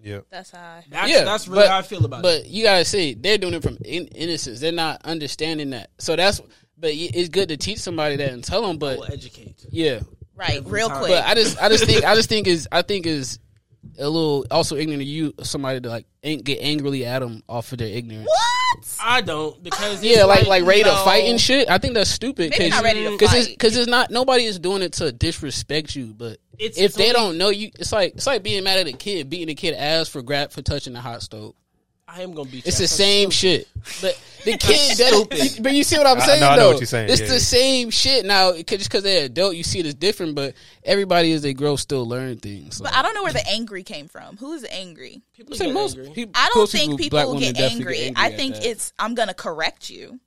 Speaker 2: Yeah,
Speaker 4: That's how. I,
Speaker 3: That's
Speaker 1: yeah,
Speaker 3: that's really
Speaker 1: but-
Speaker 3: how I feel about it.
Speaker 1: But you gotta see, they're doing it from in- innocence. They're not understanding that. So that's, but y- it's good to teach somebody that and tell them.
Speaker 3: We'll
Speaker 1: But
Speaker 3: educate.
Speaker 1: yeah,
Speaker 4: right, real
Speaker 3: time.
Speaker 4: quick.
Speaker 1: but I just, I just think, I just think is, I think is a little also ignorant of you somebody to like ain't get angrily at them off of their ignorance.
Speaker 4: what?
Speaker 3: I don't because
Speaker 1: Yeah, like like ready to
Speaker 4: no.
Speaker 1: fight and shit. I think that's stupid.
Speaker 4: Maybe not ready to
Speaker 1: Because it's,
Speaker 4: fight.
Speaker 1: 'cause it's not nobody is doing it to disrespect you, but
Speaker 3: It's-
Speaker 1: if
Speaker 3: it's
Speaker 1: they
Speaker 3: only-
Speaker 1: don't know you, it's like it's like being mad at a kid, beating a kid ass for grab for touching the hot stove.
Speaker 3: I am gonna beat.
Speaker 1: It's
Speaker 3: you.
Speaker 1: the same shit. But the kid does. But you see what I'm
Speaker 2: I- I
Speaker 1: saying?
Speaker 2: know- I know
Speaker 1: though?
Speaker 2: what you're saying,
Speaker 1: It's
Speaker 2: yeah,
Speaker 1: the
Speaker 2: yeah.
Speaker 1: same shit now. 'cause- Just because they're adult, you see it as different. But everybody as they grow still learn things.
Speaker 4: But I don't know where the angry came from. Who's angry?
Speaker 3: People
Speaker 1: say
Speaker 3: get
Speaker 1: most
Speaker 3: angry.
Speaker 1: peop-
Speaker 4: I don't
Speaker 1: most
Speaker 4: think
Speaker 1: black
Speaker 4: people
Speaker 1: women
Speaker 4: get
Speaker 1: definitely
Speaker 4: angry. I
Speaker 1: at
Speaker 4: think
Speaker 1: that.
Speaker 4: it's I'm gonna correct you.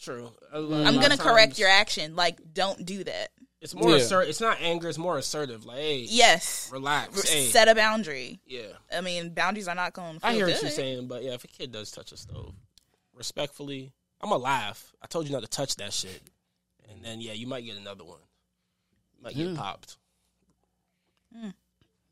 Speaker 3: True.
Speaker 4: I'm gonna correct your action. Like, don't do that.
Speaker 3: It's more
Speaker 1: Yeah.
Speaker 3: assertive. It's not anger. It's more assertive. Like, hey,
Speaker 4: Yes.
Speaker 3: relax. Hey,
Speaker 4: Set a boundary.
Speaker 3: yeah.
Speaker 4: I mean, boundaries are not going. to
Speaker 3: I hear
Speaker 4: good.
Speaker 3: what you're saying, but yeah, if a kid does touch a stove, respectfully, I'm gonna laugh. I told you not to touch that shit, and then yeah, you might get another one. You might get popped.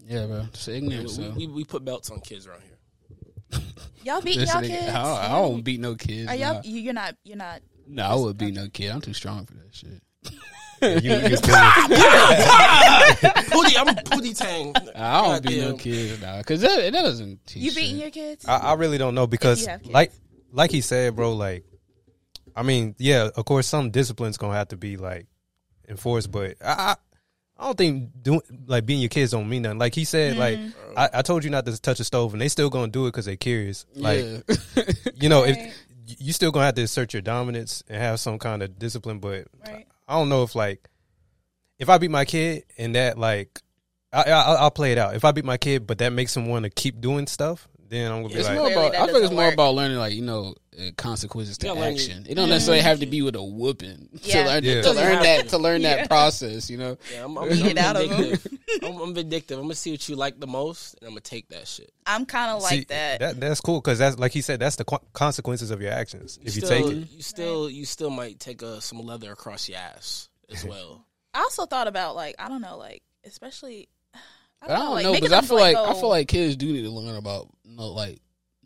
Speaker 1: yeah, bro. It's
Speaker 3: We,
Speaker 1: ignorant. So.
Speaker 3: we, we put belts on kids around here.
Speaker 4: Y'all beating
Speaker 1: Listen,
Speaker 4: y'all
Speaker 1: nigga,
Speaker 4: kids.
Speaker 1: I, don't, I don't beat no kids.
Speaker 4: Are
Speaker 1: nah.
Speaker 4: y'all? You, you're not. You're not.
Speaker 1: No, I would beat no kid. I'm too strong for that shit.
Speaker 2: you, you feeling-
Speaker 3: Pootie, I'm Pootie Tang.
Speaker 1: I don't beat no
Speaker 3: Goddamn.
Speaker 1: kids now because that, that doesn't teach.
Speaker 4: You beating
Speaker 1: shit.
Speaker 4: your kids?
Speaker 2: I, I really don't know because
Speaker 4: have kids.
Speaker 2: like like he said, bro. Like, I mean, yeah, of course, some discipline's gonna have to be like enforced, but I. I I don't think doing like being your kids don't mean nothing. Like he said,
Speaker 4: Mm-hmm.
Speaker 2: like I, I told you not to touch a stove, and they still gonna do it because they curious. Like you know, if you still gonna have to assert your dominance and have some kind of discipline, but
Speaker 4: Right.
Speaker 2: I don't know if like if I beat my kid and that like I, I I'll- I'll play it out. If I beat my kid, but that makes him want to keep doing stuff, then I'm gonna be
Speaker 1: It's
Speaker 2: like,
Speaker 1: more
Speaker 4: Clearly
Speaker 1: about.
Speaker 4: that
Speaker 1: I think it's
Speaker 4: doesn't
Speaker 1: more
Speaker 4: work.
Speaker 1: about learning, like you know, uh, consequences to
Speaker 3: Yeah, learning-
Speaker 1: action. It don't necessarily have to be with a whooping
Speaker 4: Yeah.
Speaker 1: to learn
Speaker 2: Yeah.
Speaker 1: to
Speaker 2: Doesn't
Speaker 1: learn
Speaker 3: have
Speaker 1: that to learn that process. You know,
Speaker 3: Yeah, I'm, I'm,
Speaker 1: Beat
Speaker 3: I'm
Speaker 4: it out of 'em.
Speaker 3: vindictive. I'm, I'm vindictive. I'm gonna see what you like the most, and I'm gonna take that shit.
Speaker 4: I'm kind of
Speaker 2: See,
Speaker 4: like that.
Speaker 2: That's cool because that's like he said. That's the qu- consequences of your actions if you
Speaker 3: still,
Speaker 2: take it.
Speaker 3: you still, you still might take uh, some leather across your ass as well.
Speaker 4: I also thought about like I don't know, like especially. I
Speaker 1: but I don't
Speaker 4: like, oh,
Speaker 1: know
Speaker 4: making
Speaker 1: because I
Speaker 4: them
Speaker 1: feel like I
Speaker 4: go-
Speaker 1: feel like kids do need to learn about know like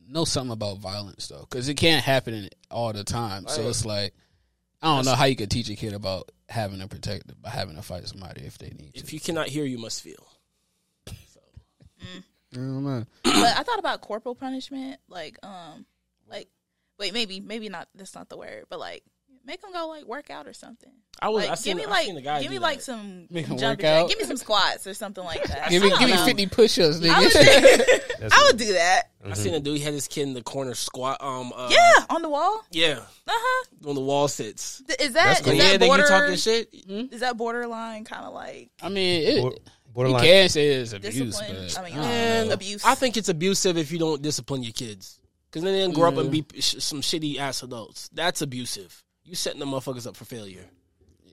Speaker 1: know something about violence though because it can't happen in- all the time. So
Speaker 3: Right.
Speaker 1: it's like I don't know how you could teach a kid about having to protect by having to fight somebody if they need to.
Speaker 3: If you cannot hear, you must feel.
Speaker 1: I don't know.
Speaker 4: but I thought about corporal punishment, like um, like wait, maybe maybe not. That's not the word, but like make them go like work out or something.
Speaker 3: I was.
Speaker 4: Like,
Speaker 3: I seen,
Speaker 4: give me
Speaker 3: I
Speaker 4: like
Speaker 3: seen a guy
Speaker 4: give
Speaker 3: do
Speaker 4: me
Speaker 3: that.
Speaker 4: like some
Speaker 1: Make 'em
Speaker 4: jumping
Speaker 1: work
Speaker 4: jack-
Speaker 1: out?
Speaker 4: Give me some squats or something like that.
Speaker 1: Give me
Speaker 4: I
Speaker 1: give me
Speaker 4: don't know.
Speaker 1: fifty push-ups,
Speaker 4: I would,
Speaker 1: nigga.
Speaker 4: do, I would do that.
Speaker 3: I seen a dude. He had his kid in the corner squat. Um. Uh,
Speaker 4: Yeah, on the wall.
Speaker 3: Yeah.
Speaker 4: Uh huh.
Speaker 3: On the wall sits.
Speaker 4: Is that
Speaker 3: Yeah,
Speaker 4: is that
Speaker 3: then you
Speaker 4: border?
Speaker 3: talking shit.
Speaker 1: Mm-hmm.
Speaker 4: Is that borderline kind of like
Speaker 1: I mean, it,
Speaker 2: Bor-
Speaker 1: you
Speaker 2: borderline.
Speaker 1: can say it's abuse,
Speaker 4: discipline?
Speaker 1: but
Speaker 4: I mean,
Speaker 1: don't
Speaker 4: uh,
Speaker 1: know.
Speaker 4: abuse.
Speaker 3: I think it's abusive if you don't discipline your kids, because then they'll grow up and
Speaker 1: Mm.
Speaker 3: be sh- some shitty ass adults. That's abusive. You setting the motherfuckers up for failure.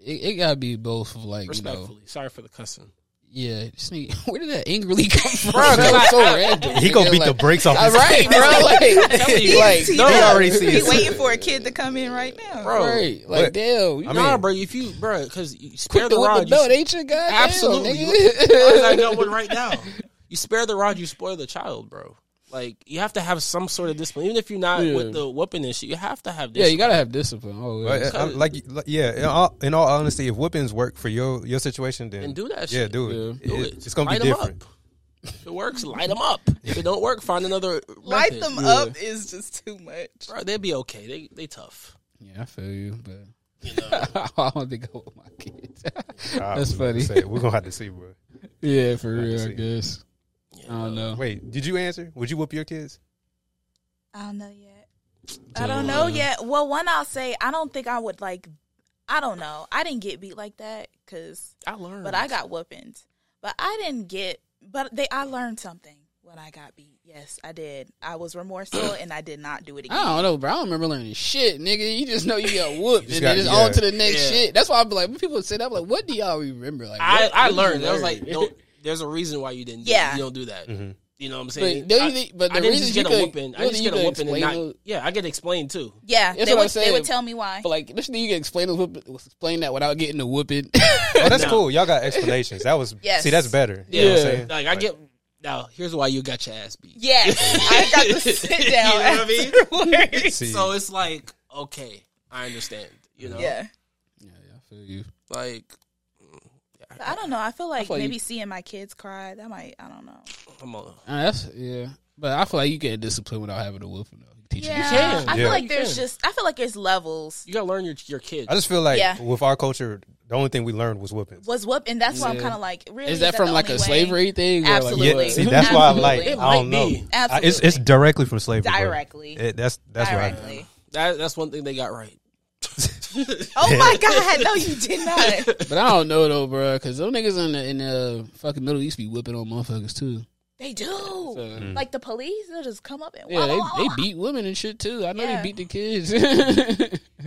Speaker 1: it, it gotta be both of like you know,
Speaker 3: Respectfully. Sorry for the cussing.
Speaker 1: yeah. This nigga, where did that angrily come from?
Speaker 3: Bro, 'cause
Speaker 1: That was
Speaker 3: I-
Speaker 1: so
Speaker 3: I-
Speaker 1: random.
Speaker 2: He gonna
Speaker 1: nigga,
Speaker 2: beat
Speaker 1: like,
Speaker 2: the brakes off.
Speaker 1: all
Speaker 2: his
Speaker 1: right, bro. Like,
Speaker 3: Telling you,
Speaker 1: like,
Speaker 4: He
Speaker 2: no, you already see
Speaker 4: He
Speaker 2: it.
Speaker 4: waiting for a kid to come in right now.
Speaker 3: Bro,
Speaker 1: right, like
Speaker 2: But-
Speaker 1: damn. You
Speaker 2: I
Speaker 3: nah,
Speaker 2: mean-
Speaker 3: bro. If you, bro, because you
Speaker 1: quick
Speaker 3: spare the
Speaker 1: to whip the
Speaker 3: rod, you,
Speaker 1: belt,
Speaker 3: s-
Speaker 1: ain't you? God
Speaker 3: Absolutely.
Speaker 1: nigga.
Speaker 3: I got one right now. You spare the rod, you spoil the child, bro. Like you have to have some sort of discipline, even if you're not
Speaker 1: Yeah.
Speaker 3: with the whooping and shit. You have to have
Speaker 1: yeah, you
Speaker 3: discipline.
Speaker 1: gotta have discipline. Oh,
Speaker 2: But, uh, I'm like, like, yeah. In all, in all honesty, if whippings work for your your situation, then
Speaker 3: And do that
Speaker 2: Yeah,
Speaker 3: shit.
Speaker 2: do it.
Speaker 3: Do
Speaker 2: It-
Speaker 3: it.
Speaker 2: It's gonna
Speaker 3: Light
Speaker 2: be
Speaker 3: 'em
Speaker 2: different.
Speaker 3: Up. If it works, light them up. If it don't work, find another.
Speaker 4: Light
Speaker 3: method.
Speaker 4: them up is just too much.
Speaker 3: Bro, they'd be okay. They they tough.
Speaker 1: yeah, I feel you, but. I don't think I want my kids.
Speaker 2: Ah,
Speaker 1: That's
Speaker 2: we gonna
Speaker 1: funny.
Speaker 2: say- We're gonna have to see, bro.
Speaker 1: yeah, for
Speaker 2: I can
Speaker 1: real, I
Speaker 2: see.
Speaker 1: guess. I don't know.
Speaker 2: Wait, did you answer? Would you whoop your kids?
Speaker 4: I don't know yet. I don't know yet. Well, one I'll say I don't think I would like. I don't know. I didn't get beat like that because,
Speaker 3: I learned,
Speaker 4: but I got whoopings. But I didn't get. But they, I learned something when I got beat. Yes, I did. I was remorseful and I did not do it again.
Speaker 1: I don't know, bro. I don't remember learning shit, nigga. You just know you got whooped,
Speaker 2: just
Speaker 1: and then
Speaker 2: got-
Speaker 1: it's
Speaker 2: yeah.
Speaker 1: on to the next
Speaker 3: Yeah.
Speaker 1: shit. That's why I'm like, when people say that, I'm like, what do y'all remember? Like,
Speaker 3: I,
Speaker 1: what-
Speaker 3: I
Speaker 1: what did you
Speaker 3: learned. I was
Speaker 1: learn?
Speaker 3: like, don't, there's a reason why you didn't. do-
Speaker 4: Yeah.
Speaker 3: you don't do that.
Speaker 2: Mm-hmm.
Speaker 3: You know what I'm saying?
Speaker 1: But don't you
Speaker 3: I-
Speaker 1: think- but
Speaker 3: I
Speaker 1: the
Speaker 3: didn't
Speaker 1: reason
Speaker 3: just
Speaker 1: you
Speaker 3: get a
Speaker 1: could-
Speaker 3: whooping. I
Speaker 1: well,
Speaker 3: just
Speaker 1: you
Speaker 3: get a
Speaker 1: could
Speaker 3: whooping and
Speaker 1: explain
Speaker 3: not.
Speaker 1: it.
Speaker 3: Yeah, I get explained too.
Speaker 4: Yeah,
Speaker 1: That's what
Speaker 4: they
Speaker 1: I'm
Speaker 4: would, they
Speaker 1: saying.
Speaker 4: would tell me why.
Speaker 1: But like, this thing you can explain the whoop- explain that without getting the whooping.
Speaker 2: Oh, that's cool. Y'all got explanations. That was
Speaker 4: Yes.
Speaker 2: see, that's better.
Speaker 3: Yeah,
Speaker 2: You know what I'm
Speaker 1: Yeah.
Speaker 2: saying?
Speaker 3: like I get. Now here's why you got your ass beat.
Speaker 4: Yes, I got to sit
Speaker 3: You know
Speaker 4: down.
Speaker 3: what I mean?
Speaker 4: afterwards.
Speaker 2: See,
Speaker 3: So it's like okay, I understand. You know,
Speaker 4: Yeah.
Speaker 1: yeah, yeah, I feel you.
Speaker 3: like
Speaker 4: I don't know. I feel like
Speaker 1: feel you-
Speaker 4: maybe seeing my kids cry, that might, I don't know.
Speaker 3: come on.
Speaker 1: Uh, that's yeah, but I feel like you get disciplined without having a whooping though. You Teach
Speaker 4: Yeah.
Speaker 3: can.
Speaker 4: I
Speaker 2: Yeah.
Speaker 4: feel like
Speaker 3: You
Speaker 4: there's
Speaker 3: can.
Speaker 4: just, I feel like there's levels.
Speaker 3: You gotta learn your your kids.
Speaker 2: I just feel like
Speaker 4: Yeah.
Speaker 2: with our culture, the only thing we learned was whippings.
Speaker 4: Was whoop, and that's why I'm
Speaker 1: Yeah.
Speaker 4: kind of like, really?
Speaker 1: Is that from
Speaker 4: the
Speaker 1: like a
Speaker 4: only way?
Speaker 1: slavery thing? or, like,
Speaker 4: Absolutely.
Speaker 1: what?
Speaker 2: Yeah, see, that's why I'm like,
Speaker 4: Absolutely.
Speaker 2: I don't
Speaker 3: It might
Speaker 2: know.
Speaker 3: be.
Speaker 2: I- it's it's
Speaker 4: Absolutely.
Speaker 2: directly from slavery. bro.
Speaker 4: Directly.
Speaker 2: It- that's that's what I.
Speaker 4: Directly.
Speaker 3: That, that's one thing they got right.
Speaker 4: Oh my God. No, you did not.
Speaker 1: But I don't know though, bro, because those niggas in the in the fucking Middle East be whipping on motherfuckers too.
Speaker 4: They do.
Speaker 1: So,
Speaker 4: Like the police, they'll just come up and
Speaker 1: Mm. yeah, they, they beat women and shit too. I know
Speaker 4: Yeah.
Speaker 1: they beat the kids.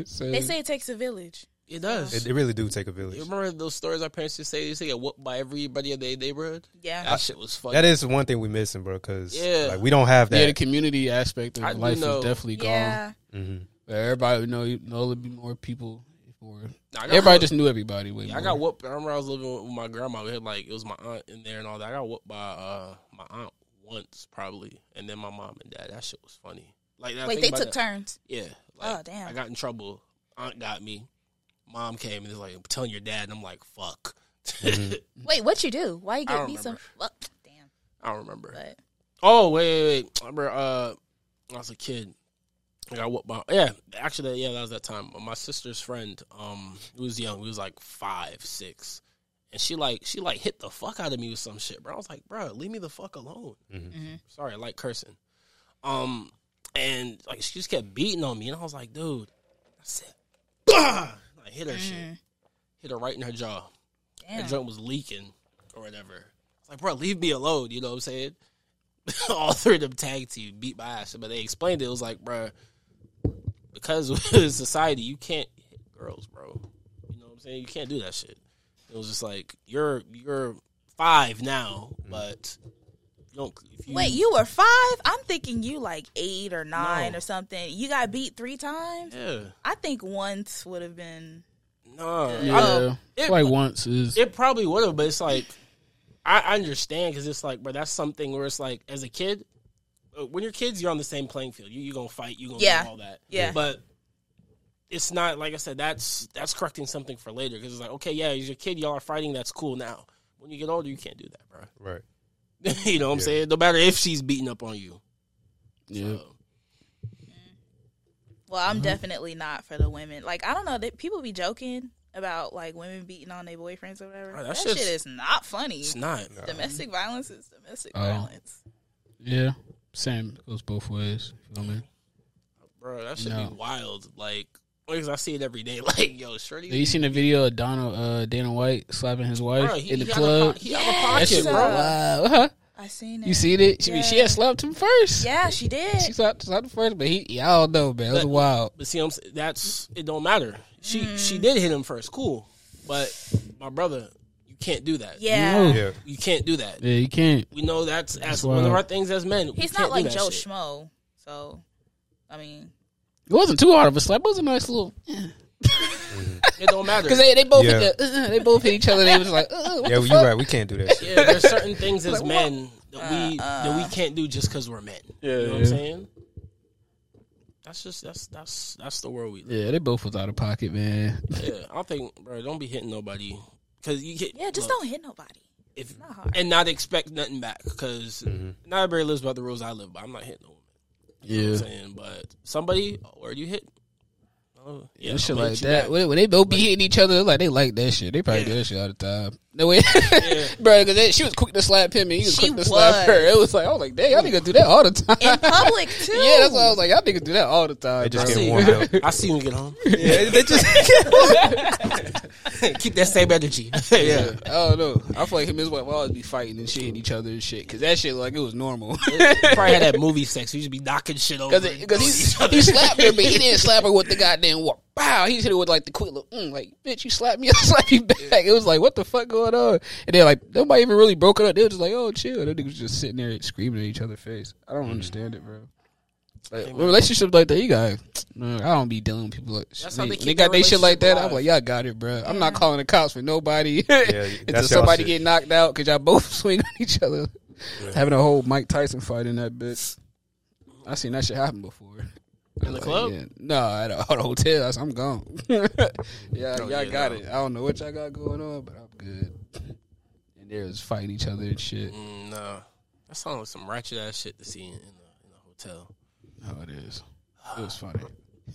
Speaker 1: so,
Speaker 4: They say it takes a village.
Speaker 3: It does.
Speaker 2: It, it really do take a village.
Speaker 3: you remember those stories our parents used to say? They used to get whooped by everybody in their neighborhood.
Speaker 4: Yeah.
Speaker 3: That shit was funny.
Speaker 2: That is one thing we missing, bro. Because
Speaker 3: Yeah.
Speaker 2: like, we don't have
Speaker 1: yeah, the
Speaker 2: that.
Speaker 1: community aspect of
Speaker 3: I do
Speaker 1: life
Speaker 3: know.
Speaker 1: is definitely gone.
Speaker 4: Yeah.
Speaker 2: Mm-hmm.
Speaker 1: Everybody would know you know there'd be more people. Or,
Speaker 3: Nah, I got
Speaker 1: everybody
Speaker 3: whooped.
Speaker 1: just knew everybody. Way
Speaker 3: Yeah, I
Speaker 1: more.
Speaker 3: got whooped. I remember I was living with my grandma. We had like it was my aunt in there and all that. I got whooped by uh, my aunt once probably, and then my mom and dad. That shit was funny. Like that.
Speaker 4: Wait, they took turns.
Speaker 3: Yeah.
Speaker 4: Oh, damn.
Speaker 3: I got in trouble. Aunt got me. Mom came and was like, "I'm telling your dad." And I'm like, "Fuck."
Speaker 4: Wait, what you do? Why
Speaker 3: I
Speaker 4: you get
Speaker 3: don't
Speaker 4: me some?
Speaker 3: remember.
Speaker 4: Well, damn.
Speaker 3: I don't remember.
Speaker 4: But
Speaker 3: Oh wait, wait, wait. I remember uh, when I was a kid. I got whooped by yeah. Actually, yeah, that was that time. My sister's friend, um, who was young. He was like five, six, and she like she like hit the fuck out of me with some shit, bro. I was like, bro, leave me the fuck alone. Sorry, I like cursing. Um, and like she just kept beating on me, and I was like, dude, I said, bah! I hit her shit, hit her right in her jaw. Her
Speaker 4: Mm. Damn.
Speaker 3: joint was leaking or whatever. It's like, bro, leave me alone. You know what I'm saying? All three of them tag team beat my ass, but they explained it. It was like, bro, because of society, you can't hit girls, bro. You know what I'm saying? You can't do that shit. It was just like you're you're five now, but you don't. If
Speaker 1: Mm.
Speaker 3: you,
Speaker 4: Wait, you were five? I'm thinking you like eight or nine
Speaker 3: No.
Speaker 4: or something. You got beat three times?
Speaker 3: yeah,
Speaker 4: I think once would have been.
Speaker 3: no, I
Speaker 1: Yeah,
Speaker 3: don't- it-
Speaker 1: like once is
Speaker 3: It probably would have, but it's like I I understand because it's like, bro, that's something where it's like as a kid, uh, when you're kids, you're on the same playing field. You you gonna fight, you gonna
Speaker 4: Yeah.
Speaker 3: do all that,
Speaker 4: Yeah.
Speaker 3: But it's not like I said. That's that's correcting something for later because it's like, okay, yeah, as a kid, y'all are fighting. That's cool now. When you get older, you can't do that, bro.
Speaker 2: Right.
Speaker 3: you know what I'm
Speaker 2: Yeah.
Speaker 3: saying? No matter if she's beating up on you.
Speaker 1: yeah.
Speaker 3: So,
Speaker 4: Well, I'm definitely not for the women. Like, I don't know. That people be joking about like women beating on their boyfriends or whatever.
Speaker 3: Oh, that
Speaker 4: that
Speaker 3: shit's-
Speaker 4: shit is not funny.
Speaker 3: it's not.
Speaker 4: domestic violence is domestic
Speaker 1: Oh.
Speaker 4: violence.
Speaker 1: Yeah. Same goes both ways. You know what I mean?
Speaker 3: Bro, that should
Speaker 1: No.
Speaker 3: be wild. Like, because I see it every day. Like, yo, Shorty.
Speaker 1: Have you seen the video of Donald uh, Dana White slapping his wife
Speaker 3: Bro, he,
Speaker 1: in the
Speaker 3: he Out
Speaker 1: club?
Speaker 3: of, po- he out of
Speaker 1: That
Speaker 3: pocket,
Speaker 1: shit was
Speaker 3: bro.
Speaker 1: wild. Huh?
Speaker 4: I seen it.
Speaker 1: You seen it? She, she had slapped him first.
Speaker 4: Yeah, she did.
Speaker 1: She slapped, slapped him first, but he, y'all know, man. It was
Speaker 3: But-
Speaker 1: wild.
Speaker 3: But see, I'm s- that's it. Don't matter. She she did hit him first, cool. But my brother, you can't do that.
Speaker 4: yeah.
Speaker 1: No.
Speaker 2: Yeah.
Speaker 3: you can't do that.
Speaker 1: Yeah, you can't.
Speaker 3: We know that's as
Speaker 1: wild.
Speaker 3: one of our things as men. We
Speaker 4: He's
Speaker 3: can't
Speaker 4: not
Speaker 3: do
Speaker 4: like
Speaker 3: that
Speaker 4: Joe
Speaker 3: shit.
Speaker 4: Schmo, so I mean,
Speaker 1: It wasn't too hard of a slap. It was a nice little
Speaker 3: It don't matter.
Speaker 1: because they, they both
Speaker 2: Yeah.
Speaker 1: hit the, uh, they both hit each other. They was like, uh, what
Speaker 2: Yeah,
Speaker 1: the
Speaker 2: well,
Speaker 1: fuck?
Speaker 2: you're right. We can't do that. Shit.
Speaker 3: yeah, there's certain things as men that we that we can't do just because we're men. you know what I'm saying? That's just that's that's that's the world we live.
Speaker 1: Yeah, they both was out of pocket, man.
Speaker 3: Yeah, I don't think, bro. Don't be hitting nobody because you get
Speaker 4: yeah, just
Speaker 3: look,
Speaker 4: don't hit nobody.
Speaker 3: if
Speaker 4: Not hard.
Speaker 3: and not expect nothing back because not everybody lives by the rules I live by. I'm not hitting a woman. You know
Speaker 1: Yeah,
Speaker 3: what I'm saying? But somebody, or you hit? Oh, yeah,
Speaker 1: and shit
Speaker 3: I'll hit
Speaker 1: like
Speaker 3: you
Speaker 1: that.
Speaker 3: back.
Speaker 1: When, when they both be hitting each other, like they like that shit. They probably do that shit all the time. No way, bro. Because she was quick to slap him, and he was
Speaker 4: She
Speaker 1: quick to
Speaker 4: was.
Speaker 1: slap her. It was like I was like, dang, y'all niggas do that all the time.
Speaker 4: In public too.
Speaker 1: yeah, that's why I was like, y'all niggas do that all the time.
Speaker 2: They just
Speaker 1: bro.
Speaker 2: get warmed up.
Speaker 3: I see when you get home.
Speaker 2: Yeah, they just
Speaker 3: Keep that same energy. yeah.
Speaker 1: I don't know. I feel like him and his wife always be fighting and shit, hitting each other and shit. Because that shit like it was normal.
Speaker 3: Probably had that movie sex. You just be knocking shit over.
Speaker 1: Because he, he slapped her, but he didn't slap her with the goddamn wha- Wow, he just hit her with like the quick little, mm, like, bitch, you slapped me, I slapped you back. It was like, what the fuck going on? And then, like, nobody even really broke it up. They were just like, oh, chill. Them niggas just sitting there screaming at each other's face. I don't understand it, bro. Like, with relationships like that, you got, man, I don't be dealing with people like
Speaker 3: That's
Speaker 1: shit.
Speaker 3: how
Speaker 1: They,
Speaker 3: they
Speaker 1: they
Speaker 3: keep
Speaker 1: got
Speaker 3: their
Speaker 1: they shit like that.
Speaker 3: relationship
Speaker 1: I'm
Speaker 3: alive.
Speaker 1: like, y'all got it, bro. I'm not calling the cops for nobody. Until
Speaker 2: that's y'all
Speaker 1: somebody
Speaker 2: shit.
Speaker 1: get knocked out because y'all both swing on each other. Having a whole Mike Tyson fight in that bitch. I seen that shit happen before.
Speaker 3: In the club?
Speaker 1: Yeah. No, at a, at a hotel. I said, I'm gone. yeah, y'all
Speaker 3: yeah,
Speaker 1: got
Speaker 3: no.
Speaker 1: it. I don't know what y'all got going on, but I'm good. And they was fighting each other and shit.
Speaker 3: Mm, nah. That sounds like some ratchet ass shit to see in, in, a, in a hotel.
Speaker 1: Oh, it is. It was funny.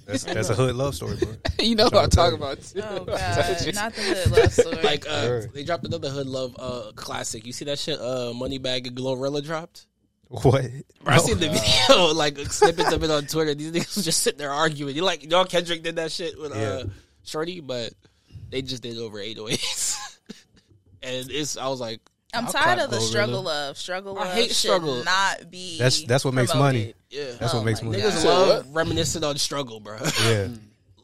Speaker 2: that's, that's a hood love story, bro.
Speaker 1: you know what I'm talking about, too.
Speaker 4: Oh god, not the hood love story.
Speaker 3: Like uh,
Speaker 2: Sure.
Speaker 3: they dropped another hood love uh, classic. You see that shit? Uh, Moneybag and Glorilla dropped.
Speaker 2: What?
Speaker 3: Bro, I seen the video, like snippets of it on Twitter. These niggas was just sitting there arguing. You like, you know, Kendrick did that shit with uh,
Speaker 2: Yeah.
Speaker 3: Shorty, but they just did over 808s. and it's, I was like,
Speaker 4: I'm
Speaker 1: I'll
Speaker 4: tired
Speaker 1: clap
Speaker 4: of the
Speaker 1: Glorilla.
Speaker 4: struggle love. Struggle
Speaker 3: I
Speaker 4: love
Speaker 3: hate
Speaker 4: should
Speaker 3: struggle.
Speaker 4: not be.
Speaker 2: That's that's what makes money.
Speaker 3: yeah.
Speaker 2: That's
Speaker 4: Oh
Speaker 2: what makes
Speaker 4: my
Speaker 2: money.
Speaker 4: God.
Speaker 3: Niggas
Speaker 1: So
Speaker 3: love reminiscing on struggle, bro.
Speaker 2: Yeah,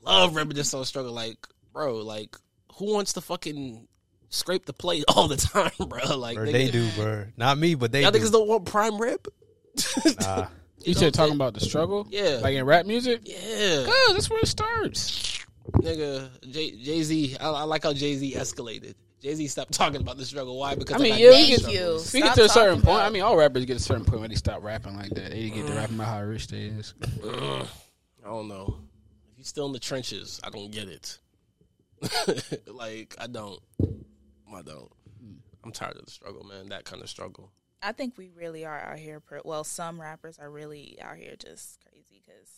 Speaker 3: love reminiscing on struggle. Like, bro, like, who wants to fucking scrape the plate all the time, bro? Like,
Speaker 2: bro,
Speaker 3: niggas,
Speaker 2: they do, bro. Not me, but they.
Speaker 3: y'all
Speaker 2: do.
Speaker 3: niggas don't want prime rib?
Speaker 2: Nah.
Speaker 1: You said talking about the struggle?
Speaker 3: Yeah.
Speaker 1: Like in rap music?
Speaker 3: Yeah.
Speaker 1: Oh, that's where it starts.
Speaker 3: Nigga, Jay Z, I, I like how Jay Z escalated. Jay Z stopped talking about the struggle. Why? Because
Speaker 1: I mean,
Speaker 3: got
Speaker 1: yeah,
Speaker 3: mad
Speaker 1: we
Speaker 4: Thank
Speaker 1: get-
Speaker 4: you.
Speaker 1: We
Speaker 4: Stop
Speaker 1: get to a certain
Speaker 4: talking
Speaker 1: point.
Speaker 4: about- Mm-hmm.
Speaker 1: I mean, all rappers get to a certain point where they stop rapping like that. They get to rapping about how rich they is.
Speaker 3: I don't know. If you're still in the trenches, I don't get it. like I don't, I don't. I'm tired of the struggle, man. That kind of struggle.
Speaker 4: I think we really are out here. Per- well, some rappers are really out here just crazy because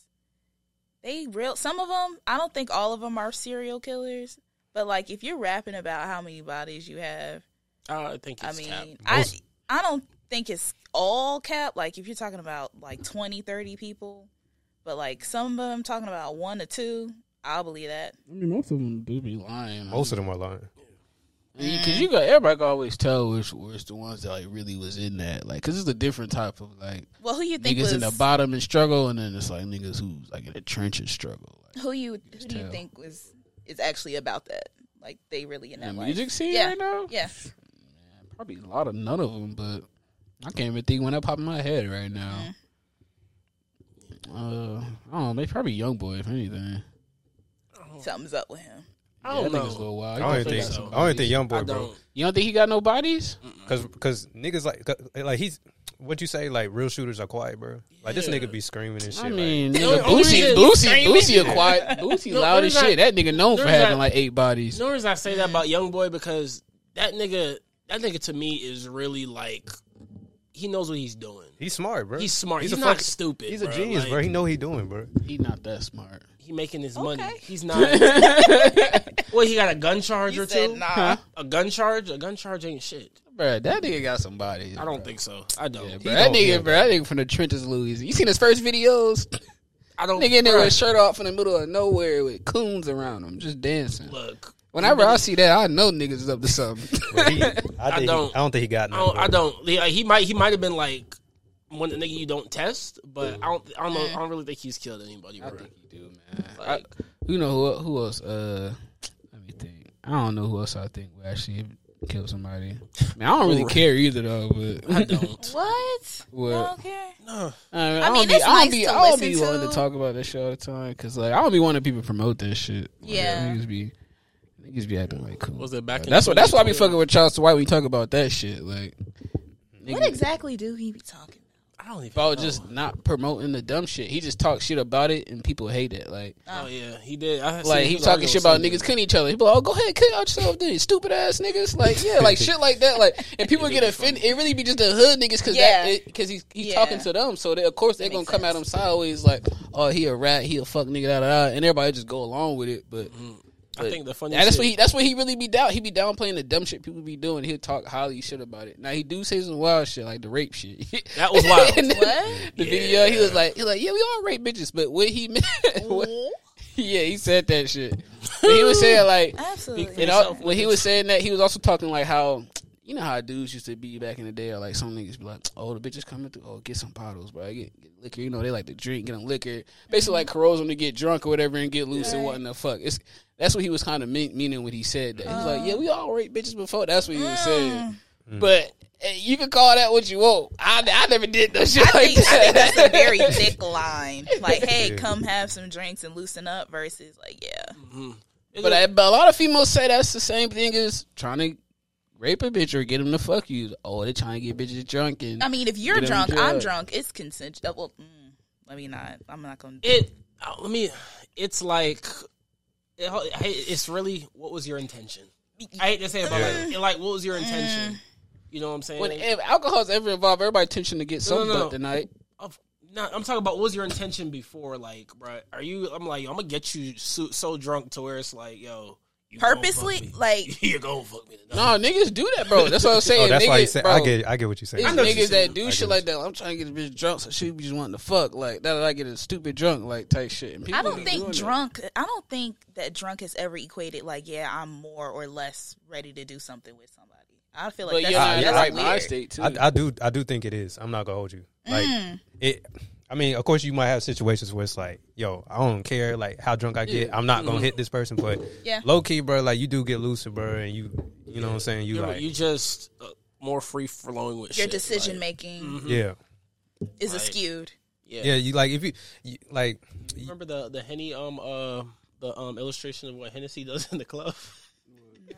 Speaker 4: they real. Some of them, I don't think all of them are serial killers, But like, if you're rapping about how many bodies you have,
Speaker 3: I think
Speaker 4: I
Speaker 3: it's
Speaker 4: mean,
Speaker 3: cap.
Speaker 4: I
Speaker 2: Most-
Speaker 4: I don't think it's all cap. Like, if you're talking about like 20, 30 people, but like some of them talking about one or two, I'll believe that.
Speaker 1: I mean, most of them do be lying.
Speaker 2: Most of them are lying.
Speaker 4: Mm.
Speaker 1: because you got everybody can always tell which was the ones that like really was in that. Like, because it's a different type of like
Speaker 4: Well, who you think
Speaker 1: niggas
Speaker 4: was
Speaker 1: in the bottom and struggle, and then it's like niggas who's like in the trenches struggle. Like,
Speaker 4: who you who do you
Speaker 1: tell.
Speaker 4: think was is actually about that? Like, they really
Speaker 1: in
Speaker 4: in
Speaker 1: the
Speaker 4: that life.
Speaker 1: music scene
Speaker 4: Yeah.
Speaker 1: right now,
Speaker 4: Yeah,
Speaker 1: probably a lot of none of them, but I can't even think when that popped in my head right now. Uh, I don't know. They probably young boy if anything.
Speaker 3: Oh.
Speaker 4: something's up with him.
Speaker 3: I don't
Speaker 1: that
Speaker 3: know.
Speaker 1: nigga's a little wild.
Speaker 2: I don't
Speaker 1: He
Speaker 2: even
Speaker 1: definitely
Speaker 2: think.
Speaker 1: got
Speaker 2: So.
Speaker 1: some
Speaker 2: I don't
Speaker 1: bodies.
Speaker 2: even think Mm, young
Speaker 3: I
Speaker 2: boy, bro.
Speaker 3: don't.
Speaker 1: You don't think he got no bodies?
Speaker 2: Cause, cause niggas like, 'cause, like he's what you say like real shooters are quiet, bro. Like this nigga be screaming and shit.
Speaker 1: I
Speaker 2: like-
Speaker 1: mean,
Speaker 3: The
Speaker 1: nigga,
Speaker 3: only
Speaker 1: Boosie,
Speaker 3: reason-
Speaker 1: Boosie, Boosie, a quiet, Boosie
Speaker 3: No,
Speaker 1: loud
Speaker 3: the
Speaker 1: as
Speaker 3: reason
Speaker 1: shit. That nigga known
Speaker 3: the
Speaker 1: for
Speaker 3: reason
Speaker 1: having
Speaker 3: I-
Speaker 1: like eight bodies.
Speaker 3: The only reason I say that about Young Boy because that nigga, that nigga to me is really like he knows what he's doing.
Speaker 2: he's smart, bro.
Speaker 3: He's smart. He's,
Speaker 2: a
Speaker 3: not
Speaker 2: fuck-
Speaker 3: stupid.
Speaker 2: He's a
Speaker 3: bro.
Speaker 2: genius,
Speaker 3: Like,
Speaker 2: bro. He know he doing, bro.
Speaker 1: He not that smart.
Speaker 3: He making his
Speaker 4: Okay.
Speaker 3: money. He's not. well, he got a gun charge
Speaker 4: You
Speaker 3: or
Speaker 4: said
Speaker 3: two.
Speaker 4: nah.
Speaker 3: A gun charge. A gun charge ain't shit.
Speaker 1: Bruh, that nigga got some bodies.
Speaker 3: I don't think so. I don't.
Speaker 1: Yeah,
Speaker 3: He-
Speaker 1: bro, that
Speaker 2: don't, he
Speaker 1: nigga,
Speaker 2: don't.
Speaker 1: bro, that nigga from the trenches, Louis. You seen his first videos?
Speaker 3: I don't.
Speaker 1: nigga in there
Speaker 3: bruh,
Speaker 1: with his shirt off in the middle of nowhere with coons around him, just dancing.
Speaker 3: Look,
Speaker 1: Whenever I see that, I know niggas is up to something.
Speaker 2: Bro, he- I, think I,
Speaker 3: don't-
Speaker 2: don't, I don't think he got.
Speaker 3: I
Speaker 2: Nothing,
Speaker 3: don't.
Speaker 2: bro.
Speaker 3: I don't yeah, he might. He might have been like one nigga you don't test, but I don't. I don't
Speaker 4: Eh.
Speaker 3: know. I don't really think he's killed anybody. Bro.
Speaker 1: he do, man.
Speaker 3: Like,
Speaker 1: You know who? Who else? Uh, let me think. I don't know who else I think would actually kill somebody. Man, I don't really care either though. But
Speaker 3: I don't.
Speaker 4: What?
Speaker 1: What?
Speaker 4: I don't care.
Speaker 1: I, mean,
Speaker 4: I
Speaker 1: I
Speaker 4: mean,
Speaker 1: don't be,
Speaker 4: it's
Speaker 1: I don't
Speaker 4: nice
Speaker 1: be,
Speaker 4: to
Speaker 1: I don't be
Speaker 4: listen
Speaker 1: wanting to
Speaker 4: to.
Speaker 1: talk about that shit all the time because like I don't be wanting people to promote that shit. Like,
Speaker 4: Yeah.
Speaker 1: niggas be, niggas be acting like cool.
Speaker 3: Was it back in
Speaker 1: That's what. That's why I be
Speaker 3: 2012?
Speaker 1: fucking with Charles White. when We talk about that shit like
Speaker 4: What exactly do he be talking?
Speaker 3: I don't even. know.
Speaker 1: about just not promoting the dumb shit. He just talks shit about it and people hate it. Like.
Speaker 3: Oh yeah, he did. I
Speaker 1: Like he talking shit about niggas killing each other. He be like, "Oh, go ahead, kill yourself, then stupid ass niggas." Like, yeah, like shit like that. Like, and people get offended. It really be just the hood niggas because
Speaker 4: Yeah.
Speaker 1: because he's he's
Speaker 4: Yeah.
Speaker 1: talking to them. So they, of course they're gonna
Speaker 4: makes
Speaker 1: come at him sideways, like, "Oh, he a rat, he a fuck nigga, da da da," and everybody just go along with it. But
Speaker 3: Mm-hmm. I think the funniest.
Speaker 1: that's
Speaker 3: shit,
Speaker 1: what he that's what he really be down. He be downplaying the dumb shit people be doing. He'll talk highly shit about it. Now he do say some wild shit like the rape shit.
Speaker 3: That was wild.
Speaker 1: And then
Speaker 4: What?
Speaker 1: The video he was like he like yeah we all rape bitches, but what he meant. what- yeah, he said that shit. But he was saying like
Speaker 4: Absolutely.
Speaker 1: you know, when he was saying that, he was also talking like how you know how dudes used to be back in the day, or like some niggas be like, "Oh, the bitches coming through. Oh, get some bottles, bro. Get, get liquor. You know, they like to drink, get them liquor. Basically, like
Speaker 4: Mm-hmm.
Speaker 1: corrose them to get drunk or whatever and get loose and what in the fuck. It's that's what he was kind of mean, meaning when he said that. He was like, "Yeah,
Speaker 4: Oh.
Speaker 1: we all raped bitches before. That's what he was saying."
Speaker 4: Mm.
Speaker 1: But eh, you can call that what you want. I, I never did no shit
Speaker 4: I
Speaker 1: like
Speaker 4: think, I think
Speaker 1: that.
Speaker 4: that's a very thick line. Like, hey, come have some drinks and loosen up. Versus, like, yeah,
Speaker 3: Mm.
Speaker 1: But, I, but a lot of females say that's the same thing as trying to rape a bitch or get them to fuck you. Oh, they trying to get bitches drunk and
Speaker 4: I mean, if you're
Speaker 1: Get him
Speaker 4: drunk, I'm
Speaker 1: drugged.
Speaker 4: drunk. It's consensual. Well, mm, let me not. I'm not gonna.
Speaker 3: it. uh, Let me. It's like. it- it's really what was your intention? I hate to say it, but like, it- like, what was your intention? You know what I'm saying?
Speaker 1: when if alcohol's ever involved, everybody tension to get some
Speaker 3: no, no.
Speaker 1: butt tonight.
Speaker 3: of not, I'm talking about what was your intention before? Like, bruh, are you? I'm like, I'm gonna get you so, so drunk to where it's like, yo, you gonna Oh, fuck
Speaker 4: Purposely?
Speaker 3: me.
Speaker 4: Like-
Speaker 3: you're gonna fuck me.
Speaker 1: No,
Speaker 3: Tonight.
Speaker 1: niggas do that, bro. That's what I'm saying.
Speaker 2: Oh, that's
Speaker 1: niggas,
Speaker 2: why he said.
Speaker 1: bro,
Speaker 2: I get. I get what you're
Speaker 1: It's
Speaker 2: saying.
Speaker 3: know what you're
Speaker 1: niggas
Speaker 3: saying.
Speaker 1: that do
Speaker 2: I
Speaker 1: shit
Speaker 2: get
Speaker 1: like that. I'm trying to get a bitch drunk, so she be just wanting to fuck. Like that, I get a stupid drunk, like type shit. And people
Speaker 4: I don't
Speaker 1: be
Speaker 4: think
Speaker 1: doing that.
Speaker 4: drunk. I don't think that drunk is ever equated. Like, yeah, I'm more or less ready to do something with somebody. I feel like
Speaker 1: But
Speaker 4: that's,
Speaker 1: you're not in the
Speaker 4: that's
Speaker 1: right
Speaker 4: weird.
Speaker 1: mind state too.
Speaker 2: I, I do. I do think it is. I'm not gonna hold you. Like it. I mean, of course, you might have situations where it's like, yo, I don't care like how drunk I get. I'm not gonna hit this person, but
Speaker 4: Yeah.
Speaker 2: low key, bro, like you do get looser, bro, and you, you know what I'm saying. You
Speaker 3: You're,
Speaker 2: like,
Speaker 3: you just uh, more free flowing with
Speaker 4: Your
Speaker 3: shit,
Speaker 4: decision
Speaker 3: like, mm-hmm,
Speaker 4: making
Speaker 2: yeah,
Speaker 4: is
Speaker 3: Right.
Speaker 4: skewed.
Speaker 3: yeah.
Speaker 2: yeah. You like if you, you like,
Speaker 3: Remember the the henny um uh the um illustration of what Hennessy does in the club.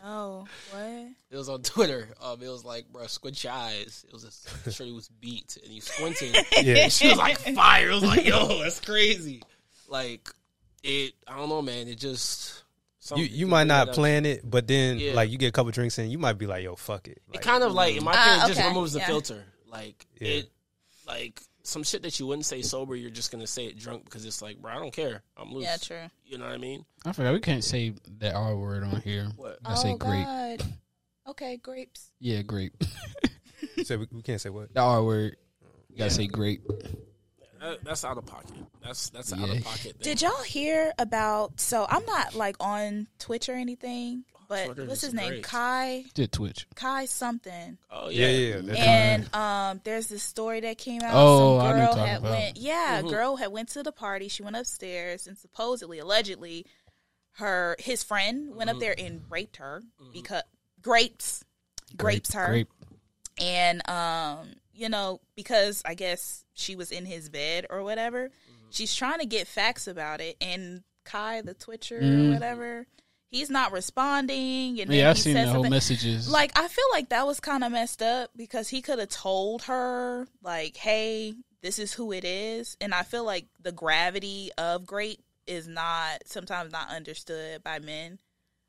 Speaker 4: No, what?
Speaker 3: It was on Twitter. Um, it was like, bro, squint your eyes. It was just sure he was beat and he squinting.
Speaker 2: yeah.
Speaker 3: she was like fire. It was like, yo, that's crazy. Like it. I don't know, man. It just some-
Speaker 2: You you might not
Speaker 3: it-
Speaker 2: plan it, but then
Speaker 3: Yeah.
Speaker 2: like you get a couple drinks in, you might be like, yo, fuck it.
Speaker 3: It
Speaker 2: Like,
Speaker 3: kind of like in my
Speaker 4: Ah,
Speaker 3: opinion, it just
Speaker 4: okay,
Speaker 3: removes the
Speaker 4: yeah.
Speaker 3: filter. Like
Speaker 2: Yeah.
Speaker 3: it, like some shit that you wouldn't say sober, you're just gonna say it drunk because it's like, bro, I don't care. I'm loose.
Speaker 4: Yeah, true.
Speaker 3: You know what I mean?
Speaker 1: I forgot we can't say that R word on here.
Speaker 3: What?
Speaker 1: I say grape.
Speaker 4: Oh, God. Okay, grapes.
Speaker 1: Yeah, grape.
Speaker 2: You said we, we can't say what.
Speaker 1: The R word. You gotta say grape.
Speaker 3: That- that's out of pocket. That's that's out
Speaker 1: Yeah.
Speaker 3: of pocket. Thing.
Speaker 4: Did y'all hear about? So I'm not like on Twitch or anything, but
Speaker 3: Twitter
Speaker 4: what's
Speaker 3: is
Speaker 4: his name?
Speaker 3: great.
Speaker 4: Kai,
Speaker 1: Did Twitch.
Speaker 4: Kai something.
Speaker 3: oh
Speaker 2: Yeah,
Speaker 3: yeah,
Speaker 2: yeah. yeah that's-
Speaker 4: and um, there's this story that came out.
Speaker 1: Oh, I
Speaker 4: Some
Speaker 1: know
Speaker 4: girl
Speaker 1: you're talking
Speaker 4: had
Speaker 1: about.
Speaker 4: went, yeah, a girl had went to the party. She went upstairs, and supposedly, allegedly, her his friend went up there and raped her because grapes, grapes her,
Speaker 1: Grape.
Speaker 4: and um, you know, because I guess she was in his bed or whatever. She's trying to get facts about it, and Kai, the Twitcher or whatever, he's not responding. And then
Speaker 1: Mm. Yeah, I've
Speaker 4: he
Speaker 1: seen
Speaker 4: says
Speaker 1: the whole
Speaker 4: something.
Speaker 1: messages.
Speaker 4: Like I feel like that was kind of messed up because he could have told her like, "Hey, this is who it is," and I feel like the gravity of grape is not sometimes not understood by men.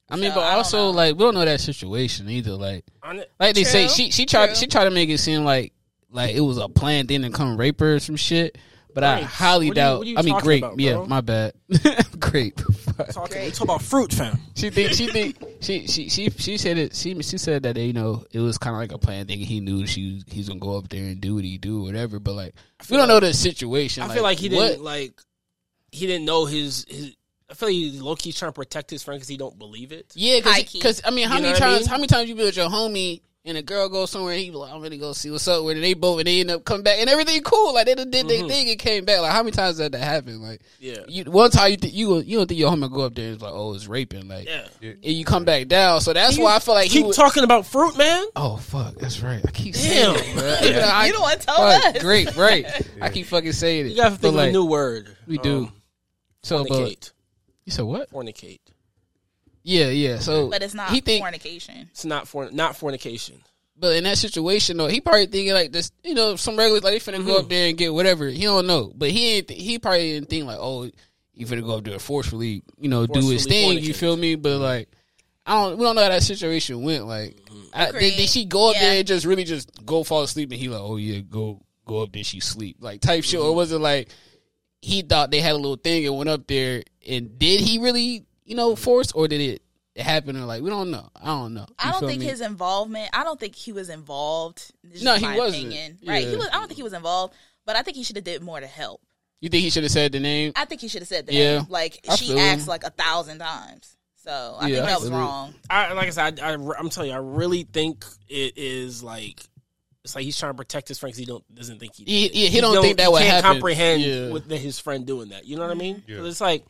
Speaker 1: I mean,
Speaker 4: so I
Speaker 1: but
Speaker 4: don't
Speaker 1: also
Speaker 4: know.
Speaker 1: like we don't know that situation either. Like,
Speaker 3: Hon-
Speaker 1: like they say,
Speaker 4: True,
Speaker 1: she she tried
Speaker 4: true.
Speaker 1: she tried to make it seem like like it was a planned thing to come rape her or some shit. But I
Speaker 3: Grapes.
Speaker 1: highly
Speaker 3: What are you-
Speaker 1: doubt.
Speaker 3: what are you
Speaker 1: I mean,
Speaker 3: talking
Speaker 1: grape.
Speaker 3: about,
Speaker 1: yeah,
Speaker 3: bro?
Speaker 1: my bad. grape.
Speaker 3: talking, we talk about fruit, fam.
Speaker 1: She think she think she she she she said it. She she said that you know it was kind of like a planned thing. He knew she he's gonna go up there and do what he do, whatever. But like we don't know the situation.
Speaker 3: I feel like he
Speaker 1: what-
Speaker 3: didn't like. He didn't know his his. I feel like he's low key trying to protect his friend because he don't believe it.
Speaker 1: Yeah,
Speaker 4: High key.
Speaker 1: because I mean, how
Speaker 3: You know
Speaker 1: many
Speaker 3: what I
Speaker 1: times?
Speaker 3: mean?
Speaker 1: How many times you be with your homie and a girl goes somewhere and he be like, I'm gonna go see what's up with it. They both and they end up coming back and everything cool. Like they done did their thing and came back. Like how many times did that happen? Like
Speaker 3: Mm-hmm.
Speaker 1: you,
Speaker 3: Yeah.
Speaker 1: one time you think you you don't think your homie go up there and it's like, oh, it's raping. Like
Speaker 3: Yeah.
Speaker 1: and you come back down. So that's why I feel like he
Speaker 3: Keep
Speaker 1: would.
Speaker 3: talking about fruit, man.
Speaker 1: oh fuck, that's right. I keep
Speaker 3: Damn.
Speaker 1: saying it. bruh. Even though I-
Speaker 4: You don't want to tell
Speaker 1: fuck,
Speaker 4: us.
Speaker 1: Great, right? I keep fucking saying it.
Speaker 3: You gotta
Speaker 1: But,
Speaker 3: think of a
Speaker 1: like,
Speaker 3: new word.
Speaker 1: We do.
Speaker 3: Um,
Speaker 1: so, but
Speaker 3: fornicate.
Speaker 1: you said what?
Speaker 3: Fornicate.
Speaker 1: Yeah, yeah. So,
Speaker 4: But it's not
Speaker 1: He think
Speaker 4: fornication.
Speaker 3: It's not for not fornication.
Speaker 1: But in that situation, though, he probably thinking like this. You know, some regulars like they finna
Speaker 4: Mm-hmm.
Speaker 1: go up there and get whatever. He don't know, but he ain't. He probably didn't think like, oh, you finna go up there forcefully. You know, do his
Speaker 3: Forcefully
Speaker 1: thing. You
Speaker 3: fornicate.
Speaker 1: feel me? But
Speaker 4: Mm-hmm.
Speaker 1: like, I don't. We don't know how that situation went. Like, I, did,
Speaker 4: Agreed.
Speaker 1: did she go up
Speaker 4: Mm-hmm. Yeah.
Speaker 1: there and just really just go fall asleep? And he like, oh yeah, go go up there. She sleep like type shit,
Speaker 4: Mm-hmm.
Speaker 1: or was it like he thought they had a little thing and went up there? And did he really, you know, force or did it? happen? or like we don't know. I don't know.
Speaker 4: I
Speaker 1: You
Speaker 4: don't
Speaker 1: feel
Speaker 4: think
Speaker 1: me?
Speaker 4: his involvement. I don't think he was involved. This is
Speaker 1: No,
Speaker 4: just
Speaker 1: he
Speaker 4: my
Speaker 1: wasn't.
Speaker 4: Opinion. Right? He
Speaker 1: Yeah.
Speaker 4: was. I don't think he was involved, but I think he should have did more to help.
Speaker 1: You think he should have said the name?
Speaker 4: I think he should have said that.
Speaker 1: Yeah,
Speaker 4: Like
Speaker 1: I
Speaker 4: she
Speaker 1: feel
Speaker 4: acts
Speaker 1: him.
Speaker 4: like a thousand times. So I
Speaker 1: Yeah,
Speaker 4: think
Speaker 1: I
Speaker 4: that was
Speaker 1: feel it.
Speaker 4: wrong.
Speaker 3: I like I said, I, I, am telling you, I really think it is like it's like he's trying to protect his friend because he don't doesn't think he.
Speaker 1: Yeah,
Speaker 3: did.
Speaker 1: yeah, he don't think that
Speaker 3: he
Speaker 1: would
Speaker 3: can't
Speaker 1: happen.
Speaker 3: comprehend
Speaker 1: Yeah.
Speaker 3: with the, his friend doing that. You know what I mean? 'Cause It's like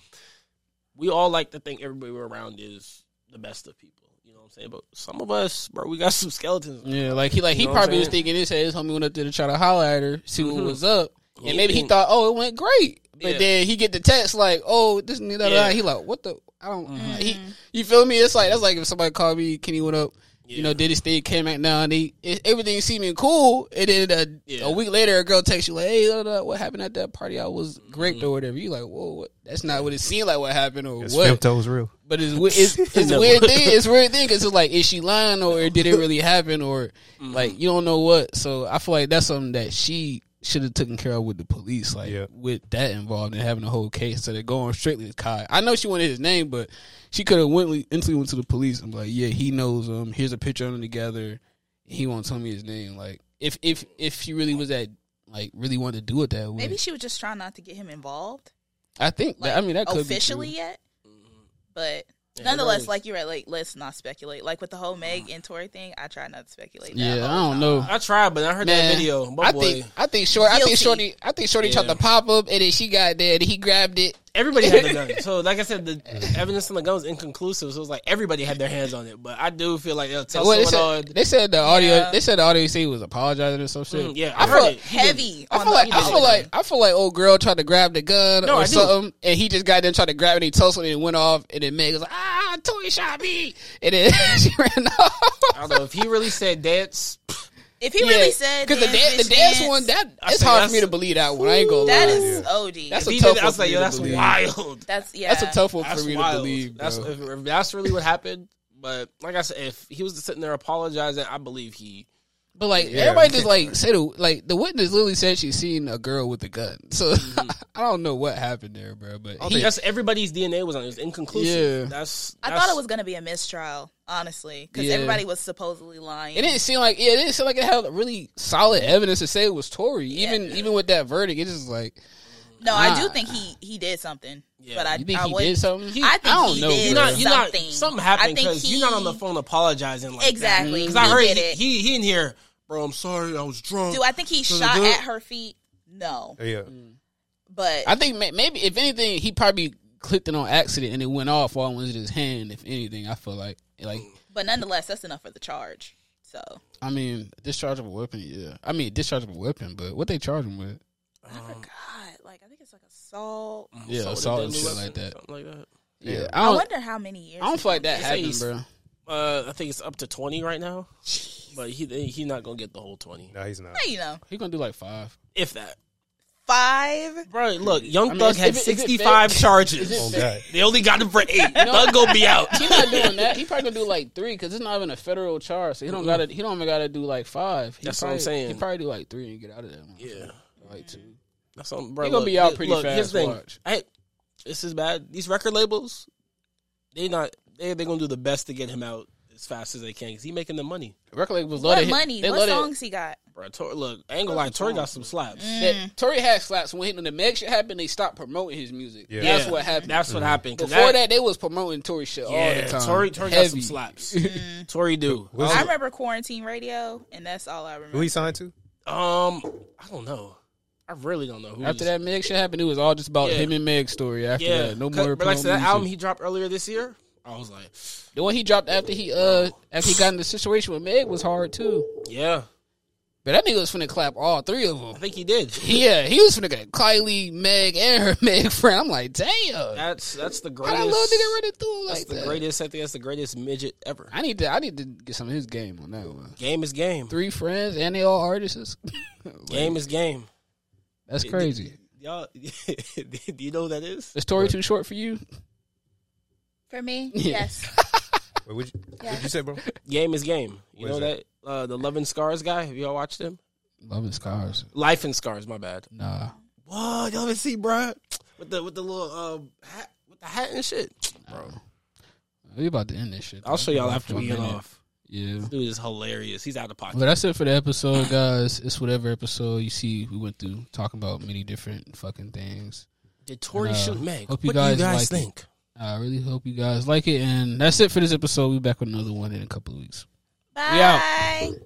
Speaker 3: we all like to think everybody we're around is the best of people. You know what I'm saying? But some of us, bro, we got some skeletons.
Speaker 1: Yeah, like he like he
Speaker 3: know what I'm
Speaker 1: probably was
Speaker 3: saying? Mm-hmm.
Speaker 1: thinking his head. His homie went up there to try to holler at her, see what was up,
Speaker 3: Yeah.
Speaker 1: and maybe he thought, oh, it went great. But
Speaker 3: Yeah.
Speaker 1: then he get the text like, oh, this and that.
Speaker 3: Yeah. Mm-hmm.
Speaker 1: He like, what the? I don't. He, you feel me? It's like that's like if somebody called me, Kenny went up. You know, did his thing, came back down. They it, everything seeming cool, and then uh,
Speaker 3: Yeah.
Speaker 1: a week later, a girl texts you like, "Hey, da, da, da, what happened at that party? I was great
Speaker 3: Mm-hmm.
Speaker 1: or whatever." You like, "Whoa, what? that's not what it seemed like. What happened or
Speaker 2: It's
Speaker 1: what?"
Speaker 2: Femto's real.
Speaker 1: But it's we- it's, it's a weird thing. It's a weird thing because it's like, is she lying or did it really happen or like you don't know what. So I feel like that's something that she should have taken care of with the police, like
Speaker 2: Yeah.
Speaker 1: with that involved and having a whole case instead of going strictly to Kai. I know she wanted his name, but she could have went instantly went to the police and be like, yeah, he knows him. Here's a picture of them together. He won't tell me his name. Like if if if she really was that like really wanted to do it that way,
Speaker 4: Maybe she was just trying not to get him involved.
Speaker 1: I think.
Speaker 4: Like,
Speaker 1: that, I mean, that could be true.
Speaker 4: officially yet, but
Speaker 3: Yeah,
Speaker 4: nonetheless,
Speaker 3: everybody's-
Speaker 4: like you're right. Like let's not speculate. Like with the whole Meg and Tory thing, I try not to speculate.
Speaker 1: Yeah,
Speaker 4: that.
Speaker 1: I don't know.
Speaker 3: I tried, but I heard
Speaker 1: Man,
Speaker 3: that video. My
Speaker 1: I
Speaker 3: boy,
Speaker 1: think I think short. I think
Speaker 4: Guilty.
Speaker 1: shorty. I think shorty tried
Speaker 3: Yeah.
Speaker 1: to pop up, and then she got there, and he grabbed it.
Speaker 3: everybody had the gun. So, like I said, the evidence on the gun was inconclusive. So it was like everybody had their hands on it. But I do feel like they'll tell
Speaker 1: Well, they,
Speaker 3: someone
Speaker 1: said, they said the audio.
Speaker 4: Yeah.
Speaker 1: They said the audio say was apologizing or some shit.
Speaker 3: on. Mm, yeah,
Speaker 1: I
Speaker 3: I,
Speaker 1: feel-
Speaker 3: heard it. He did.
Speaker 4: Heavy.
Speaker 1: I
Speaker 4: on
Speaker 1: feel
Speaker 4: the-
Speaker 1: like
Speaker 4: you
Speaker 1: I
Speaker 4: know,
Speaker 1: feel like I feel like old girl tried to grab the gun
Speaker 3: No,
Speaker 1: or
Speaker 3: I do.
Speaker 1: something, and he just got there and tried to grab it. He toasted it and went off, and then Meg was like, "Ah, Toy shot me," and then she ran off.
Speaker 3: I don't know if he really said dance.
Speaker 4: if he really said
Speaker 1: because the,
Speaker 4: dance,
Speaker 1: dan- the
Speaker 4: bitch,
Speaker 1: dance one that
Speaker 3: I
Speaker 1: it's
Speaker 3: say
Speaker 1: hard
Speaker 3: that's-
Speaker 1: for me to believe that one. I ain't gonna
Speaker 4: that
Speaker 1: lie.
Speaker 4: is od.
Speaker 1: That's
Speaker 4: That's,
Speaker 1: a
Speaker 3: He
Speaker 1: tough
Speaker 3: did, it,
Speaker 1: one
Speaker 3: I was
Speaker 1: for
Speaker 3: like,
Speaker 1: me
Speaker 3: yo,
Speaker 1: to
Speaker 3: that's
Speaker 1: believe.
Speaker 3: wild.
Speaker 4: yeah.
Speaker 1: That's a tough one
Speaker 3: That's
Speaker 1: for me
Speaker 3: wild.
Speaker 1: to believe.
Speaker 3: That's
Speaker 1: bro.
Speaker 3: if, if that's really what happened. But like I said, if he was sitting there apologizing, I believe he.
Speaker 1: But like
Speaker 2: Yeah.
Speaker 1: everybody just like said, the- like the witness literally said she seen a girl with a gun. So I don't know what happened there, bro. But
Speaker 3: Mm-hmm. I
Speaker 1: he-
Speaker 3: think that's everybody's DNA was on. it. It was inconclusive.
Speaker 1: Yeah.
Speaker 3: That's,
Speaker 4: I
Speaker 3: that's-
Speaker 4: thought it was going to be a mistrial, honestly, because
Speaker 1: Yeah.
Speaker 4: everybody was supposedly lying.
Speaker 1: it didn't seem like yeah, it didn't seem like it had really solid evidence to say it was Tory. Even even with that verdict, it's just like
Speaker 4: no, I do
Speaker 1: Ah.
Speaker 4: think he he did something,
Speaker 3: Yeah.
Speaker 4: but I
Speaker 1: you think
Speaker 4: I
Speaker 1: he
Speaker 4: would,
Speaker 1: did something.
Speaker 4: I think
Speaker 1: don't
Speaker 4: he
Speaker 1: know.
Speaker 4: did.
Speaker 1: bro.
Speaker 3: You're not, you're not,
Speaker 4: Something.
Speaker 3: something.
Speaker 4: I
Speaker 3: happened
Speaker 4: think
Speaker 3: because you're not on the
Speaker 4: he-
Speaker 3: phone apologizing like
Speaker 4: Exactly.
Speaker 3: Because I
Speaker 4: He
Speaker 3: heard
Speaker 4: did
Speaker 3: he,
Speaker 4: it.
Speaker 3: he he in here, bro. I'm sorry, I was drunk.
Speaker 4: Do I think he
Speaker 3: So the
Speaker 4: shot
Speaker 3: dude-
Speaker 4: at her feet? No,
Speaker 2: Yeah.
Speaker 4: but
Speaker 1: I think ma- maybe if anything, he probably clicked it on accident and it went off while it was in his hand. If anything, I feel like like
Speaker 4: but nonetheless, that's enough for the charge. So
Speaker 1: I mean dischargeable weapon. Yeah, I mean dischargeable weapon. But what they charge him with?
Speaker 4: I
Speaker 1: Mm-hmm.
Speaker 4: forgot. Like I think it's like assault.
Speaker 1: Yeah,
Speaker 3: Sold a
Speaker 1: assault and
Speaker 3: deadly
Speaker 1: shit
Speaker 3: weapon,
Speaker 1: like that.
Speaker 3: something like that.
Speaker 1: Yeah,
Speaker 4: I,
Speaker 1: I don't.
Speaker 4: wonder how many years.
Speaker 1: Oh, I don't feel like that
Speaker 3: They say
Speaker 1: happened,
Speaker 3: he's-
Speaker 1: bro.
Speaker 3: Uh, I think it's up to twenty right now, but he he's not gonna get the whole twenty,
Speaker 2: No, he's not.
Speaker 4: You know,
Speaker 1: He gonna do like five.
Speaker 3: if that.
Speaker 4: five.
Speaker 3: Bro, look, Young
Speaker 1: I mean,
Speaker 3: Thug
Speaker 1: is-
Speaker 3: had
Speaker 1: if it- is it
Speaker 3: sixty five
Speaker 1: fair-
Speaker 3: charges.
Speaker 1: is
Speaker 2: Oh God.
Speaker 3: They only got him for eight. Thug gonna be out.
Speaker 1: He not doing that. He probably gonna do like three because it's not even a federal charge. So he don't gotta. He don't even gotta do like five. He
Speaker 3: That's what I'm
Speaker 1: probably,
Speaker 3: saying.
Speaker 1: He probably do like three and get out of that one.
Speaker 3: Yeah.
Speaker 1: like two.
Speaker 3: That's something, bro.
Speaker 1: He gonna
Speaker 3: look,
Speaker 1: be out
Speaker 3: look,
Speaker 1: pretty
Speaker 3: look, Here's
Speaker 1: fast,
Speaker 3: the thing.
Speaker 1: watch.
Speaker 3: Hey, this is bad. These record labels, they not they they gonna do the best to get him out as fast as they can because he making the money.
Speaker 1: Record label was
Speaker 4: What
Speaker 1: loaded.
Speaker 4: money?
Speaker 1: They
Speaker 4: What
Speaker 1: loaded-
Speaker 4: songs he got?
Speaker 3: Bro, Tor, look, I ain't gonna lie, Tory got some slaps.
Speaker 4: Mm.
Speaker 1: That Tory had slaps when, he, when the Meg shit happened. They stopped promoting his music.
Speaker 2: Yeah.
Speaker 1: That's
Speaker 3: Yeah,
Speaker 1: what happened.
Speaker 3: That's what happened. Mm. 'cause
Speaker 1: Before that, they was promoting Tory shit all
Speaker 3: yeah,
Speaker 1: the time.
Speaker 3: Tory, Tory got some
Speaker 1: Heavy.
Speaker 3: slaps.
Speaker 1: Mm.
Speaker 3: Tory do.
Speaker 2: Who's
Speaker 4: I
Speaker 2: he,
Speaker 4: remember quarantine radio, and that's all I remember.
Speaker 2: who he signed to?
Speaker 3: Um, I don't know. I really don't know who.
Speaker 1: After
Speaker 3: he's-
Speaker 1: that Meg shit happened, it was all just about
Speaker 3: Yeah.
Speaker 1: him and Meg's story. After
Speaker 3: yeah,
Speaker 1: that, no
Speaker 3: 'cause-
Speaker 1: more.
Speaker 3: But like I said,
Speaker 1: promo
Speaker 3: that album
Speaker 1: music.
Speaker 3: he dropped earlier this year, I was like,
Speaker 1: the one he dropped after he uh after he got in the situation with Meg was hard too.
Speaker 3: yeah,
Speaker 1: But that nigga was finna clap all three of them.
Speaker 3: I think he did.
Speaker 1: Yeah, he was finna get Kylie, Meg, and her Meg friend. I'm like, damn. How
Speaker 3: That's that's the
Speaker 1: that
Speaker 3: greatest.
Speaker 1: little nigga running through
Speaker 3: that's
Speaker 1: like
Speaker 3: the
Speaker 1: that?
Speaker 3: greatest. I think that's the greatest midget ever.
Speaker 1: I need to I need to get some of his game on that one.
Speaker 3: Game is game.
Speaker 1: Three friends and they all artists.
Speaker 3: Game is game.
Speaker 1: That's crazy.
Speaker 3: Y'all, do you know who that is?
Speaker 1: The story too short for you?
Speaker 4: For me,
Speaker 1: Yeah.
Speaker 4: yes.
Speaker 2: Wait, what'd you, what'd you say, bro?
Speaker 3: Game is game. You
Speaker 2: What
Speaker 3: know
Speaker 2: is
Speaker 3: that, uh, the Love and Scars guy. Have y'all watched him?
Speaker 1: Loving scars.
Speaker 3: Life and Scars. My bad.
Speaker 1: Nah.
Speaker 3: What y'all haven't seen, bruh? With the with the little uh, hat, with the hat and shit. Bro,
Speaker 1: We about to end this shit.
Speaker 3: I'll show y'all after we uh, get
Speaker 1: Minute.
Speaker 3: off.
Speaker 1: Yeah.
Speaker 3: Dude is hilarious. He's out of pocket.
Speaker 1: But that's it for the episode, guys. It's whatever episode you see. We went through talking about many different fucking things.
Speaker 3: Did Tory
Speaker 1: Uh,
Speaker 3: shoot Meg?
Speaker 1: hope you
Speaker 3: what
Speaker 1: guys
Speaker 3: do you guys
Speaker 1: like it.
Speaker 3: think?
Speaker 1: I really hope you guys like it. And that's it for this episode. We'll be back with another one in a couple of weeks.
Speaker 4: Bye.